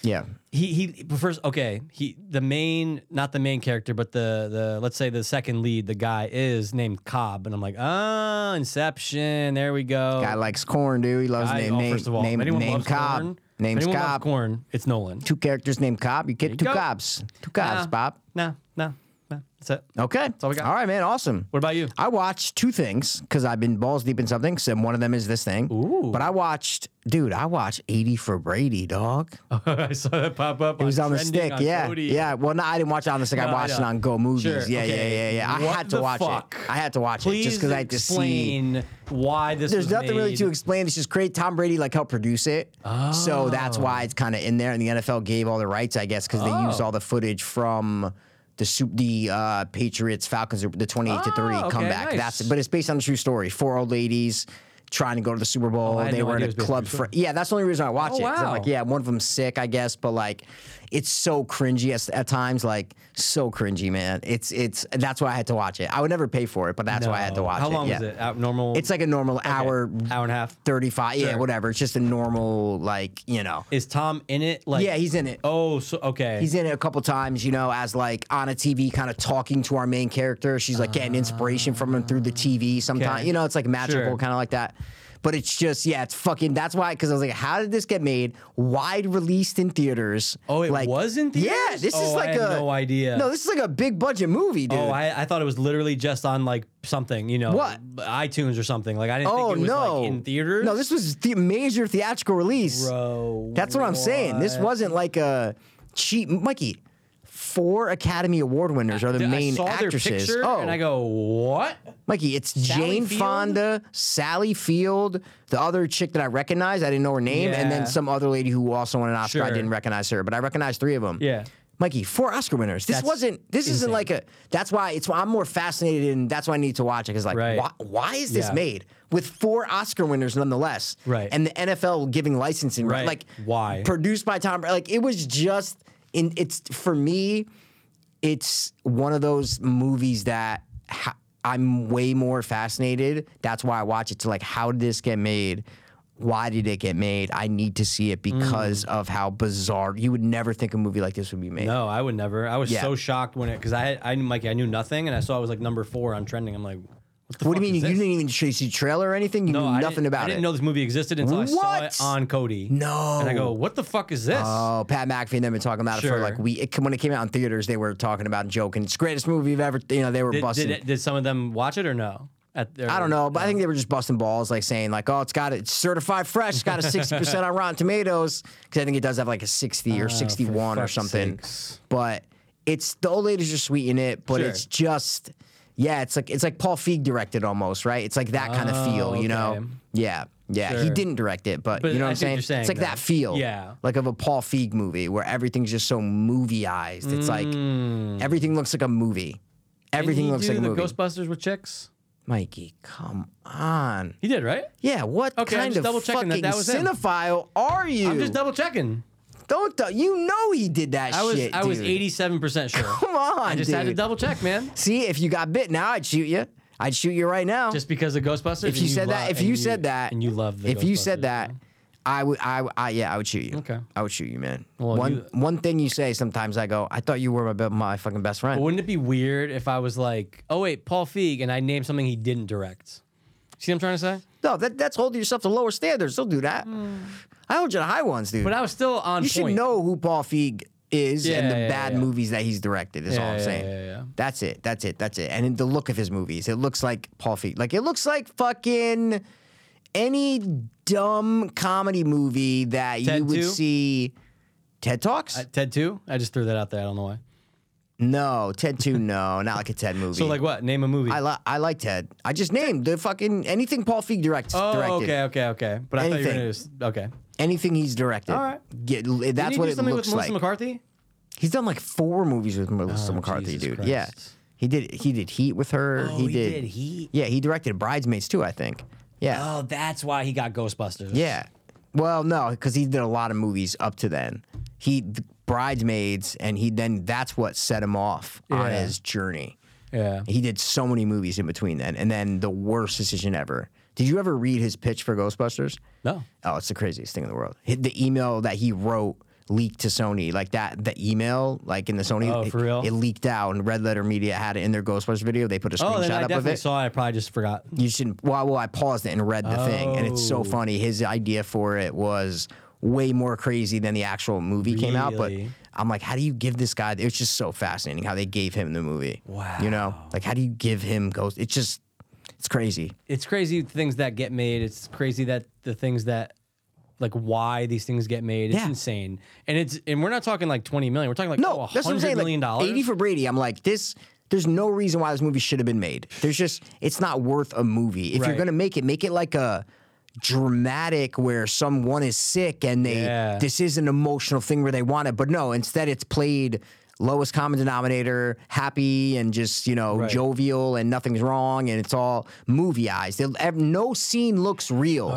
yeah. he he prefers okay he the main not the main character but the the let's say the second lead the guy is named Cobb and I'm like ah Inception there we go Guy likes corn, dude. He loves I- name, oh, name, first of all name, if anyone name loves Cobb. corn, if Name's anyone loves Cobb. corn it's Nolan Two characters named Cobb. You get two go. Cobbs. Two Cobbs, Nah, Bob. nah nah nah that's it Okay. That's all we got. All right, man. Awesome. what about you I watched two things because I've been balls deep in something. So one of them is this thing. Ooh. But I watched, dude. I watched 80 for Brady, dog. I saw that pop up It was on the stick. yeah. Oh, Cody. Yeah. Well, no, I didn't watch it on the stick. I No, I watched it know. on Go Movies. Sure, Yeah, okay. yeah, yeah, yeah. I What had to the watch fuck? it. I had to watch it please just because I had to see. explain why this There's was nothing really made. Oh. to explain. It's just great. Tom Brady like helped produce it, so that's why it's kind of in there. And the NFL gave all the rights, I guess, because they used Oh. all the footage from the Sup- the uh, Patriots Falcons the 28 to three Oh, okay, comeback. That's nice. but it's based on a true story. Four old ladies trying to go to the Super Bowl. Oh, I had they no were in idea it a was based on a club. true For, yeah, that's the only reason I watch Oh, it. 'cause I'm like, wow. yeah, one of them's sick, I guess, but like, it's so cringy at, at times. Like, so cringy, man. It's it's that's why I had to watch it. I would never pay for it, but that's why I had to No. watch how it. long yeah. was it Out normal It's like a normal hour, hour and a half 35. Yeah, Sure. whatever. It's just a normal, like, you know. is Tom in it like yeah, he's in it. oh so okay He's in it a couple times, you know, as like on a TV, kind of talking to our main character. She's like getting inspiration from him through the TV sometimes. okay. You know, it's like magical, Sure. kind of like that. But it's just, yeah, it's fucking. That's why, because I was like, how did this get made? Wide released in theaters. Oh, it like, was in Yeah, theaters? this is Oh, I like had a no idea. No, this is like a big budget movie, dude. Oh, I, I thought it was literally just on like something, you know, What? iTunes or something. Like I didn't oh think it was no, like in theaters. No, this was the major theatrical release. bro. That's what I'm saying. This what? wasn't like a cheap Mikey. Four Academy Award winners are the Dude, main I saw actresses. Their picture oh, and I go, what? Mikey, it's Sally Jane Field? Fonda, Sally Field, the other chick that I recognized. I didn't know her name, and then Yeah. some other lady who also won an Oscar. I Sure. didn't recognize her, but I recognized three of them. Yeah. Mikey, four Oscar winners. This That's wasn't. This isn't insane. like a. That's why it's. I'm more fascinated, and that's why I need to watch it. Because like, Right. why, why is this Yeah. made with four Oscar winners nonetheless? Right. And the NFL giving licensing. Right. Like Why? Produced by Tom. Brady. Like it was just. In it's for me it's one of those movies that ha- I'm way more fascinated. That's why I watch it. To like, how did this get made? Why did it get made? I need to see Hmm. it because of how bizarre. You would never think a movie like this would be made. No, I would never. I was Yeah. so shocked when it because I had, I Mikey, I knew nothing, and I saw it was like number four on trending. I'm like, what the what do fuck you mean? is You this? didn't even see the trailer or anything. You No, knew I nothing didn't- about I it. didn't know this movie existed until I saw What? it on Cody. No. and I go, what the fuck is this? Oh, Pat McAfee and them been talking about it for Sure. like we it, when it came out in theaters, they were talking about it and joking. It's the greatest movie you've ever. You know, they were did, busting. did, did some of them watch it or no? At their, I don't know, but I think they were just busting balls, like saying like, "Oh, it's got it's certified fresh, it's got a sixty percent on Rotten Tomatoes," because I think it does have like a sixty or sixty-one or Ah, fuck's something. sakes. But it's the old ladies are sweet in it, but Sure. it's just yeah, it's like it's like Paul Feig directed almost, right? It's like that kind of Oh, feel, you know? okay. Yeah, yeah. He Sure. didn't direct it, but, But you know what I I'm see what saying? you're saying, It's like that though. feel, Yeah. like of a Paul Feig movie where everything's just so movieized. It's like everything looks like a movie. Didn't Everything Mm. he looks do like a the movie. Ghostbusters with chicks. Mikey, come on. He did right. Yeah, what Okay, I'm kind just of double-checking fucking that that was him. cinephile are you? I'm just double checking. Don't do- you know he did that I was shit? I was dude. 87% sure. Come on, I just dude. had to double check, man. See, if you got bit now, I'd shoot you. I'd shoot you right now. Just because of Ghostbusters. if you, and said lo- that, if and you, said that, and you love the if you Ghostbusters, said that, I would, I, I, yeah, I would shoot you. Okay. I would shoot you, man. Well, one, you- one thing you say sometimes, I go, I thought you were my, be- my fucking best friend. wouldn't it be weird if I was like, oh wait, Paul Feig, and I named something he didn't direct? See what I'm trying to say? no, that, that's holding yourself to lower standards. Don't do that. I hold you to high ones, dude. Hmm. But I was still on you point. should know who Paul Feig is and the Yeah, yeah, bad yeah. movies that he's directed. Is Yeah, all I'm yeah, saying. yeah, yeah. That's it. That's it. That's it. And in the look of his movies, it looks like Paul Feig. Like it looks like fucking any dumb comedy movie that you Ted would 2? see. TED Talks? Uh, Ted 2? I just threw that out there. I don't know why. no, Ted Two. No, not like a Ted movie. So like what? Name a movie. I li- I like Ted. I just named the fucking anything Paul Feig directs. oh, directed. okay, okay, okay. But I thought you were gonna just okay. Anything he's directed. All right. Get, Did that's he what do it something looks with Melissa like. McCarthy? He's done like four movies with Melissa Oh, McCarthy, Jesus dude. Yeah, Christ. he did. He did Heat with her. Oh, he, he did. did Heat? Yeah, he directed Bridesmaids too, I think. Yeah, Oh, that's why he got Ghostbusters. yeah. Well, no, because he did a lot of movies up to then. He Bridesmaids, and he then that's what set him off on Yeah. his journey. Yeah. He did so many movies in between then, and then the worst decision ever. Did you ever read his pitch for Ghostbusters? No. Oh, it's the craziest thing in the world. Hit The email that he wrote leaked to Sony, like that, the email, like in the Sony, Oh, for it, real? it leaked out, and Red Letter Media had it in their Ghostbusters video. They put a Oh, then I screenshot up of definitely it. saw it. I probably just forgot. you should. Well, well, I paused it and read the thing, and it's so Oh. funny. His idea for it was way more crazy than the actual movie came out. But Really? I'm like, how do you give this guy? It's just so fascinating how they gave him the movie. You know, Wow. like how do you give him Ghost? It's just, it's crazy. It's crazy the things that get made. It's crazy that the things that like why these things get made. It's Yeah. insane. And it's and we're not talking like 20 million. We're talking like No, oh, that's what I'm 100 saying. million Like, dollars. Eighty for Brady. I'm like this. There's no reason why this movie should have been made. There's just it's not worth a movie. If you're Right. gonna make it, make it like a dramatic where someone is sick and they Yeah. this is an emotional thing where they want it. But no, instead it's played lowest common denominator, happy and just you know Right. jovial and nothing's wrong and it's all movie eyes. They'll have- No scene looks real.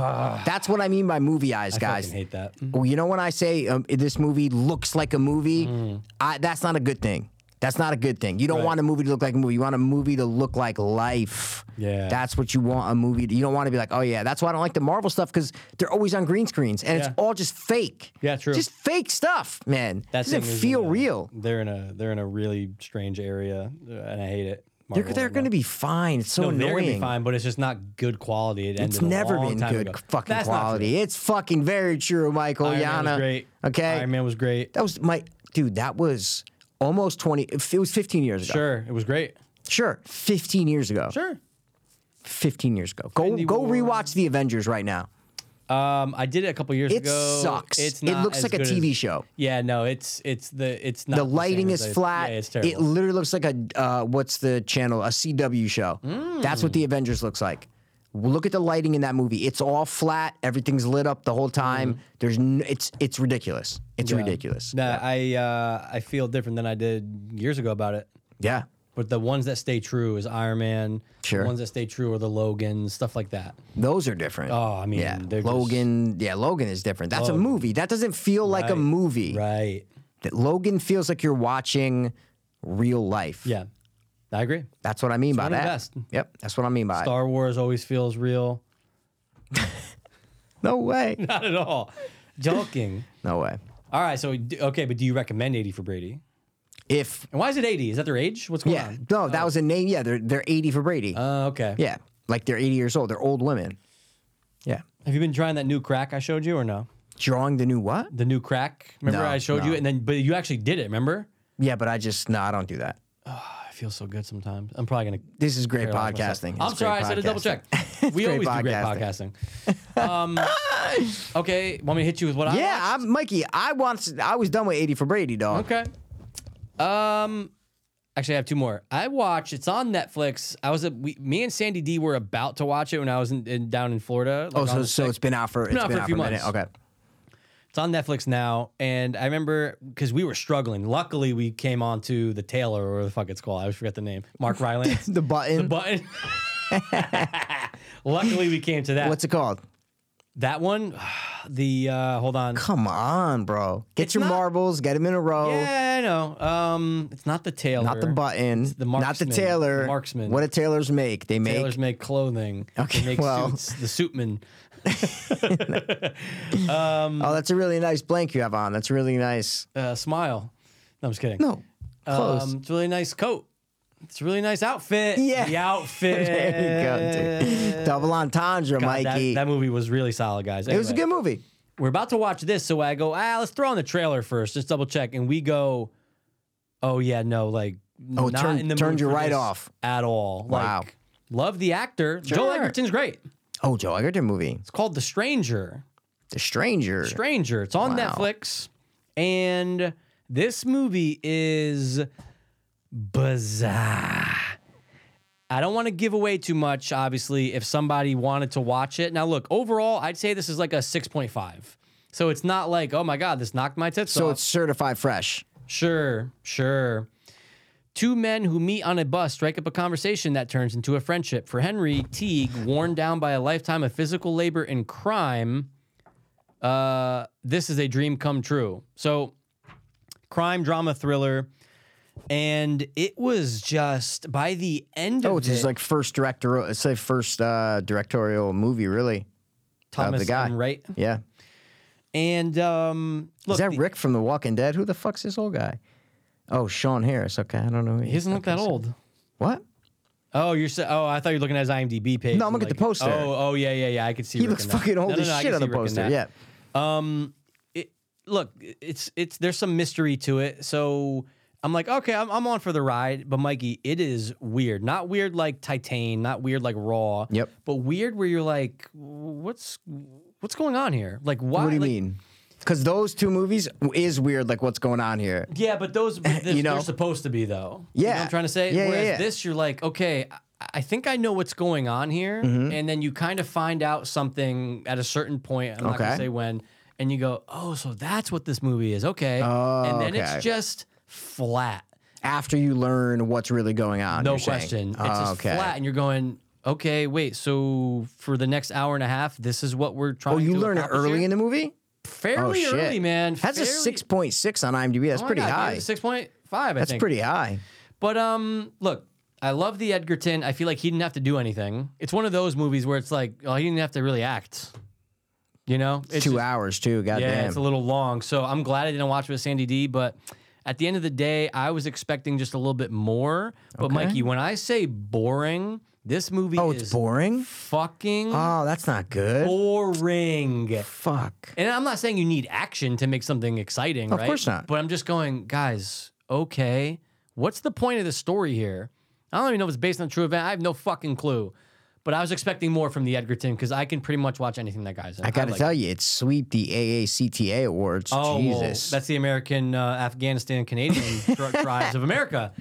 That's what I mean by movie eyes, I guys. fucking hate that. Well, you know when I say um, this movie looks like a movie, I, that's not a good thing. That's not a good thing. You don't Mm. Right. want a movie to look like a movie. You want a movie to look like life. Yeah. that's what you want a movie. To, you don't want to be like, oh yeah, that's why I don't like the Marvel stuff because they're always on green screens and Yeah. it's all just fake. Yeah, true. Just fake stuff, man. That doesn't thing is feel in a- real. They're in a they're in a really strange area, uh, and I hate it. They're, Marvel they're and going to that. be fine. It's so no, they're annoying. gonna be fine, but it's just not good quality. It It's ended a never long been time good ago. fucking That's not true. quality. It's fucking very true, Michael Iron Yana. Man was great. Okay, Iron Man was great. That was my dude. That was almost twenty. It was fifteen years ago. Sure, it was great. Sure, fifteen years ago. Sure. fifteen years ago. Go Infinity go War. rewatch the Avengers right now. Um, I did it a couple years It ago. sucks. It's It not looks as like a good TV as- show. Yeah, no, it's it's the it's not The lighting same is as I- flat. Yeah, it's it terrible. literally looks like a uh, what's the channel? A CW show. Hmm. That's what the Avengers looks like. Look at the lighting in that movie. It's all flat. Everything's lit up the whole time. There's n it's it's ridiculous. It's Mm-hmm. Yeah. ridiculous. No, I uh, I feel different than I did years ago about it. Yeah. But the ones that stay true is Iron Man. Sure. The ones that stay true are the Logans, stuff like that. Those are different. Oh, I mean, yeah. they're just- Logan, yeah, Logan is different. That's a movie. That doesn't feel like a Right, movie. Right. That Logan feels like you're watching real life. Yeah. I agree. That's what I mean by one of the that. best. Yep, that's what I mean by it. Star Wars always feels real. No way. Not at all. Joking. No way. All right. So d- okay, but do you recommend 80 for Brady? If And why is it 80? Is that their age? What's going yeah, on? no, that was a name. Yeah, they're they're eighty for Brady. Uh, okay. yeah, like they're eighty years old. They're old women. Yeah, Have you been trying that new crack I showed you or no? drawing the new what? The new crack. Remember No, I showed you no. and then but you actually did it, remember? Yeah, but I just no, I don't do that. I feel so good sometimes. I'm probably gonna This is great paralyze myself. podcasting. I'm It's great sorry, I said to double podcasting. check. We great always do great podcasting. Um, okay, want me to hit you with what I Yeah, watched? I'm Mikey. I want. I was done with eighty for Brady, dog. Okay. Um, actually, I have two more. I watched. It's on Netflix. I was a, we, me and Sandy D were about to watch it when I was in, in, down in Florida. like, Oh, on so the so sec- it's been out for it's out been for a out for few a minute. months. Okay. it's on Netflix now. And I remember because we were struggling. Luckily, we came on to the Taylor or the fuck it's called. I always forget the name. Mark Rylance. The button. the button. Luckily, we came to that. What's it called? that one? The uh, hold on. Come on, bro. Get your not- marbles. Get them in a row. Yeah, I know. Um, it's not the Taylor. Not the button. the not the marksman, Taylor. the marksman. What do Taylors make? They make Tailors make clothing. Okay, they make well. suits. The suitmen. Oh, that's a really nice blank you have on. That's really nice. Uh, smile. No, I'm just kidding. No, close. Um, it's a really nice coat. It's a really nice outfit. Yeah. The outfit. there you go, dude. Double entendre, God, that, Mikey. that movie was really solid, guys. it was a Anyway, good movie. We're about to watch this, so I go, ah, let's throw on the trailer first, just double check. And we go, oh, yeah, no, like, Oh, it not turned- in the mood turned you for right this off. at all. Wow. Like, love the actor. Joel Sure. Edgerton's great. Oh, Joe Egerton movie, It's called The Stranger. The Stranger. Stranger. It's on Wow. Netflix. And this movie is bizarre. I don't want to give away too much, obviously, if somebody wanted to watch it. Now, look, overall, I'd say this is like a 6.5. So it's not like, oh my God, this knocked my tits So off. it's certified fresh. Sure, sure. Two men who meet on a bus strike up a conversation that turns into a friendship. For Henry Teague, worn down by a lifetime of physical labor and crime, uh, this is a dream come true. So, crime, drama, thriller. And it was just by the end Oh, of it's his it, like first director. It's like first uh, directorial movie, really. uh, the Thomas guy. M. Wright. Yeah. And um, look, Is that the- Rick from The Walking Dead? Who the fuck's this old guy? Oh, Sean Harris. Okay, I don't know. Who he he is. doesn't look that old. What? Oh, you're so, oh, I thought you were looking at his IMDb page. No, I'm looking at the poster. Oh, oh yeah, yeah, yeah. I could see. He Rick looks in that. fucking old No, no, as no, I shit can on the see Rick in poster. that. Yeah. It, look, it's it's there's some mystery to it. So I'm like, okay, I'm, I'm on for the ride. But Mikey, it is weird. Not weird like Titan. Not weird like Raw. Yep. But weird where you're like, what's what's going on here? Like, why? What do you like- mean? Because those two movies is weird. Like what's going on here? Yeah, but those this, You know? they're supposed to be though. you know Yeah. what I'm trying to say. Yeah, yeah, Whereas yeah. this, you're like, okay, I- I think I know what's going on here, Mm-hmm. and then you kind of find out something at a certain point. I'm not gonna Okay. say when, and you go, oh, so that's what this movie is. Okay, Oh, and then okay. it's just flat. After you learn what's really going on. No you're saying. question. It's Oh, just flat, and you're going. Okay, wait. So for the next hour and a half, this is what we're trying. Oh, you to learn it accomplish early here? in the movie? Oh fairly shit, early, man. That's a Fairly- six point six on IMDb. That's Oh my pretty God, dude, high. Six point five. I That's think. pretty high. But um, look, I love the Edgerton. I feel like he didn't have to do anything. It's one of those movies where it's like, oh, he didn't have to really act. You know, It's two hours too. Yeah, Goddamn. it's a little long. So I'm glad I didn't watch it with Sandy D. But at the end of the day, I was expecting just a little bit more. But Mikey, when I say boring, this movie oh, is it's boring. fucking Oh, that's not good. boring. Fuck. And I'm not saying you need action to make something exciting, Of right? course not. But I'm just going, guys, okay, what's the point of the story here? I don't even know if it's based on a true event. I have no fucking clue. But I was expecting more from the Edgerton because I can pretty much watch anything that guy's in. I gotta like tell it. you, it sweep the AACTA awards. Oh, well, Jesus. that's the American, uh, Afghanistan, Canadian tri- tribes of America.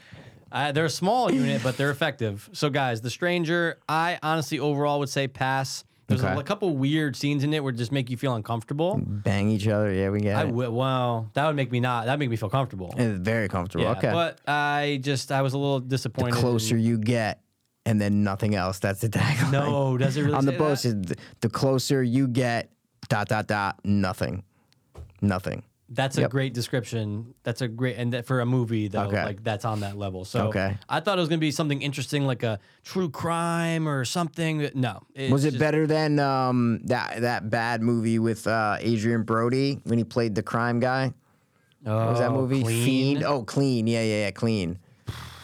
Uh, they're a small unit, but they're effective. So, guys, The Stranger, I honestly overall would say pass. There's a, Okay. a couple weird scenes in it where it just make you feel uncomfortable. Bang each other. Yeah, we got I it. would. Wow, that would make me not. That would make me feel comfortable. It's very comfortable. Yeah, okay. But I just I was a little disappointed. closer you get, and then nothing else. That's the tagline. No, does it really On the say post, that? is th- the closer you get, dot dot dot, nothing, nothing. That's a great description. That's a great and that for a movie though, Okay. like that's on that level. So Okay. I thought it was gonna be something interesting, like a true crime or something. No, it's Was it just- better than um, that that bad movie with uh, Adrian Brody when he played the crime guy? Oh, Was that movie Clean? Fiend? Oh, Clean. Yeah, yeah, yeah, Clean.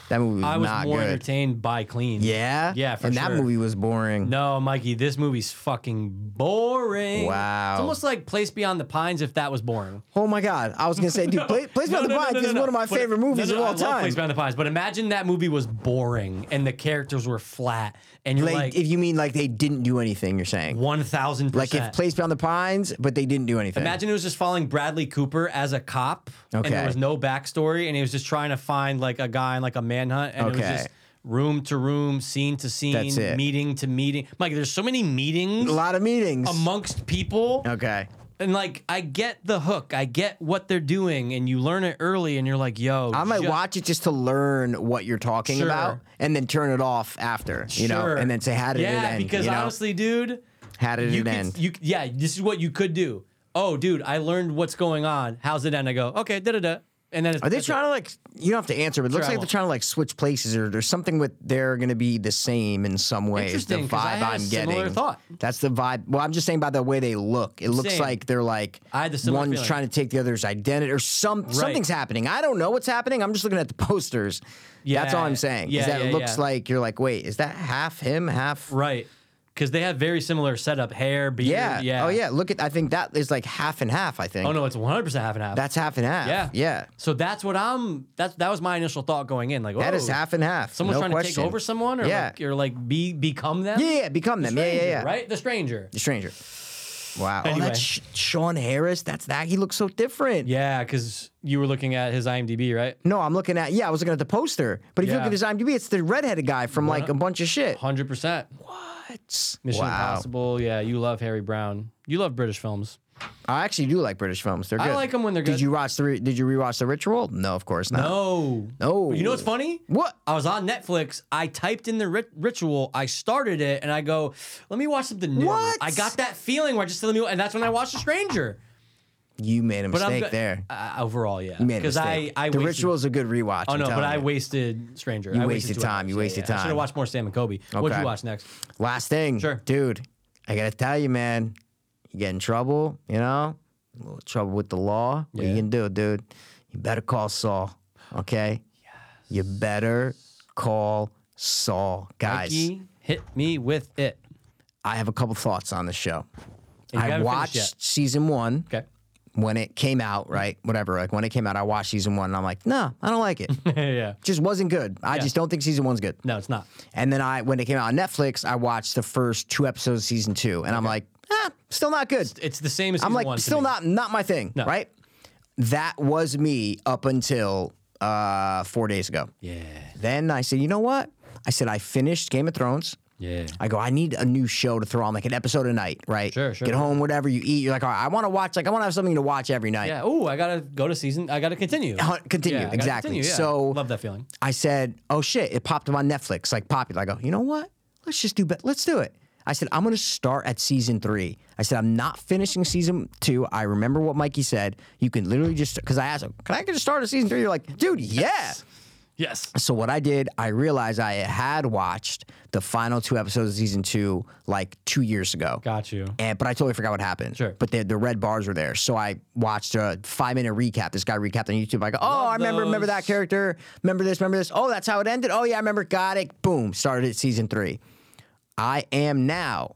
That movie was, I was not more good. entertained by Clean. Yeah, Yeah, for and that sure. movie was boring. No, Mikey, this movie's fucking boring. Wow. It's almost like Place Beyond the Pines if that was boring. Oh my god, I was gonna say, dude, Pla- Place No, by the no, no, Vines no, is no. one of my But- favorite no, movies no, of I all love time. Place Beyond the Pines, but imagine that movie was boring and the characters were flat, and you're Like, like, if you mean like they didn't do anything, you're saying one thousand like if percent. Place Beyond the Pines, but they didn't do anything. Imagine it was just following Bradley Cooper as a cop, and there Okay. was no backstory, and he was just trying to find like a guy in like a manhunt, and it Okay. was just room to room, scene to scene, That's it. meeting to meeting. Like, there's so many a meetings lot of meetings. amongst people. okay, And like, I get the hook, I get what they're doing, and you learn it early, and you're like, "Yo, I might ju- watch it just to learn what you're talking Sure. about, and then turn it off after, you know, Sure. and then say how did yeah, it end? because you know? honestly, dude, how did you it could, end? you yeah, this is what you could do. Oh, dude, I learned what's going on. How's it end? I go, okay, da da da, and then it's, Are they that's trying it. to like? You don't have to answer, but it looks Sure, I like won't. they're trying to like switch places, or there's something with they're going to be the same in some way. Is the Interesting, 'cause I vibe had a I'm similar getting. thought. That's the vibe. Well, I'm just saying by the way they look. It looks Same. like they're like I had the similar one's feeling. trying to take the other's identity, or some something's happening. I don't know what's happening. I'm just looking at the posters. that's all Yeah, I'm saying. yeah, is that yeah, it looks yeah. like you're like, wait, is that half him, half? right? Because they have very similar setup, hair, beard. Yeah. Yeah, Oh yeah. Look at. I think that is like half and half. I think. Oh no, it's one hundred percent half and half. That's half and half. yeah, Yeah. So that's what I'm. That's that was my initial thought going in. Like, That oh, is half and half. Someone's no trying question. to take over someone, or Yeah. like, or like be become them. Yeah, yeah, become them. yeah, stranger, yeah, yeah. Right, the stranger. The Stranger. Wow. Oh, Anyway. that's Sh- Sean Harris. That's that. He looks so different. Yeah, because you were looking at his IMDb, right? No, I'm looking at. Yeah, I was looking at the poster. But if you look Yeah. at his IMDb, it's the redheaded guy from like a bunch of shit. Hundred percent. What? Mission wow. Impossible. Yeah, you love Harry Brown. You love British films. I actually do like British films. They're good. I like 'em when they're Did good. you watch the? Re- did you rewatch The Ritual? No, of course not. No. No. You know what's funny? What? I was on Netflix. I typed in the rit- ritual. I started it, and I go, "Let me watch something new." What? I got that feeling where I just let me, and that's when I watched The Stranger. You made a But I'm mistake go- there. Uh, overall, yeah, You made a because I, mistake. I the wasted, Ritual's a good rewatch. Oh I'm no, but telling I you. wasted Stranger. You I wasted two time. You hours. Yeah, wasted yeah. I should time. have watched more Sam and Kobe. What'd Okay. you watch next? Last thing, Sure. dude. I gotta tell you, man. You get in trouble, you know, a little trouble with the law. What you Yeah. can do, dude? You better call Saul. Okay. You better call Saul, guys. Mikey hit me with it. I have a couple thoughts on the show. And you I haven't finished watched yet. season one. Okay. when it came out, right? Whatever. Like when it came out, I watched season one and I'm like, no, I don't like it. yeah. just wasn't good. I just don't think season one's good. No, it's not. And then I, when it came out on Netflix, I watched the first two episodes of season two and I'm like, ah, still not good. It's the same as I'm season like, one to still me. not not my thing, right? That was me up until uh, four days ago. Yeah. Then I said, you know what? I said, I finished Game of Thrones. Yeah. I go, I need a new show to throw on, like an episode a night, right? Sure, sure. Get home, whatever you eat. You're like, all right, I want to watch, like, I want to have something to watch every night. Yeah. Oh, I gotta go to season. I gotta continue. Hun- Uh, continue Yeah, I gotta exactly. continue, yeah. So love that feeling. I said, "Oh shit!" It popped up on Netflix, like popular. I go, "You know what? Let's just do bet. Let's do it." I said, "I'm gonna start at season three. I said, "I'm not finishing season two. I remember what Mikey said. You can literally just because I asked him, "Can I just start at season three? You're like, "Dude, yeah." Yes. So what I did, I realized I had watched the final two episodes of season two like two years ago. Got you. And but I totally forgot what happened. Sure. But the, the red bars were there, so I watched a five minute recap. This guy recapped on YouTube. I go, oh, I remember, remember that those. character. Remember this, remember this. Oh, that's how it ended. Oh yeah, I remember. Got it. Boom. Started at season three. I am now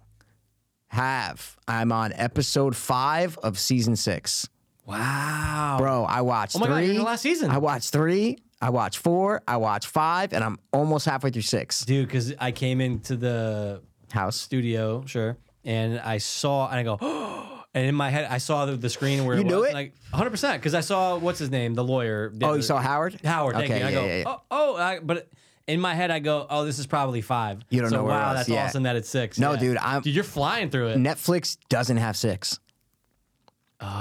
have I'm on episode five of season six. Wow. Bro, I watched Oh my God, you're three. in the last season. I watched three. I watched four. I watched five, and I'm almost halfway through six. Dude, because I came into the House. studio, sure, and I saw, and I go, oh, and in my head, I saw the, the screen where You it knew was, it? and like 100 percent because I saw what's his name, the lawyer. the Oh, you other- saw Howard? Howard. Okay, thank you. And yeah, I go, yeah, yeah. oh, oh, I, but in my head, I go, oh, this is probably five. You don't so, know where Wow, else, that's yeah. awesome that it's six. No, yeah. dude, I'm- dude, you're flying through it. Netflix doesn't have six.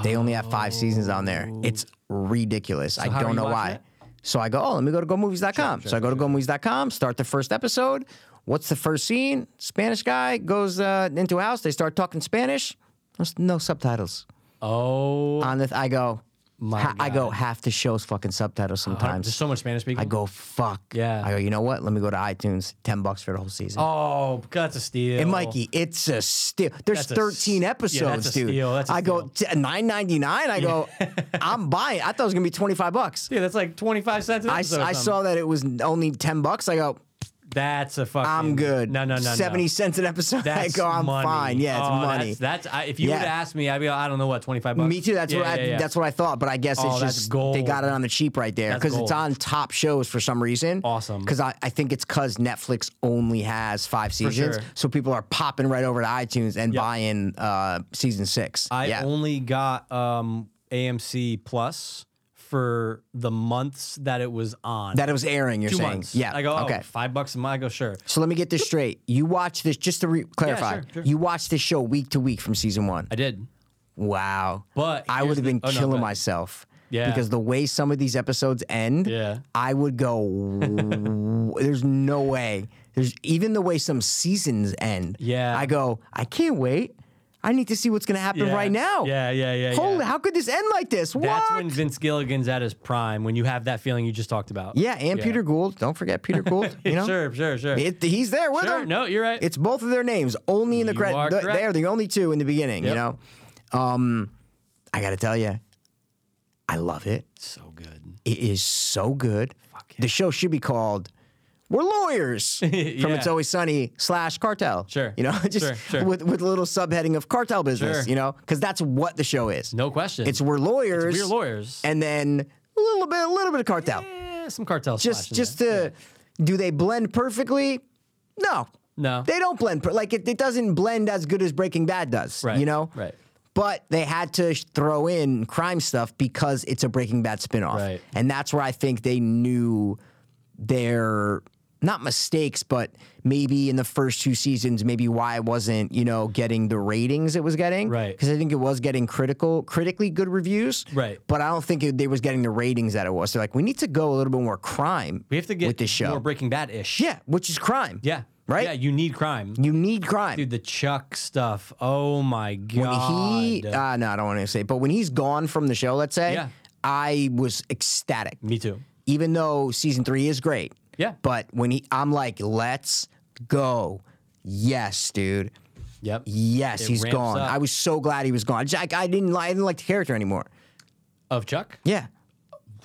They only have five seasons on there. It's ridiculous. I Oh. how are don't you know watching why. it? So I go, oh, let me go to gomovies.com. so I go to gomovies.com, start the first episode. What's the first scene? Spanish guy goes uh, into a house. They start talking Spanish. There's no subtitles. oh, On the, I go, My ha- I go, half the show's fucking subtitles sometimes. there's so much Spanish speaking. I go, fuck. Yeah. I go, you know what? Let me go to iTunes. 10 bucks for the whole season. oh, that's a steal. And Mikey, it's a steal. There's That's a 13 s- yeah, episodes, that's a dude. steal. That's a I go t- 9.99. I go, I'm buying. I thought it was gonna be 25 bucks. dude, that's like 25 cents. An I, episode or I something. saw that it was only 10 bucks. I go, That's a fucking. I'm good. No, no, no, no. 70 cents an episode. That's I go, I'm money. fine. Yeah, it's Oh, money. That's, that's I, if you Yeah. would ask me, I'd be like, I don't know what twenty five bucks. Me too. That's Yeah, what I, yeah, yeah. that's what I thought. But I guess Oh, it's that's just gold. they got it on the cheap right there That's because it's on gold. top shows for some reason. Awesome. Because I, I think it's because Netflix only has five seasons, sure. so people are popping right over to iTunes and buying uh, season six. I yeah. only got um, AMC Plus for the months that it was on. That it was airing, you're two saying? months. Yeah. I go oh, okay. five bucks a month. I go sure. So let me get this straight. You watch this just to re- clarify. sure, sure. You watched this show week to week from season one. I did. Wow. But I here's would have the- been oh, no, killing but- myself. Yeah. Because the way some of these episodes end, Yeah. I would go. there's no way. There's even the way some seasons end. Yeah. I go. I can't wait. I need to see what's gonna happen Yeah. right now. Yeah, yeah, yeah. Holy, yeah. how could this end like this? That's what? when Vince Gilligan's at his prime. When you have that feeling you just talked about. yeah, and Peter Gould. Don't forget Peter Gould. You know, Sure, sure, sure. It- he's there with Sure, him. no, you're right. It's both of their names, only in the You credit. are th- They are correct. the only two in the beginning. You Yep. know, um, I gotta tell you, I love it. so good. It is so good. The show should be called "We're Lawyers" from Yeah. "It's Always Sunny" slash Cartel. Sure. you know, just Sure, sure. with with a little subheading of cartel business. Sure. You know, because that's what the show is. No question. it's we're lawyers. we're lawyers. and then a little bit, a little bit of cartel. Eh, some cartel. splash Just, in just there. to, do they blend perfectly? No, no. they don't blend per- like it, it doesn't blend as good as Breaking Bad does. Right, You know. right. But they had to sh- throw in crime stuff because it's a Breaking Bad spinoff, Right. and that's where I think they knew their not mistakes, but maybe in the first two seasons, maybe why it wasn't, you know, getting the ratings it was getting. Right. Because I think it was getting critical, critically good reviews. Right. But I don't think it, they was getting the ratings that it was. They're like, we need to go a little bit more crime We have to get with this show. more Breaking Bad ish. yeah, which is crime. Yeah. Right? Yeah, you need crime. You need crime. Dude, the Chuck stuff. Oh my when god. he, uh, no, I don't want to say, but when he's gone from the show, let's say, Yeah. I was ecstatic. Me too. even though season three is great. Yeah. But when he, I'm like, let's go. Yes, dude. Yep. Yes, It he's ramps gone. up. I was so glad he was gone. Jack, I didn't, li- I didn't like the character anymore. Of Chuck? Yeah.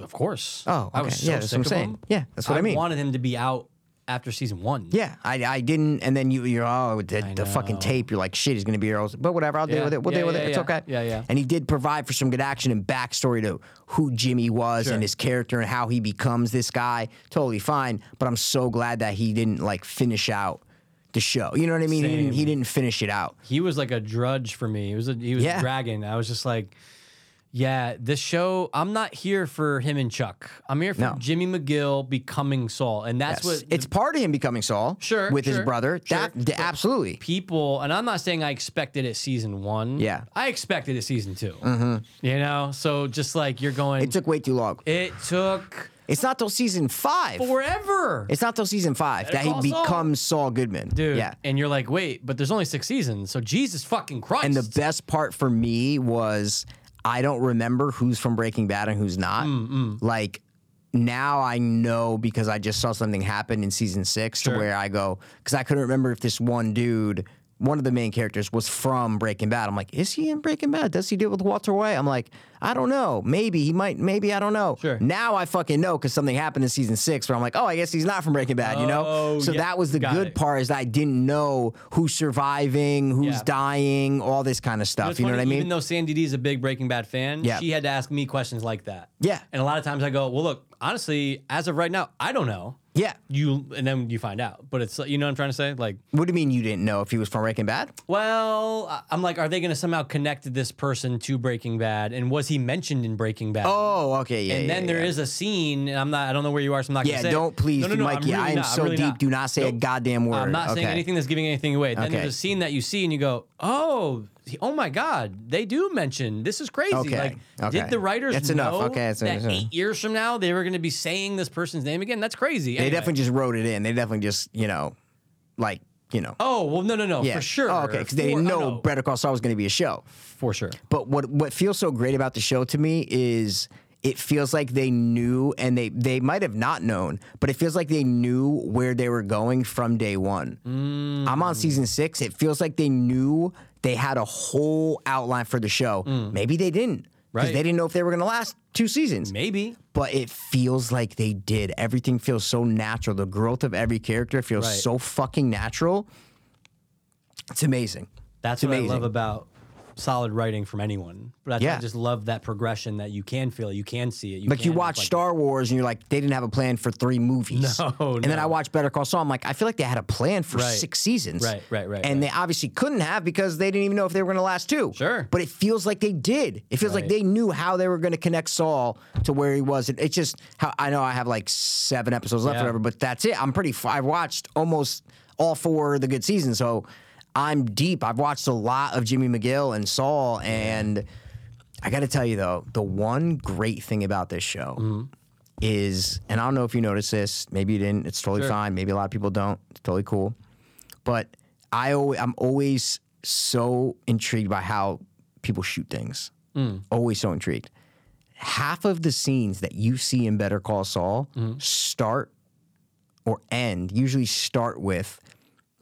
Of course. Oh, I was okay. so Yeah, that's sick what I'm of saying. him. Yeah, that's what I mean. wanted him to be out after season one. Yeah, I, I didn't, and then you you're oh the, the fucking know. tape. You're like shit. He's gonna be here, all- but whatever. I'll deal Yeah, with it. We'll yeah, deal with yeah, it. It's yeah. okay. Yeah, yeah. And he did provide for some good action and backstory to who Jimmy was Sure. and his character and how he becomes this guy. Totally fine. But I'm so glad that he didn't like finish out the show. You know what I mean? He didn't, he Same. didn't finish it out. He was like a drudge for me. He was a he was Yeah. a dragon. I was just like, yeah, this show. I'm not here for him and Chuck. I'm here for No. Jimmy McGill becoming Saul, and that's Yes. what it's part of him becoming Saul. Sure, With his sure, brother. sure. that th- absolutely. people. And I'm not saying I expected it season one. Yeah. I expected it season 2 Mm-hmm. You know, so just like you're going, It took way too long. it took It's not till season five. forever. It's not till season five that he call Saul. becomes Saul Goodman. dude. Yeah. And you're like, wait, but there's only six seasons, so Jesus fucking Christ. And the best part for me was I don't remember who's from Breaking Bad and who's not. Mm, Like now I know because I just saw something happen in season six to where I go because I couldn't remember if this one dude, one of the main characters, was from Breaking Bad. I'm like, is he in Breaking Bad? Does he deal with Walter White? I'm like, I don't know. Maybe he might. Maybe I don't know. Sure. Now I fucking know because something happened in season six where I'm like, oh, I guess he's not from Breaking Bad. You know. Oh, So yeah. that was the Got good it. part is I didn't know who's surviving, who's Yeah. dying, all this kind of stuff. It's You know funny, what I mean? Even though Sandy D is a big Breaking Bad fan, Yeah. she had to ask me questions like that. Yeah. And a lot of times I go, well, look, honestly, as of right now, I don't know. yeah. You and then you find out, but it's like- you know what I'm trying to say. Like, What do you mean you didn't know if he was from Breaking Bad? well, I- I'm like, are they going to somehow connect this person to Breaking Bad? And was he mentioned in Breaking Bad? Oh, okay, yeah. and then there is a scene, and I'm not, I don't know where you are, so I'm not Yeah, going to say. it. don't please, no, no, no, Mike. I'm yeah, really I am not, I'm so really deep. not. Do not say a goddamn word. I'm not okay. saying anything that's giving anything away. Then Okay. there's a scene that you see and you go, "Oh, he- oh my God, they do mention this is crazy." Okay. Like, Okay. did the writers That's know enough. Okay, that's that enough. eight years from now they were going to be saying this person's name again? That's crazy. They Anyway. definitely just wrote it in. They definitely just, you know, like, you know. Oh well, no, no, no, yeah. for sure. Oh, okay, because they For- didn't oh, know no, Better Call Saul was going to be a show. for sure. But what what feels so great about the show to me is it feels like they knew and they they might have not known, but it feels like they knew where they were going from day one. Mm. I'm on season six. It feels like they knew they had a whole outline for the show. Maybe they didn't. Because Mm. Right. they didn't know if they were going to last two seasons Maybe but it feels like they did. Everything feels so natural. The growth of every character feels Right. so fucking natural. It's amazing. that's It's what amazing. I love about solid writing from anyone. But that's why Yeah. I just love that progression that you can feel, it, you can see it. You Like you can look watch like- Star Wars and you're like, they didn't have a plan for three movies. No, and then no. I watch Better Call Saul. I'm like, I feel like they had a plan for Right. six seasons. Right, right, right, And they right. obviously couldn't have because they didn't even know if they were going to last two. Sure. But it feels like they did. It feels like Right. they knew how they were going to connect Saul to where he was. And it's just how I know I have like seven episodes left, Yeah. whatever. But that's it. I'm pretty. f- I've watched almost all four of the good seasons, so I'm deep. I've watched a lot of Jimmy McGill and Saul and. I got to tell you though, the one great thing about this show is, and I don't know if you noticed this, maybe you didn't. It's totally fine. Maybe a lot of people don't. It's totally cool. But I always, I'm always so intrigued by how people shoot things. Always so intrigued. Half of the scenes that you see in Better Call Saul start or end usually start with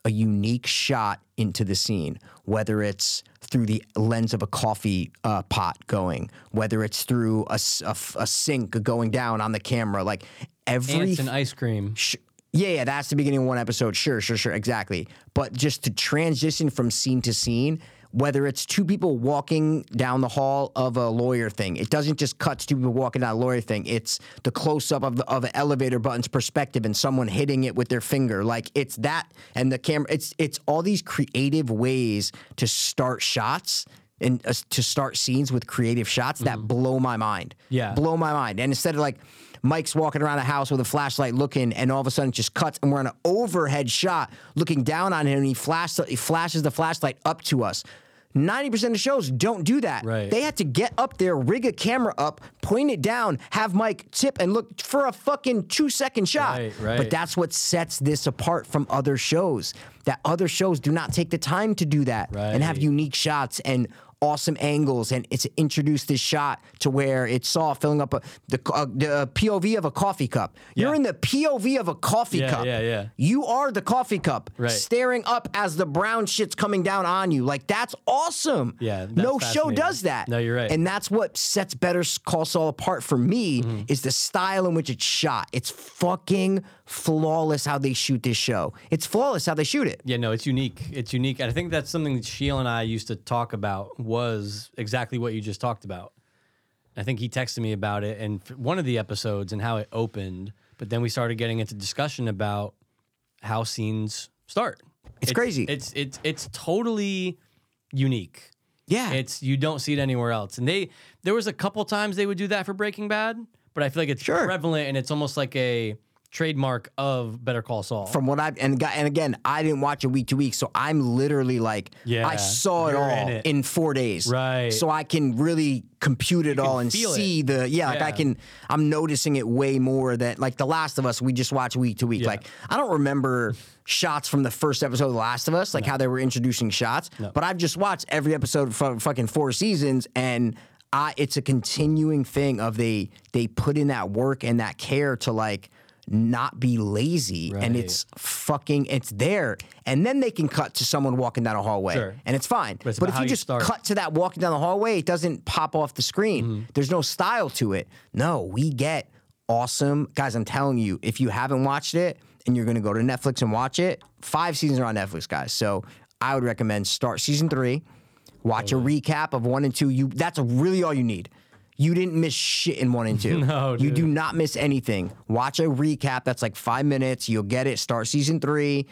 a unique shot into the scene, whether it's through the lens of a coffee uh, pot going, whether it's through a, s- a f- a sink going down on the camera. Like every. ants and ice cream. sh- yeah, yeah, that's the beginning of one episode. Sure, sure, sure, exactly. But just to transition from scene to scene, whether it's two people walking down the hall of a lawyer thing, it doesn't just cut to two people walking down a lawyer thing. It's the close up of, the- of an elevator button's perspective and someone hitting it with their finger. Like it's that and the camera. It's it's all these creative ways to start shots and uh, to start scenes with creative shots that blow my mind. Yeah. blow my mind. And instead of like Mike's walking around the house with a flashlight looking, and all of a sudden it just cuts, and we're in an overhead shot looking down on him, and he flash he flashes the flashlight up to us. 90% of shows don't do that. Right. They had to get up there, rig a camera up, point it down, have Mike tip and look for a fucking two second shot. Right, right. But that's what sets this apart from other shows. That other shows do not take the time to do that and have Right. unique shots and awesome angles and it's introduced this shot to where it saw filling up a, the, co- uh, the uh, POV of a coffee cup. You're Yeah. in the POV of a coffee Yeah, cup. yeah, yeah. You are the coffee cup Right. staring up as the brown shit's coming down on you. Like that's awesome. Yeah, that's no show fascinating. does that. No, you're right. And that's what sets Better Call Saul apart for me Mm-hmm. is the style in which it's shot. It's fucking flawless how they shoot this show. It's flawless how they shoot it. Yeah, no, it's unique. It's unique. And I think that's something that Sheil and I used to talk about was exactly what you just talked about. I think he texted me about it and f- one of the episodes and how it opened, but then we started getting into discussion about how scenes start. It's crazy. It's it's it's totally unique. Yeah. It's you don't see it anywhere else. And they there was a couple times they would do that for Breaking Bad, but I feel like it's Sure. prevalent and it's almost like a trademark of Better Call Saul. from what I've and got, and again, I didn't watch it week to week, so I'm literally like, Yeah, I saw it you're all in in, it. four days, Right. So I can really compute it all and feel see the yeah, like Yeah. I can. I'm noticing it way more that like The Last of Us, we just watch week to week. Like I don't remember shots from the first episode of The Last of Us, like how they were introducing shots, but I've just watched every episode from fucking four seasons and. I, it's a continuing thing of they they put in that work and that care to like not be lazy and Right. it's fucking it's there and then they can cut to someone walking down a hallway Sure. and it's fine but, it's about if how you, you just start. Mm-hmm. cut to that walking down the hallway it doesn't pop off the screen there's no style to it no we get awesome guys i'm telling you if you haven't watched it and you're gonna go to netflix and watch it five seasons are on netflix guys so i would recommend start season three watch a recap of one and two you that's really all you need you didn't miss shit in one and two. No, you do not miss anything. Watch a recap that's like five minutes. You'll get it. Start season three,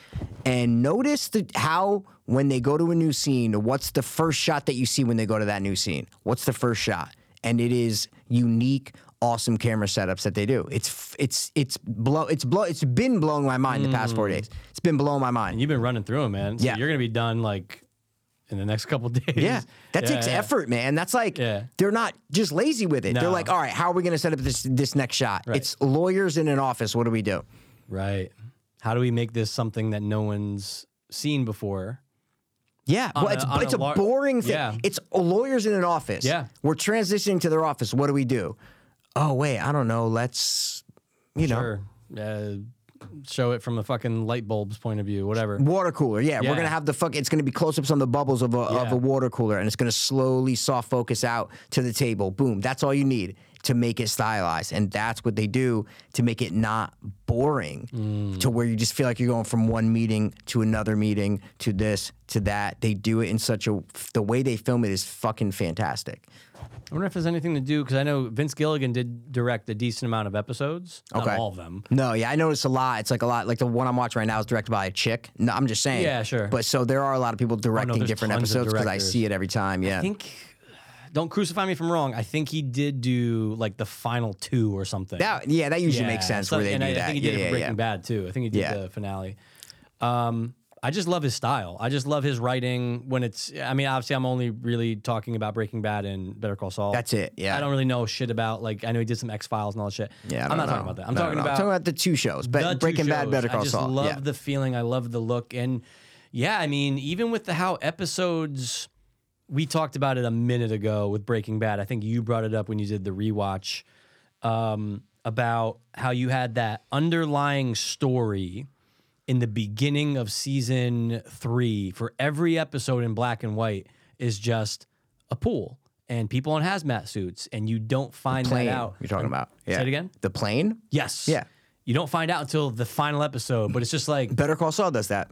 and notice the, how when they go to a new scene, what's the first shot that you see when they go to that new scene? What's the first shot? And it is unique, awesome camera setups that they do. It's f- it's it's blow it's blow it's been blowing my mind the past four days. It's been blowing my mind. You've been running through them, man. So Yeah. you're gonna be done like in the next couple days. Yeah, that Yeah, takes yeah. effort, man. That's like Yeah. they're not just lazy with it. They're No. like, all right, how are we going to set up this this next shot? Right. It's lawyers in an office. What do we do? Right. How do we make this something that no one's seen before? Yeah, well, a- it's on a it's a, lar- boring thing. Yeah. It's lawyers in an office. Yeah. we're transitioning to their office. What do we do? Oh wait, I don't know. Let's, you know, Or uh, show it from a fucking light bulb's point of view, whatever. water cooler. Yeah, Yeah. we're gonna have the fuck. It's gonna be close ups on the bubbles of a, of Yeah. a water cooler, and it's gonna slowly soft focus out to the table. Boom. That's all you need to make it stylized, and that's what they do to make it not boring, Mm. to where you just feel like you're going from one meeting to another meeting to this to that. They do it in such a the way they film it is fucking fantastic. I wonder if there's anything to do because I know Vince Gilligan did direct a decent amount of episodes. Okay. Not all of them. No, yeah, I noticed a lot. It's like a lot. Like the one I'm watching right now is directed by a chick. No, I'm just saying. Yeah, sure. Oh, But so there are a lot of people directing there's different tons of episodes because I directors. see it every time. Yeah. I think don't crucify me if I'm wrong. I think he did do like the final two or something. That yeah, that usually makes Yeah, sense so- where they and do I, I that. think he yeah, did it for yeah, Breaking yeah. Bad too. I think he did Yeah. the finale. Um, I just love his style. I just love his writing when it's. I mean, obviously, I'm only really talking about Breaking Bad and Better Call Saul. That's it, yeah. I don't really know shit about like I know he did some X Files and all that shit. Yeah, I I'm don't not talking know. about that. I'm No, no, talking no. about talking about the two shows, but the two Breaking Bad, shows. Better Call I just Saul. love yeah. the feeling. I love the look, and yeah, I mean, even with the how episodes we talked about it a minute ago with Breaking Bad. I think you brought it up when you did the rewatch um, about how you had that underlying story in the beginning of season three for every episode in black and white is just a pool and people in hazmat suits, and you don't find that plane out. you're talking about. Yeah. Say it again. The plane? Yes. Yeah. You don't find out until the final episode, but it's just like Better Call Saul does that.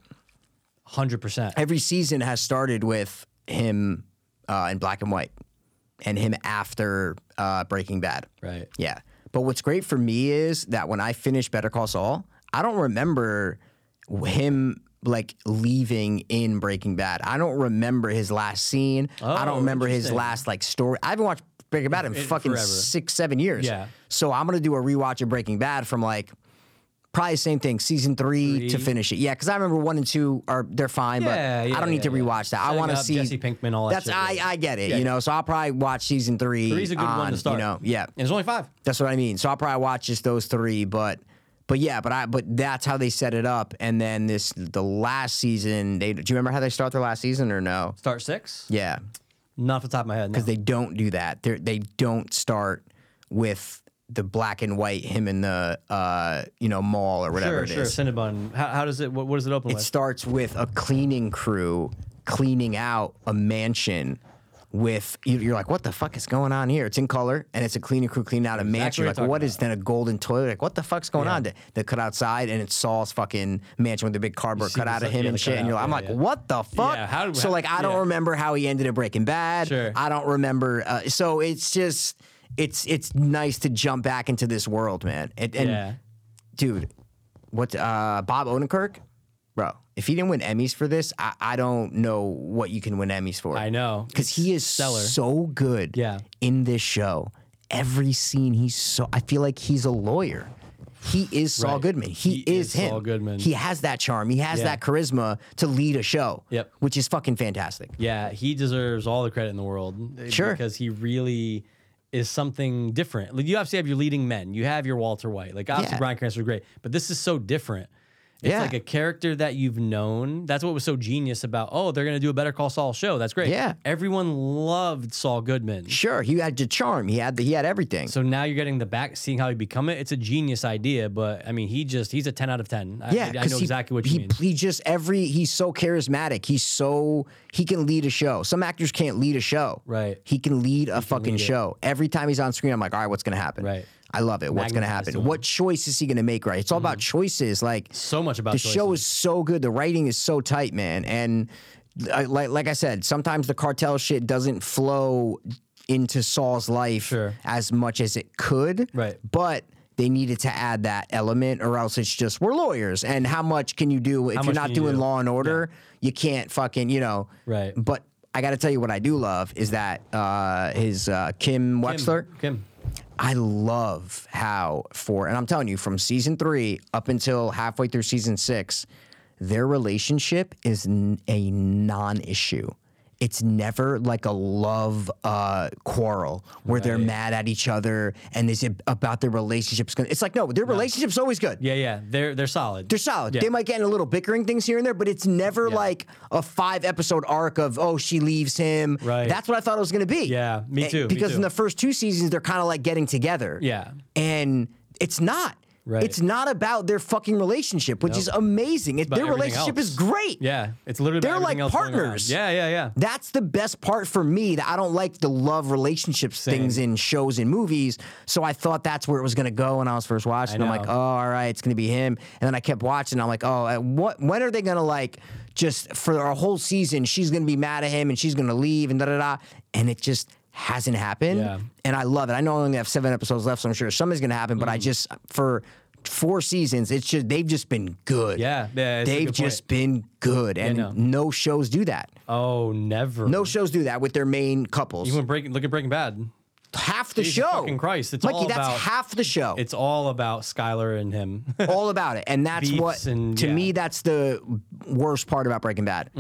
100%. Every season has started with him uh, in black and white and him after uh, Breaking Bad. Right. Yeah. But what's great for me is that when I finish Better Call Saul, I don't remember him like leaving in Breaking Bad. I don't remember his last scene. I Oh, don't remember his interesting. last like story. I haven't watched Breaking Bad in In fucking forever. six, seven years. Yeah. So I'm gonna do a rewatch of Breaking Bad from like probably same thing, season three, to Three. finish it. Yeah, because I remember one and two are they're fine, Yeah, but yeah, I don't need yeah, to yeah. rewatch that. I Setting want to up see Jesse Pinkman, all that That's shit, I yeah. I get it, Yeah, you yeah. know. So I'll probably watch season three. Three's a good on, one to start. You know, yeah. And there's only five. That's what I mean. So I'll probably watch just those three, but but yeah, but I but that's how they set it up. And then this the last season, they do you remember how they start their last season or no? Start six. Yeah. Not off the top of my head. Because they don't do that. They they don't start with the black and white him in the uh you know mall or whatever sure, it is. sure. Cinnabon. How, how does it? What, what does it open It with? starts with a cleaning crew cleaning out a mansion with you- you're like, what the fuck is going on here? It's in color and it's a cleaning crew cleaning out a mansion. what You're you're like, what talking is then a golden toilet? Like, what the fuck's going on? They- They cut outside and it's Saul's fucking mansion with the big cardboard see cut out this, of him yeah, and the shit. And you're like, cutout, I'm yeah, like, yeah. what the fuck? Yeah, how- so like, I don't yeah. remember how he ended at Breaking Bad. Sure. I don't remember. Uh, so it's just, it's it's nice to jump back into this world, man. And, and yeah. dude, what uh Bob Odenkirk? Bro, if he didn't win Emmys for this, I, I don't know what you can win Emmys for. I know. Because he is stellar. so good Yeah. in this show. Every scene he's so I feel like he's a lawyer. He is Saul Right. Goodman. He, He is, is him. Saul Goodman. He has that charm. He has Yeah. that charisma to lead a show. Yep. Which is fucking fantastic. Yeah, he deserves all the credit in the world. eh, Sure. Because he really is something different. Like you obviously have your leading men. You have your Walter White. Like obviously Yeah. Brian Cranston's great, but this is so different. It's Yeah. like a character that you've known. That's what was so genius about, oh, they're gonna do a better call Saul show. That's great. Yeah. Everyone loved Saul Goodman. Sure, he had the charm. He had the, he had everything. So now you're getting the back, seeing how he become it. It's a genius idea, but I mean, he just he's a ten out of ten. I- Yeah, I, I 'cause know he- exactly what he, you mean. He just every he's so charismatic. He's so he can lead a show. Some actors can't lead a show. Right. He can lead a fucking show. Every time he's on screen, I'm like, all right, what's gonna happen? Right. I love it. What's gonna Magnetized to happen? him. What choice is he gonna make? Right. It's all about Mm-hmm. choices. Like So much about the show choices. is so good. The writing is so tight, man. And uh, like like I said, sometimes the cartel shit doesn't flow into Saul's life Sure. as much as it could. Right. But they needed to add that element, or else it's just we're lawyers. And how much can you do if you're much not can you doing do? Law and Order? You can't fucking you know. Right. But I got to tell you what I do love is that uh, his uh, Kim Wexler. Kim. I love how for and I'm telling you from season 3 up until halfway through season 6 their relationship is n- a non-issue. It's never like a love uh, quarrel where they're mad at each other and is it about their relationships gonna, it's like no, their relationship's always good. Yeah, yeah. They're they're solid. They're solid. They might get in a little bickering things here and there, but it's never like a five episode arc of oh she leaves him. Right. That's what I thought it was gonna be. Yeah, me And- too, me Because in too. the first two seasons they're kind of like getting together. Yeah. And it's not. Right. It's not about their fucking relationship, which is amazing. It, about their everything relationship else. is great. Yeah, it's literally about They're everything like else going around. partners. Yeah, yeah, yeah. That's the best part for me that I don't like the love relationships things in shows and movies. So I thought that's where it was going to go when I was first watching. I'm like, oh, know. all right, it's going to be him. And then I kept watching. I'm like, oh, at what? When are they going to like just for our whole season? She's going to be mad at him and she's going to leave and da da da. And it just hasn't happened. Yeah. And I love it. I know I only have seven episodes left, so I'm sure something's going to happen. But I Mm. just for four seasons, it's just they've just been good. Yeah, yeah, it's a they've good point. just been good, and no. no shows do that. Oh, never. No shows do that with their main couples. Even breaking, look at Breaking Bad. half the Jesus show. fucking Christ, it's Mikey, all that's about- half the show. It's It's all about Skyler and him. all about it, and that's beefs what and- to yeah. me that's the worst part about Breaking Bad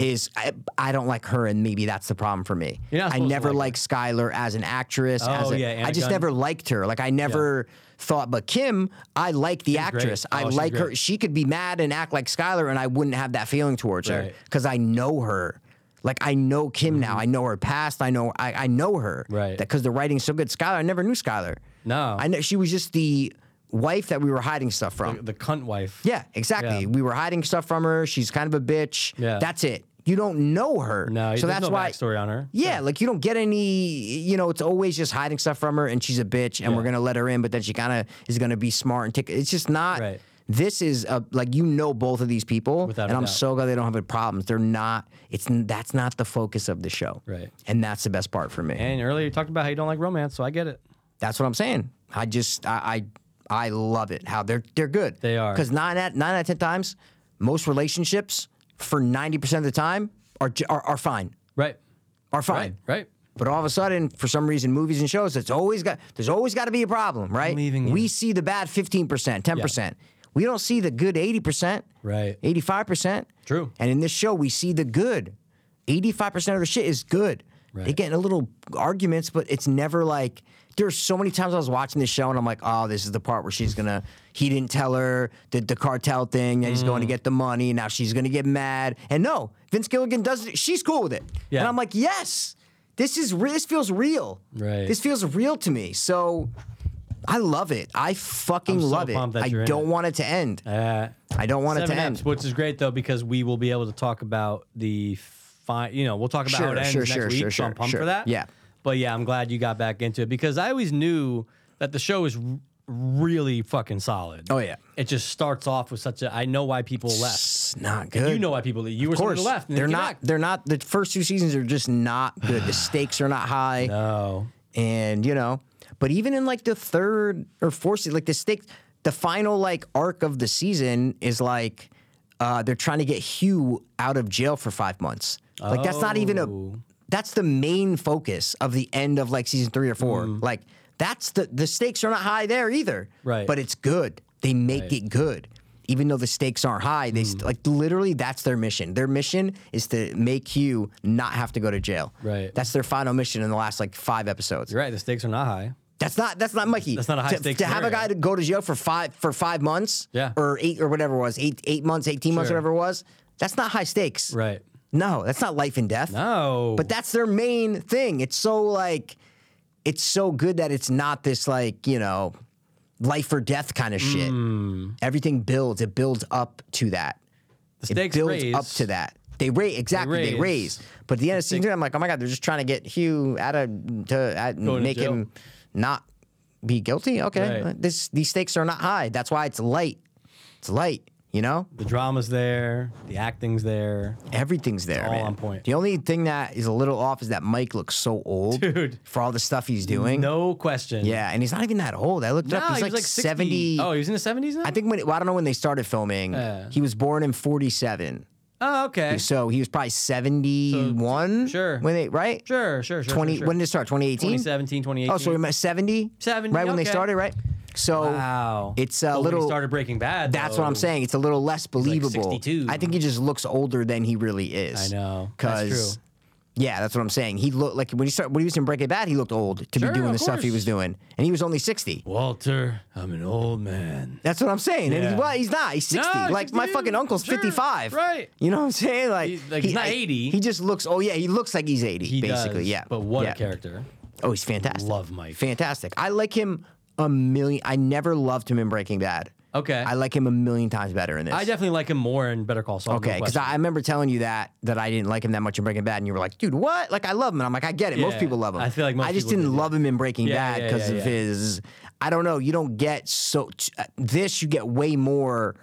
is I, I don't like her, and maybe that's the problem for me. Mm. You're not I supposed to never like her. liked Skylar as an actress. Oh, as a, yeah, Anna I just Gunn. never liked her. Like I never. Thought, but Kim, I like the great. actress. I Oh, she's like her. great. She could be mad and act like Skylar, and I wouldn't have that feeling towards her Right. Mm-hmm. because I know her. Like I know Kim now. I know her past. I know I, I know her. Right. Because the writing's so good. Skylar, I never knew Skylar. No. I know she was just the wife that we were hiding stuff from. the cunt wife. yeah, exactly. Yeah. We were hiding stuff from her. She's kind of a bitch. Yeah. That's it. You don't know her. No, so there's that's no why backstory on her. yeah, like you don't get any, you know, it's always just hiding stuff from her and she's a bitch and we're going to let her in, but then she kind of is going to be smart and take it's just not. Right. This is a, like you know both of these people, Without a and I'm doubt. so glad they don't have any problems. They're not. It's n- that's not the focus of the show, Right. And that's the best part for me. And earlier you talked about how you don't like romance, so I get it. That's what I'm saying. I just I I, I love it how they're they're good. They are. because nine out nine out of ten times most relationships for 90% of the time are, j- are, are fine. Right. Are fine. Right. Right. But all of a sudden, for some reason, movies and shows, it's always got there's always got to be a problem, right? leaving we you. see the bad 15%, 10%. We don't see the good 80%, Right. 85%. True. And in this show, we see the good. 85% of the shit is good. They Right. get in a little arguments, but it's never like there's so many times I was watching this show and I'm like, oh, this is the part where she's gonna he didn't tell her the, the cartel thing, and he's going to Mm. get the money, and now she's gonna get mad. And no, Vince Gilligan does it, she's cool with it. Yeah. And I'm like, yes, this is re- this feels real. Right. This feels real to me. So I love it. I fucking I'm so love it. pumped that I you're in don't it. want it to end. Uh, I don't want it to seven end. eps, which is great though because we will be able to talk about the fine. You know, we'll talk about how Sure, it ends sure, next sure, week. sure, so I'm sure, pumped sure. for that. Yeah. But yeah, I'm glad you got back into it because I always knew that the show is r- really fucking solid. Oh, yeah. It just starts off with such a. I know why people left. It's not good. You know why people leave. You were Of someone course, who left. And they're then came not. back. They're not. The first two seasons are just not good. The stakes are not high, No. and you know. But even in like the third or fourth, se- like the stakes, the final like arc of the season is like uh, they're trying to get Hugh out of jail for five months. Like that's not even a. Oh. That's the main focus of the end of like season three or four. Mm-hmm. Like that's the the stakes are not high there either. Right. But it's good. They make it good. Even though the stakes aren't high, they Mm-hmm. st- like literally that's their mission. Their mission is to make you not have to go to jail. Right. That's their final mission in the last like five episodes. You're right. The stakes are not high. That's not that's not Mikey. That's not a high to, stakes To have a scenario. guy to go to jail for five for five months, Yeah. or eight or whatever it was, eight eight months, eighteen months, Sure. whatever it was. That's not high stakes. Right. Oh, No, that's not life and death. No. But that's their main thing. It's so like, it's so good that it's not this like you know, life or death kind of shit. Hmm. Everything builds. It builds up to that. the It stakes builds raise. up to that. They raise exactly. They raise. raise. But at the end of season two, I'm like, oh my god, they're just trying to get Hugh out of to out, to make jail. him not be guilty. Okay, Right. this these stakes are not high. That's why it's light. It's light. You know. The drama's there. The acting's there. Everything's there, all man. on point. The only thing that is a little off is that Mike looks so old, Dude. for all the stuff he's doing. No question. Yeah, and he's not even that old. I looked No, up; he's he like, was like 60. seventy. Oh, he was in the 70s now? I think when well, I don't know when they started filming. Yeah. He was born in forty-seven, Oh, okay. so he was probably seventy-one. sure. When they right? Sure, sure, sure. Twenty. sure, sure. When did it start? Twenty eighteen. 2017, 2018. Oh, so we met seventy. 70, Right when they okay. started, right? So Wow. it's a But when he little. started Breaking Bad. That's though, what I'm saying. It's a little less believable. 62. I think he just looks older than he really is. I know. That's Because true. yeah, that's what I'm saying. He looked like when he started when he was in Breaking Bad, he looked old to Sure, be doing of the stuff he course. was doing, and he was only sixty. Walter, I'm an old man. That's what I'm saying. And he, Yeah. well, he's not. He's sixty. No, like my 62. fucking uncle's Sure, fifty-five. right. You know what I'm saying? Like, He's- like, he's not I- 80. He just looks. Oh yeah, he looks like he's eighty. He basically, does, yeah. But what Yeah. a character. Oh, he's fantastic. Love Mike. Fantastic. I like him a million. I never loved him in Breaking Bad. Okay. I like him a million times better in this. I definitely like him more in Better Call Saul. Okay, because I I remember telling you that that I didn't like him that much in Breaking Bad, and you were like, "Dude, what?" Like, I love him, and I'm like, "I get it. most Yeah, people love him. I feel like most I just people didn't do, yeah. love him in Breaking Yeah, Bad yeah, because yeah, of yeah. his. I don't know. You don't get so uh, this. You get way more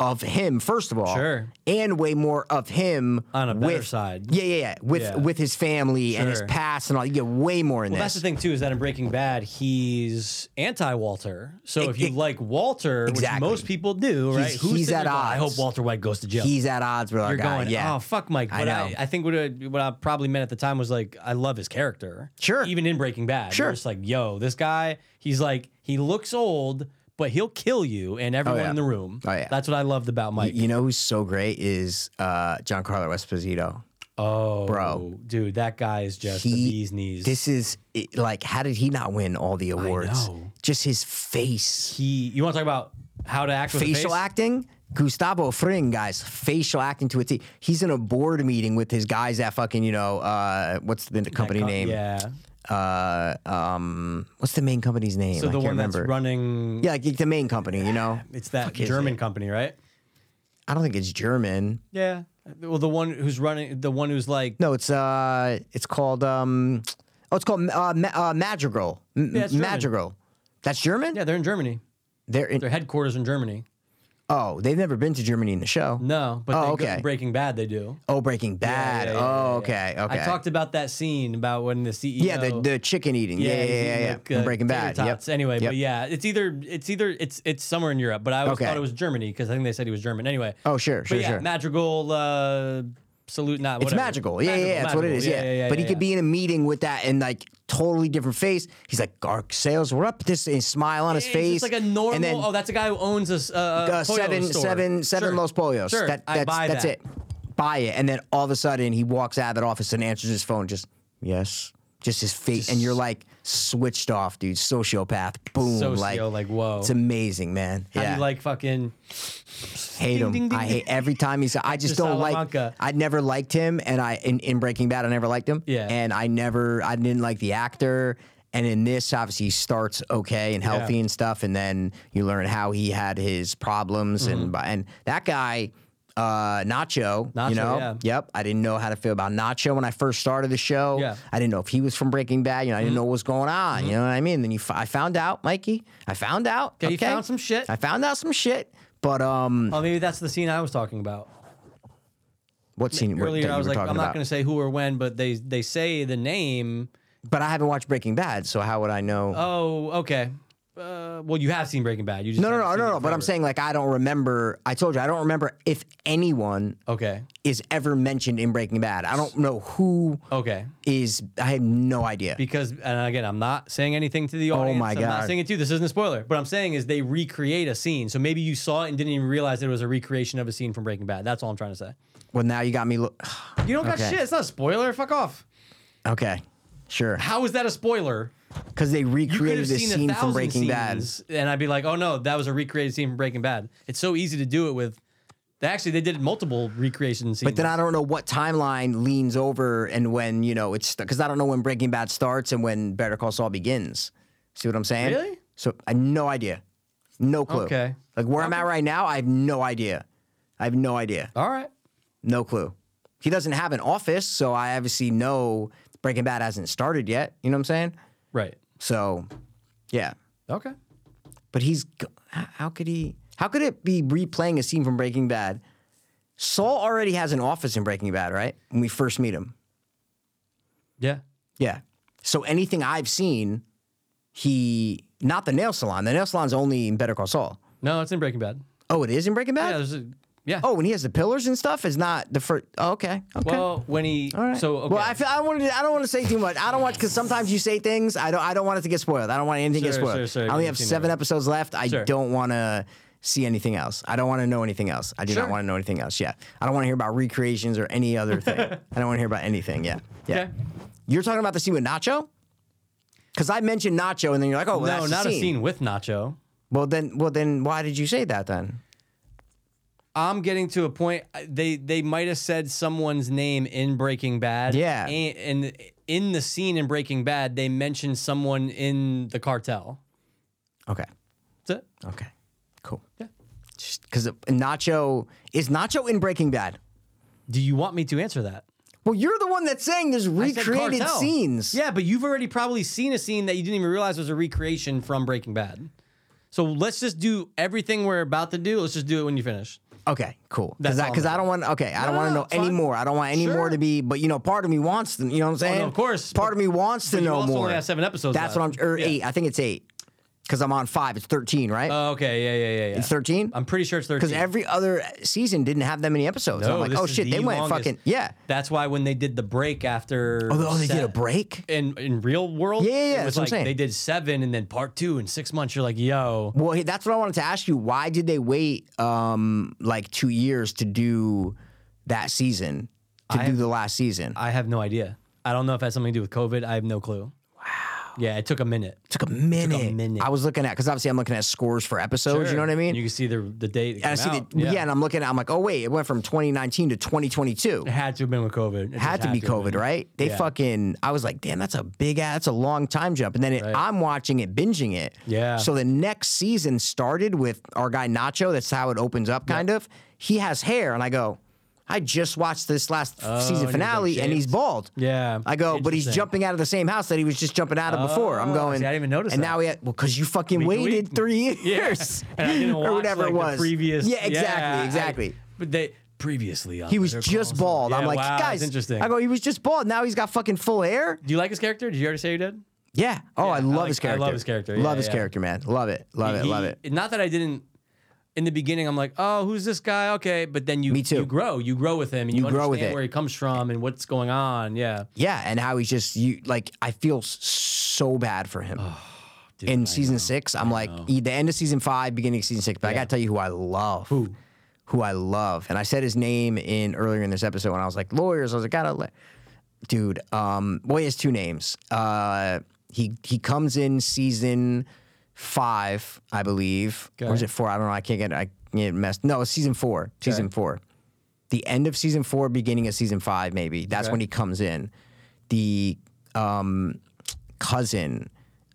of him, first of all, Sure. and way more of him On a better with- side. Yeah, yeah, yeah. With Yeah. with his family and his Sure. past and all. You get way more in Well, this. that's the thing too is that in Breaking Bad he's anti-Walter. So if you it- like Walter, Exactly. which most people do, right? He's- Who's he's sitting at there going, I odds. hope Walter White goes to jail. He's at odds with our You're guy. going, yeah. oh fuck, Mike. I But know. I, I, think what I, what I probably meant at the time was like, I love his character. Sure. Even in Breaking Bad, Sure. you're just like, yo, this guy, he's like, he looks old, but he'll kill you and everyone yeah. in the room. Oh, yeah. That's what I loved about Mike. You know who's so great is uh, Giancarlo Esposito. oh, Bro. dude, that guy is just the He- bee's knees. This is it, like, how did he not win all the awards? know. Just his face, he, you want to talk about how to act with a facial face? acting. Gustavo Fring, guys, facial acting to a T. He's in a board meeting with his guys at fucking, you know, uh, what's the company Co- name? Yeah. Uh, um, what's the main company's name? I So the can't one remember. that's running, yeah, like the main company. You know, it's that is German company, right? I don't think it's German. Yeah. Well, the one who's running, the one who's like, No, it's uh, it's called um, oh, it's called uh, Ma- uh Madrigal. M- Yeah, it's German. Madrigal. That's German. yeah, they're in Germany. they're in, Their headquarters in Germany. Oh, they've never been to Germany in the show. No, but Oh, they go- okay. Breaking Bad they do. Oh, Breaking Bad. yeah, yeah, oh, yeah, okay, okay. I talked about that scene about when the E CEO. yeah, the, the chicken eating. Yeah, yeah, he's yeah, eating, yeah. yeah. like, uh, Breaking tater Bad. Yep. tots. Anyway, Yep. but yeah, it's either it's either it's it's somewhere in Europe, but I always Okay. thought it was Germany because I think they said he was German. Anyway. Oh, sure, sure, but yeah, sure. Madrigal uh, salute. Not It's magical. Yeah, yeah, yeah, that's what it is. Yeah. but he could be in a meeting with that and like totally different face. He's like, our sales were up. This and smile on his It's face. just like a normal. And then oh, that's a guy who owns a s- uh, uh, pollo seven, store. seven, seven Sure. Los Polios. Sure, That, I that's buy that's that. it. Buy it, and then all of a sudden he walks out of that office and answers his phone. Just yes, just his face, and you're like switched off, dude. Sociopath. Boom. Socio, like, like, whoa. It's amazing, man. How do yeah. you like fucking? hate him. ding, ding, I ding. hate every time he's. I just Mr. don't Salamanca. like. I never liked him, and I in, in Breaking Bad I never liked him. Yeah. And I never I didn't like the actor. And in this, obviously, he starts okay and healthy Yeah. and stuff, and then you learn how he had his problems Mm-hmm. and and that guy. Uh, Nacho, Nacho, you know, yeah. yep. I didn't know how to feel about Nacho when I first started the show. Yeah. Mm-hmm. I didn't know if he was from Breaking Bad. You know, I didn't know what was going on. You know what I mean? Then you, f- I found out, Mikey. I found out. Okay, you found some shit. I found out some shit. But um, Oh, maybe that's the scene I was talking about. What scene were- Uh, Earlier, that I you was were like, I'm talking not about? going to say who or when, but they they say the name. But I haven't watched Breaking Bad, so how would I know? Oh, okay. Uh, well, you have seen Breaking Bad. You just no, no, haven't no, seen no, it no. But I'm forever. saying like I don't remember. I told you I don't remember if anyone okay, is ever mentioned in Breaking Bad. I don't know who okay. is. I have no idea. Because and again, I'm not saying anything to the audience. Oh my I'm not God. saying it to you. This isn't a spoiler. What I'm saying is they recreate a scene. So maybe you saw it and didn't even realize it was a recreation of a scene from Breaking Bad. That's all I'm trying to say. Well, now you got me. Lo- You don't got Okay. shit. It's not a spoiler. Fuck off. okay, sure. How is that a spoiler? Because they You could recreated have this seen scene a from thousand Breaking Bad. scenes, and I'd be like, "Oh no, that was a recreated scene from Breaking Bad." It's so easy to do it with. They actually they did multiple recreation scenes. But then I don't know what timeline leans over and when you know it's because I don't know when Breaking Bad starts and when Better Call Saul begins. See what I'm saying? Really? So I have no idea, no clue. Okay. Like where I'm at right now, I have no idea. I have no idea, all right. no clue. He doesn't have an office, so I obviously know Breaking Bad hasn't started yet. You know what I'm saying? Right. So, yeah. Okay. But he's go- h- how could he? How could it be replaying a scene from Breaking Bad? Saul already has an office in Breaking Bad, right? When we first meet him. Yeah. Yeah. So anything I've seen, he not the nail salon. The nail salon's only in Better Call Saul. No, it's in Breaking Bad. Oh, it is in Breaking Yeah. Bad. There's a, yeah. Oh, when he has the pillars and stuff is not the first. Oh, okay. Okay. Well, when he All right. so okay. Well, I, feel, I wanted. I don't want to say too much. I don't want because sometimes you say things. I don't. I don't want it to get spoiled. I don't want anything to get Sure, spoiled. sure, sure. I only You've have seen seven everything. episodes left. I Sure. don't want to see anything else. I don't want to know anything else. I do Sure. not want to know anything else. Yeah. I don't want to hear about recreations or any other thing. I don't want to hear about anything. Yeah. Yeah. Okay. You're talking about the scene with Nacho? Because I mentioned Nacho, and then you're like, "Oh, well, no, that's not the a scene with Nacho. Well, then, well, then, why did you say that then? I'm getting to a point. They they might have said someone's name in Breaking Bad. Yeah. and, and in the scene in Breaking Bad, they mentioned someone in the cartel. Okay, That's it. okay, cool. Yeah. Because Nacho is Nacho in Breaking Bad. Do you want me to answer that? Well, you're the one that's saying there's I said recreated cartel. scenes. Yeah, but you've already probably seen a scene that you didn't even realize was a recreation from Breaking Bad. So let's just do everything we're about to do. Let's just do it when you finish. Okay, cool. That's Because I, all 'cause I'm I don't want. Okay, I don't no, want to no, know it's any fine. more. I don't want any more Sure. to be. But you know, part of me wants. To, you know what I'm saying? of course, Part of me wants to But you know also more. only have seven episodes. that's what left. I'm. Or Yeah. eight. I think it's eight. Because I'm on five. It's thirteen, right? Oh, okay. Yeah, yeah, yeah, yeah. it's thirteen. I'm pretty sure it's thirteen. because every other season didn't have that many episodes. No, I'm like, this oh is shit, the they went longest- fucking yeah. That's why when they did the break after. Oh, they did a set- break. in in real world. Yeah, yeah, yeah, it was that's what I'm like saying. they did seven and then part two in six months. You're like, yo, Well, hey, that's what I wanted to ask you. Why did they wait um like two years to do that season to do the last season? I have no idea. I don't know if it has something to do with COVID. I have no clue. Wow. Yeah, it took a minute. took a minute. minute. I was looking at because obviously I'm looking at scores for episodes. You know what I mean? You can see the the date. it and I came see out. that. Yeah. and I'm looking. at I'm like, oh wait, it went from 2019 to 2022. it had to have been with COVID. It just Had to be have have COVID, been. right? They Yeah. fucking. I was like, damn, that's a big ass. That's a long time jump. And then it, I'm watching it, binging it. Yeah. So the next season started with our guy Nacho. That's how it opens up, kind of. He has hair, and I go, I just watched this last f- Oh, and season he's finale like and he's James. bald. Yeah, I go, but he's interesting. jumping out of the same house that he was just jumping out of before. I'm Oh, going. see, I didn't even notice And that. now he, had, well, because you fucking Week to waited week. three Yeah. years And I didn't watch, or whatever like, it the was. previous. Yeah, exactly, I- exactly. but they previously on He was their just calls. bald. I'm Yeah, like, wow, that's guys, interesting. I go, he was just bald. Now he's got fucking full hair. Do you like his character? Did you already say you did? Yeah. Oh, I I love like- his I character. love his character. Love Yeah, his yeah. character, man. Love it. Love it. He- Love it. Not that I didn't. In the beginning, I'm like, oh, who's this guy? Okay, but then you Me too. you grow, you grow with him, and you, You grow with understand it. where he comes from and what's going on. Yeah, Yeah, and how he's just you like I feel s- so bad for him. In season six, I'm like e- the end of season five, beginning of season six. But I gotta tell you who I love. Who? Who I love, and I said his name in earlier in this episode when I was like lawyers. I was like, gotta let, dude. Um, boy, he has two names. Uh, he he comes in season five, I believe, or is Okay. it four? I don't know. I can't get I get messed. No, it's season four. Season four the end of season four, beginning of season five, maybe. That's Okay. when he comes in. The um, cousin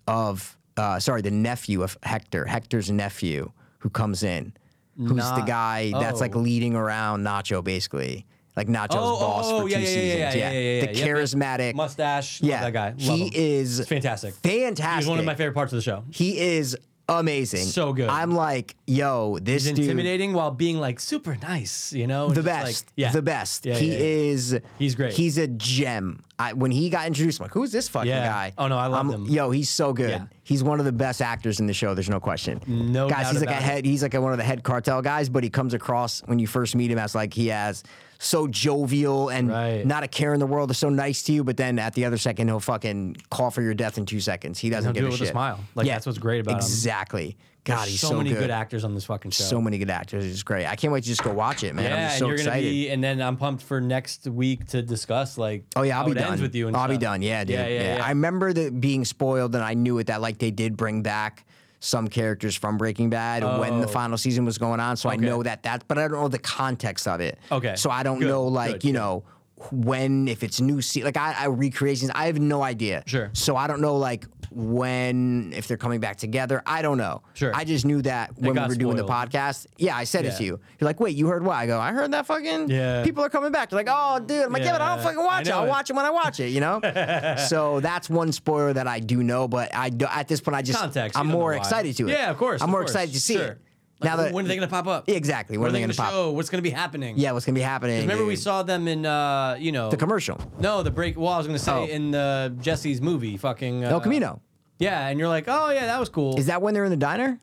of, uh, sorry, the nephew of Hector, Hector's nephew, who comes in, who's the Not- guy that's like oh. leading around Nacho, basically. Like Nacho's Oh, oh, boss oh, for yeah, two yeah, yeah, seasons. yeah, yeah, yeah, The yeah. Yep, yep. charismatic. mustache. Yeah. love that guy. Love he him. is It's fantastic. fantastic. He's one of my favorite parts of the show. He is amazing. So good. I'm like, yo, this He's dude. intimidating while being like super nice. You know, and the just, like- best. yeah, The best. Yeah, he yeah, yeah. is. He's great. He's a gem. I, when he got introduced, I'm like, who's this fucking Yeah. guy? Oh, no, I love I'm- him. Yo, he's so good. Yeah. He's one of the best actors in the show. There's no question. No guys, doubt he's like about a it. head. He's like a, one of the head cartel guys, but he comes across when you first meet him as like he has so jovial and Right. not a care in the world. They're so nice to you, but then at the other second, he'll fucking call for your death in two seconds. He doesn't give he'll do a it with a shit. smile. Like, that's what's great about him. exactly. God, he's so, so many good. good actors on this fucking show. So many good actors. It's great. I can't wait to just go watch it, man. yeah, I'm just and so you're excited. gonna be, and then I'm pumped for next week to discuss like. Oh yeah, I'll how be it ends done with you. And I'll be stuff. done. Yeah, dude. Yeah, yeah, yeah. I remember that being spoiled, and I knew it that like they did bring back some characters from Breaking Bad when the Oh. final season was going on, so I Okay. know that that, but I don't know the context of it. Okay. So I don't Good, know like good, you good. know when if it's new se- like I, I recreations I have no idea. Sure. So I don't know like when if they're coming back together. I don't know. Sure. I just knew that when we got were doing the spoiled. podcast. Yeah, I said it to Yeah. you. You're like, wait, you heard what? I go, I heard that fucking Yeah. people are coming back. They're like, oh dude. I'm like, yeah, but I don't Yeah, fucking I watch it. know I'll it. watch watch it when I watch it, you know? so that's one spoiler that I do know, but I do, at this point I just Context. you I'm don't know more why. excited to it. Yeah, of course. I'm of more course. excited to see Sure. it. Like, now that when are they gonna pop up? Exactly, when are they gonna gonna pop- show? What's gonna be happening? Yeah, what's gonna be happening? Remember we dude? saw them in uh, you know the commercial. No, the break. Well, I was gonna say Oh. in the Jesse's movie, fucking uh, El Camino. Yeah, and you're like, oh yeah, that was cool. Is that when they're in the diner?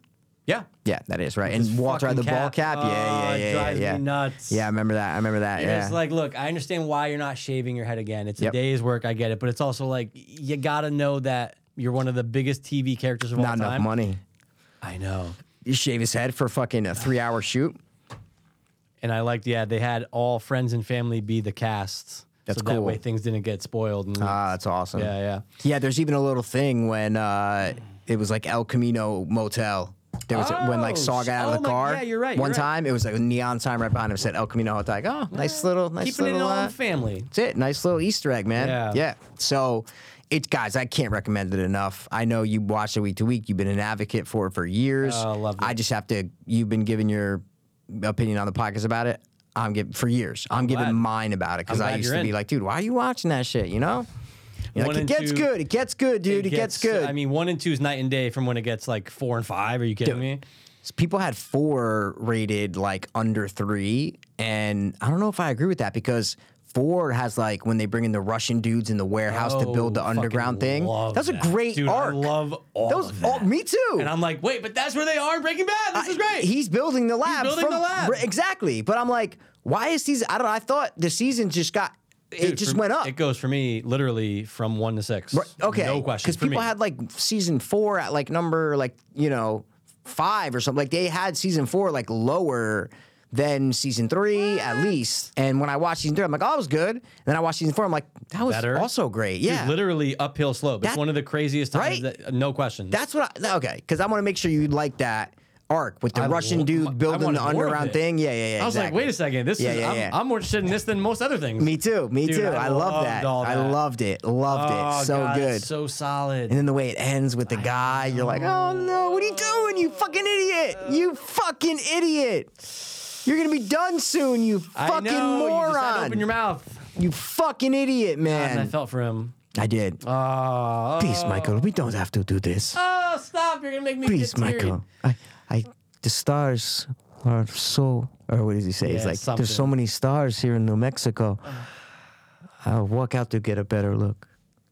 yeah? Yeah, that is right. And Walter had the fucking ball cap. Yeah, cap. Oh, yeah, it yeah, drives yeah, yeah. me nuts. Yeah, I remember that. I remember that. And Yeah. It's like, look, I understand why you're not shaving your head again. It's Yep. a day's work. I get it, but it's also like you gotta know that you're one of the biggest TV characters of all not time. enough money. I know. You shave his head for fucking a three hour shoot. And I liked, yeah, they had all friends and family be the cast. That's so that cool. way things didn't get spoiled. And Ah, that's awesome. yeah, yeah. Yeah, there's even a little thing when uh, it was like El Camino Motel. There was a, when like Oh, Saw got out of oh the my- car. yeah, you're right, One you're right. time it was like a neon sign right behind him said El Camino Hotel. Like, oh, nice little, nice Keeping it in little. all uh, the family. that's it. Nice little Easter egg, man. Yeah. So, it's guys, I can't recommend it enough. I know you watch it week to week. You've been an advocate for it for years. Oh, I love it. I just have to. You've been giving your opinion on the podcast about it. I'm giving for years. I'm, giving glad. mine about it because I'm I glad used you're to be in. like, dude, why are you watching that shit? You know. You're like, One it and gets two- good. It gets good, dude. It, gets, good. I mean, one and two is night and day from when it gets like four and five. Are you kidding Dude. me? people had four rated like under three, and I don't know if I agree with that because four has like when they bring in the Russian dudes in the warehouse to build the Oh, underground fucking thing. love That's a that. great Dude, arc. I love all Those, of that. oh, me too. and I'm like, wait, but that's where they are in Breaking Bad. This is great. He's building the lab. building from- the lab. Re- exactly. But I'm like, why is these? I don't. I thought the season just got. it Dude, just for- went up. It goes for me literally from one to six. Okay. no question. Because for people me. had like season four at like number like you know five or something. Like they had season four like lower than season three at least. And when I watched season three, I'm like, oh, it was good. And then I watched season four, I'm like, that was Better. also great. Dude, Yeah. literally uphill slope. It's That- one of the craziest times. Right? That, no question. That's what I okay. Because I want to make sure you like that arc with the I Russian wa- I dude building wanted the more of underground it. thing. Yeah, yeah, yeah. I was exactly. like, wait a second. This Yeah, is. yeah, I'm, yeah. I'm more interested in this than most other things. Me too. Me Dude, too. I, I love loved that. all I that. loved it. Loved Oh, it. So God, good. it's So solid. And then the way it ends with the guy, you're like, oh no, what are you doing, you fucking idiot? You fucking idiot. You're gonna be done soon, you fucking I know, You just had to moron. open your mouth. You fucking idiot, And I man. felt for him. I did. Oh, Please, Michael, we don't have to do this. Oh, stop! You're gonna make me. Please, get teary. Michael. I, I, the stars are so. Or what does he say? He's Yeah, like, something. there's so many stars here in New Mexico. Uh-huh. I'll walk out to get a better look.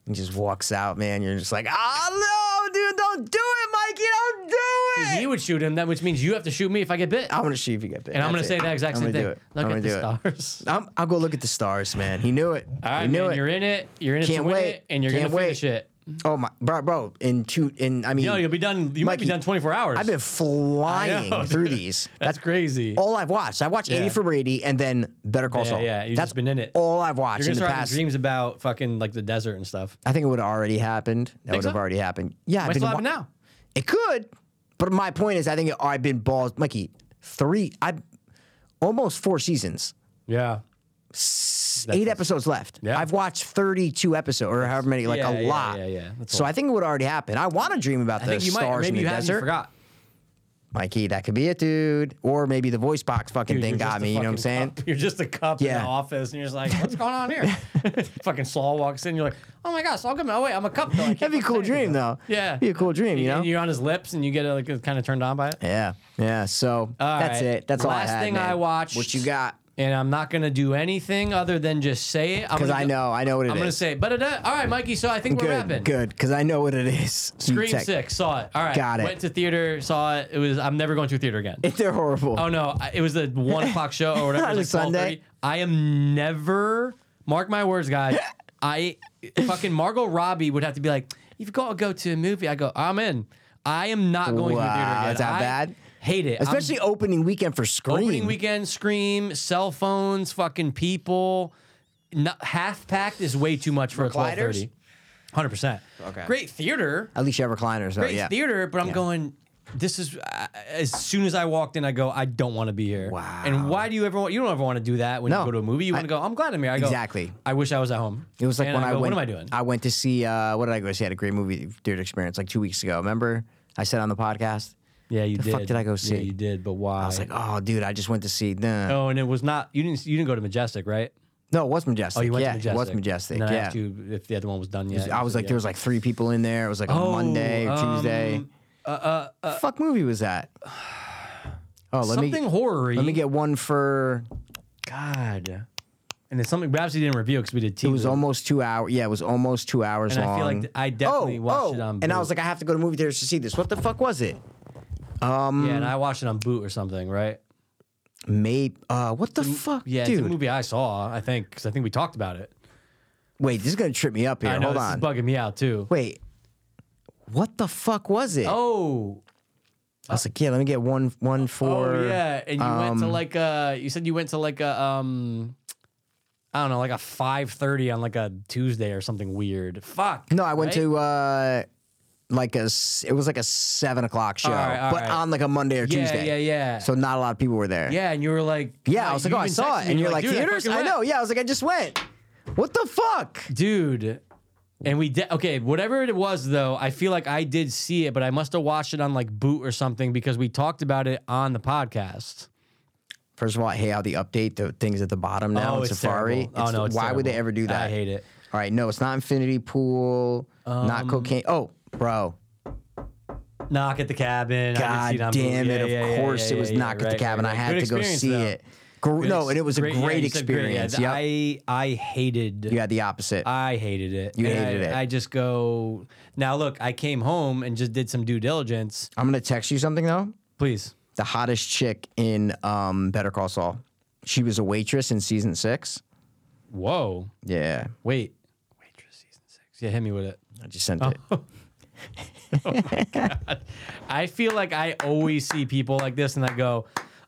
He just walks out, man. You're just like, oh no, dude, don't do it, Mikey, don't do it. He would shoot him. That which means you have to shoot me if I get bit. I'm gonna see if you get bit. and I'm gonna That's say it. that exact I'm same gonna thing. do it. Look I'm gonna at do the it. stars. I'm, I'll go look at the stars, man. He knew it. All right, he knew man, it. you're in it. You're in it Can't to win wait. it, and you're Can't gonna finish wait. it. Oh my, bro, bro, in two, in I mean, Yo, you'll be done. You might Mikey, be done 24 hours. I've been flying know, through dude. these. That's crazy. all I've watched. I watched 80 for Brady and then Better Call Yeah, Saul. yeah, you've That's just been in it. All I've You're watched in gonna the start having past. dreams about fucking like the desert and stuff. I think it would have already happened. That Think would have so? already happened. Yeah, Might I've been still wa- happen now. It could, but my point is, I think I've been balls, Mikey. Three, I almost four seasons. Yeah. eight episodes left. Yeah. I've watched 32 episodes or however many, like Yeah, a yeah, lot. yeah, yeah. That's a So I think it would already happen. I want to dream about I the think you might. stars Or maybe in the you had and you desert. forgot. Mikey, that could be it, dude. Or maybe the voice box fucking Dude, thing you're just got a me. You know what I'm fucking saying? cup. You're just a cup in Yeah. the office, and you're just like, what's going on here? fucking Saul walks in, you're like, oh my gosh, Saul, come oh wait, I'm a cup. Though. I can't That'd be a cool say anything." dream, though. Yeah. Be a cool dream, you know? And you're on his lips, and you get like kind of turned on by it. Yeah. Yeah. So All that's right. it. That's all I Last had. thing man. I watched- What you got? And I'm not gonna do anything other than just say it I'm Because gonna I go- know, I know what it I'm gonna is. say, but it, all right, Mikey. So I think we're good, wrapping. good, because I know what it is. You Scream check- Six, saw it. All right, Got it. Went to theater, saw it. It was. I'm never going to a theater again. They're horrible. Oh no, I- it was the one o'clock show or whatever. It On was a like Sunday? 12:30. I am never. Mark my words, guys. I fucking Margot Robbie would have to be like, you've got to go to a movie. I go, I'm in. I am not going to a theater Wow, again. is that I bad? Hate it. I'm Especially opening weekend for Scream. Opening weekend, Scream, cell phones, fucking people. Not, half packed is way too much for a twelve Recliners? thirty. Hundred percent. Okay. Great theater, At least you have recliners, though. great Oh, yeah. theater, but I'm going. This is uh, as soon as I walked in, I go, I don't want to be here. Wow. And why do you ever want? You don't ever want to do that when No. you go to a movie. You want to go. I'm glad I'm here. I go, Exactly. I wish I was at home. It was like And when I, go, went. What am I doing? I went to see. Uh, what did I go see? I had a great movie theater experience like two weeks ago. Remember, I said on the podcast. yeah, you the did. fuck did I go see? Yeah, you did. But why? I was like, oh, dude, I just went to see. Nah. oh, and it was not. You didn't. You didn't go to Majestic, right? No, it was majestic. Oh, you went yeah, to Majestic. it was majestic. And then I yeah. asked you if the other one was done yet. I was like, there was like three people in there. It was like Oh, a Monday or Tuesday. um, Uh, uh, fuck movie was that? Oh, let something me horror-y. let me get one for. God. And it's something we obviously didn't review because we did TV. It was almost two hours. Yeah, it was almost two hours And I long. feel like th- I definitely oh, watched oh, it on And I boot. was like, I have to go to movie theaters to see this. What the fuck was it? yeah, mm. and I watched it on boot or something, right? Maybe. Uh, what the fuck, Yeah, dude? it's a movie I saw, I think, because I think we talked about it. Wait, this is gonna trip me up here. I know Hold this on. is bugging me out too. Wait, what the fuck was it? Oh, I was like, yeah, let me get one, one for. oh yeah, and you went um, to like a. You said you went to like a um, I don't know, like a five thirty on like a Tuesday or something weird. Fuck. No, I went right? to uh, like a. s- It was like a seven o'clock show, right, all but right. on like a Monday or Yeah, Tuesday. yeah, yeah. So not a lot of people were there. Yeah, and you were like, Yeah, I was like, you oh, I even saw texted it, me, and you're you're like, "Dude, theaters? fucking I went." know. Yeah, I was like, I just went. What the fuck? dude. And we did okay. Whatever it was, though, I feel like I did see it, but I must have watched it on like Boot or something because we talked about it on the podcast. First of all, I hate how they update the things at the bottom now in Safari. terrible. oh no, it's why would they terrible. ever do that? I hate it. Um, All right, no, it's not Infinity Pool, not cocaine. Oh, bro, Knock at the cabin. I god did see it on Boot. damn it! Yeah, of yeah, yeah, course, yeah, it was yeah, knock at the right, cabin. right, I right. had Good to go see experience, it. Gr- though. no, and it was a great, yeah, you said great, yeah. experience. Yeah, I I hated. you had the opposite. I hated it. You And hated I, it. I just go now. Look, I came home and just did some due diligence. I'm gonna text you something though. Please. The hottest chick in um, Better Call Saul. She was a waitress in season six. Whoa. Yeah, Wait. Waitress season six. Yeah, hit me with it. I just sent it. Oh. I feel like I always see people like this and I go,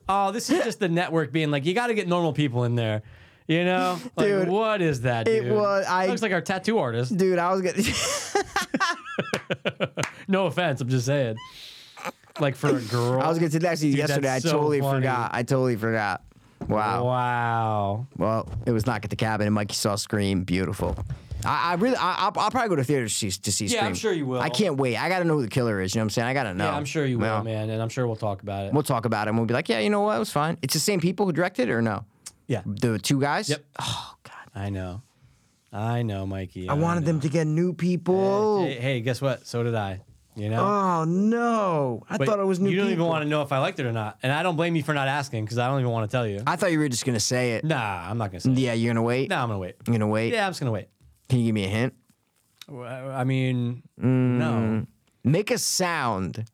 oh, this is just the network being like, you got to get normal people in there. You know? Like, Dude, what is that, it dude? was- I- Looks like our tattoo artist. Dude, I was gonna. No offense, I'm just saying. Like for a girl. I was gonna say that actually Dude, yesterday. I that's so totally funny. forgot. I totally forgot. Wow. Wow. Well, it was knock at the cabin and Mikey saw scream. Beautiful. I, I really, I, I'll, I'll probably go to theaters to see, to see Yeah, Scream. I'm sure you will. I can't wait. I got to know who the killer is. You know what I'm saying? I got to know. Yeah, I'm sure you will, No. man, and I'm sure we'll talk about it. We'll talk about it. and We'll be like, yeah, you know what? It was fine. It's the same people who directed it or no? yeah, The two guys. Yep. Oh God. I know, I know, Mikey. I wanted them to get new people. Hey, hey, guess what? So did I. You know. Oh no! I But thought it was new. You don't people. even want to know if I liked it or not, and I don't blame you for not asking because I don't even want to tell you. I thought you were just gonna say it. nah, I'm not gonna say. it. Yeah, you're gonna wait. Nah, I'm gonna wait. You're gonna wait. Yeah, I'm just gonna wait. Can you give me a hint? Well, I mean, no. Mm. Make a sound.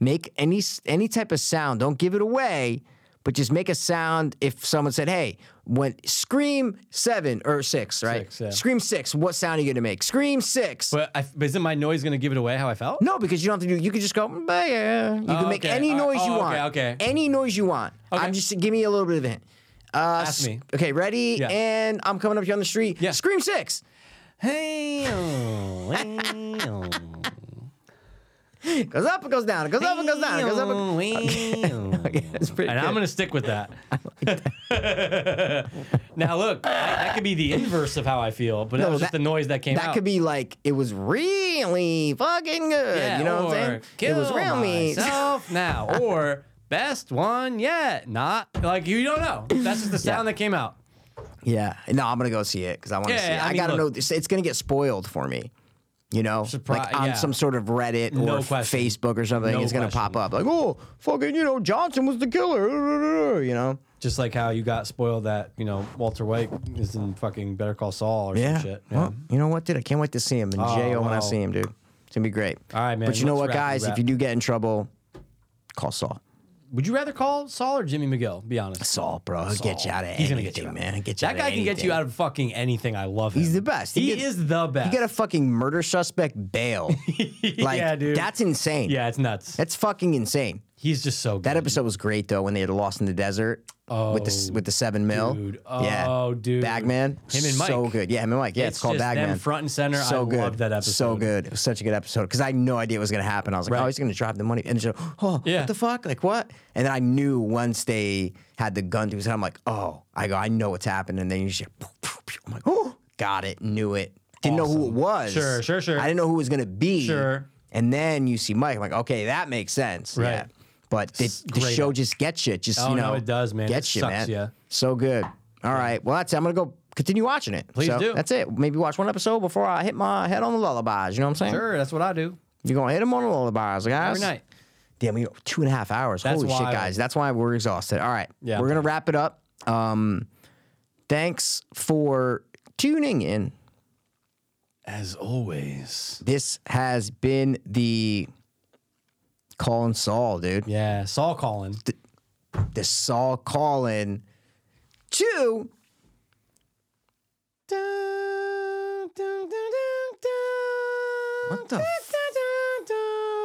Make any any type of sound. Don't give it away, but just make a sound. If someone said, "Hey, when scream seven or six, right? Six, yeah. Scream six. What sound are you gonna make? Scream six. But, I, but isn't my noise gonna give it away how I felt? No, because you don't have to do. You can just go. "Bah, yeah." You can Oh, make okay. any All right. noise you Oh, want. okay, okay. Any noise you want. Okay. I'm just give me a little bit of a hint. Uh, Ask s- me. Okay, ready? Yeah. And I'm coming up here on the street. Yeah. Scream six. Hey, oh, hey, oh, It goes up. It goes down. It goes up. It goes down. It goes up. It... hey, oh. Okay, that's pretty And good. I'm gonna stick with that. now look, that, that could be the inverse of how I feel, but that No, was just that- the noise that came that out. could be like it was really fucking good. Yeah, you know what I'm or saying? it was kill real meat. myself now, or best one yet. Not like you don't know. That's just the sound that came out. Yeah. No, I'm gonna go see it because I want to Yeah, see it. I I, mean, gotta look- know. This, it's gonna get spoiled for me. You know, Surpri- like on yeah. some sort of Reddit or No f- question. Facebook or something, No it's gonna pop question. up like, oh, fucking, you know, Johnson was the killer. You know. Just like how you got spoiled that you know Walter White is in fucking Better Call Saul or Yeah. some shit. Well, you know what, dude? I can't wait to see him in Oh, jail when I wow. see him, dude. It's gonna be great. All right, man, But you know let's what, wrap it guys? up. If you do get in trouble, call Saul. Would you rather call Saul or Jimmy McGill? Be honest. Saul, bro, he'll get you out of He's anything, gonna get you out. man. Get you That guy can get you out of fucking anything. I love him. He's the best. He, He get- is the best. You get a fucking murder suspect bail. like, Yeah, dude. that's insane. yeah, it's nuts. That's fucking insane. He's just so good. That episode was great though when they had lost in the desert with the s- Oh, with the seven mil. dude. Oh, dude. Bagman. Him and So Mike. good. Yeah, him and Mike. Yeah, it's, It's called just them Bagman. front and center. I So good. loved that episode. So good. It was such a good episode because I had no idea what was gonna happen. I was like, oh, Right. he's gonna drop the money, and so, oh, Yeah. what the fuck? Like what? And then I knew once they had the gun to his head, I'm like, oh, I go, I know what's happening. And then you just, hear, poof, poof, poof. I'm like, oh, got it, knew it. Didn't know who it Awesome. was. Sure, sure, sure. I didn't know who it was gonna be. Sure. And then you see Mike. I'm like, okay, that makes sense. Right. Yeah. But the, the great. show just gets you. Just Oh, you no, know, it does, man. Gets It you, sucks man. ya. So good. All right. Well, that's it. I'm gonna go continue watching it. Please So do. That's it. Maybe watch one episode before I hit my head on the lullabies. You know what I'm saying? Sure, that's what I do You're gonna hit him on the lullabies, guys. every night. Damn, we two and a half hours. That's Holy shit, wild. guys. That's why we're exhausted. All right. Yeah, We're gonna man. wrap it up. Um, thanks for tuning in. As always. This has been the Colin Saul, dude. Yeah, Saul calling. The Saul Colin two. What the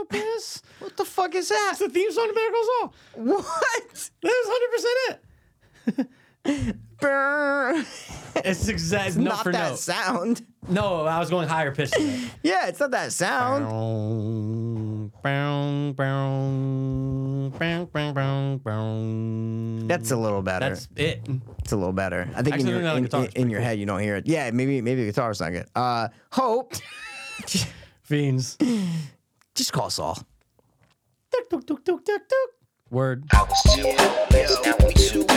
Piss. What the fuck is that? That's the theme song to Better Call Saul. What? That was 100% it. Brr. It's exact note Not for that note. sound. no, I was going higher pitch. than that. Yeah, it's not that sound. Bow, bow, bow, bow, bow, bow, bow. That's a little better. That's it. It's a little better. I think Actually, in your, no, the in, guitar's in- in pretty your head you don't hear it. Yeah, maybe maybe the guitar's not good. Uh, hope. Fiends. Just call Saul. Word. I was too hopeless, now I'm too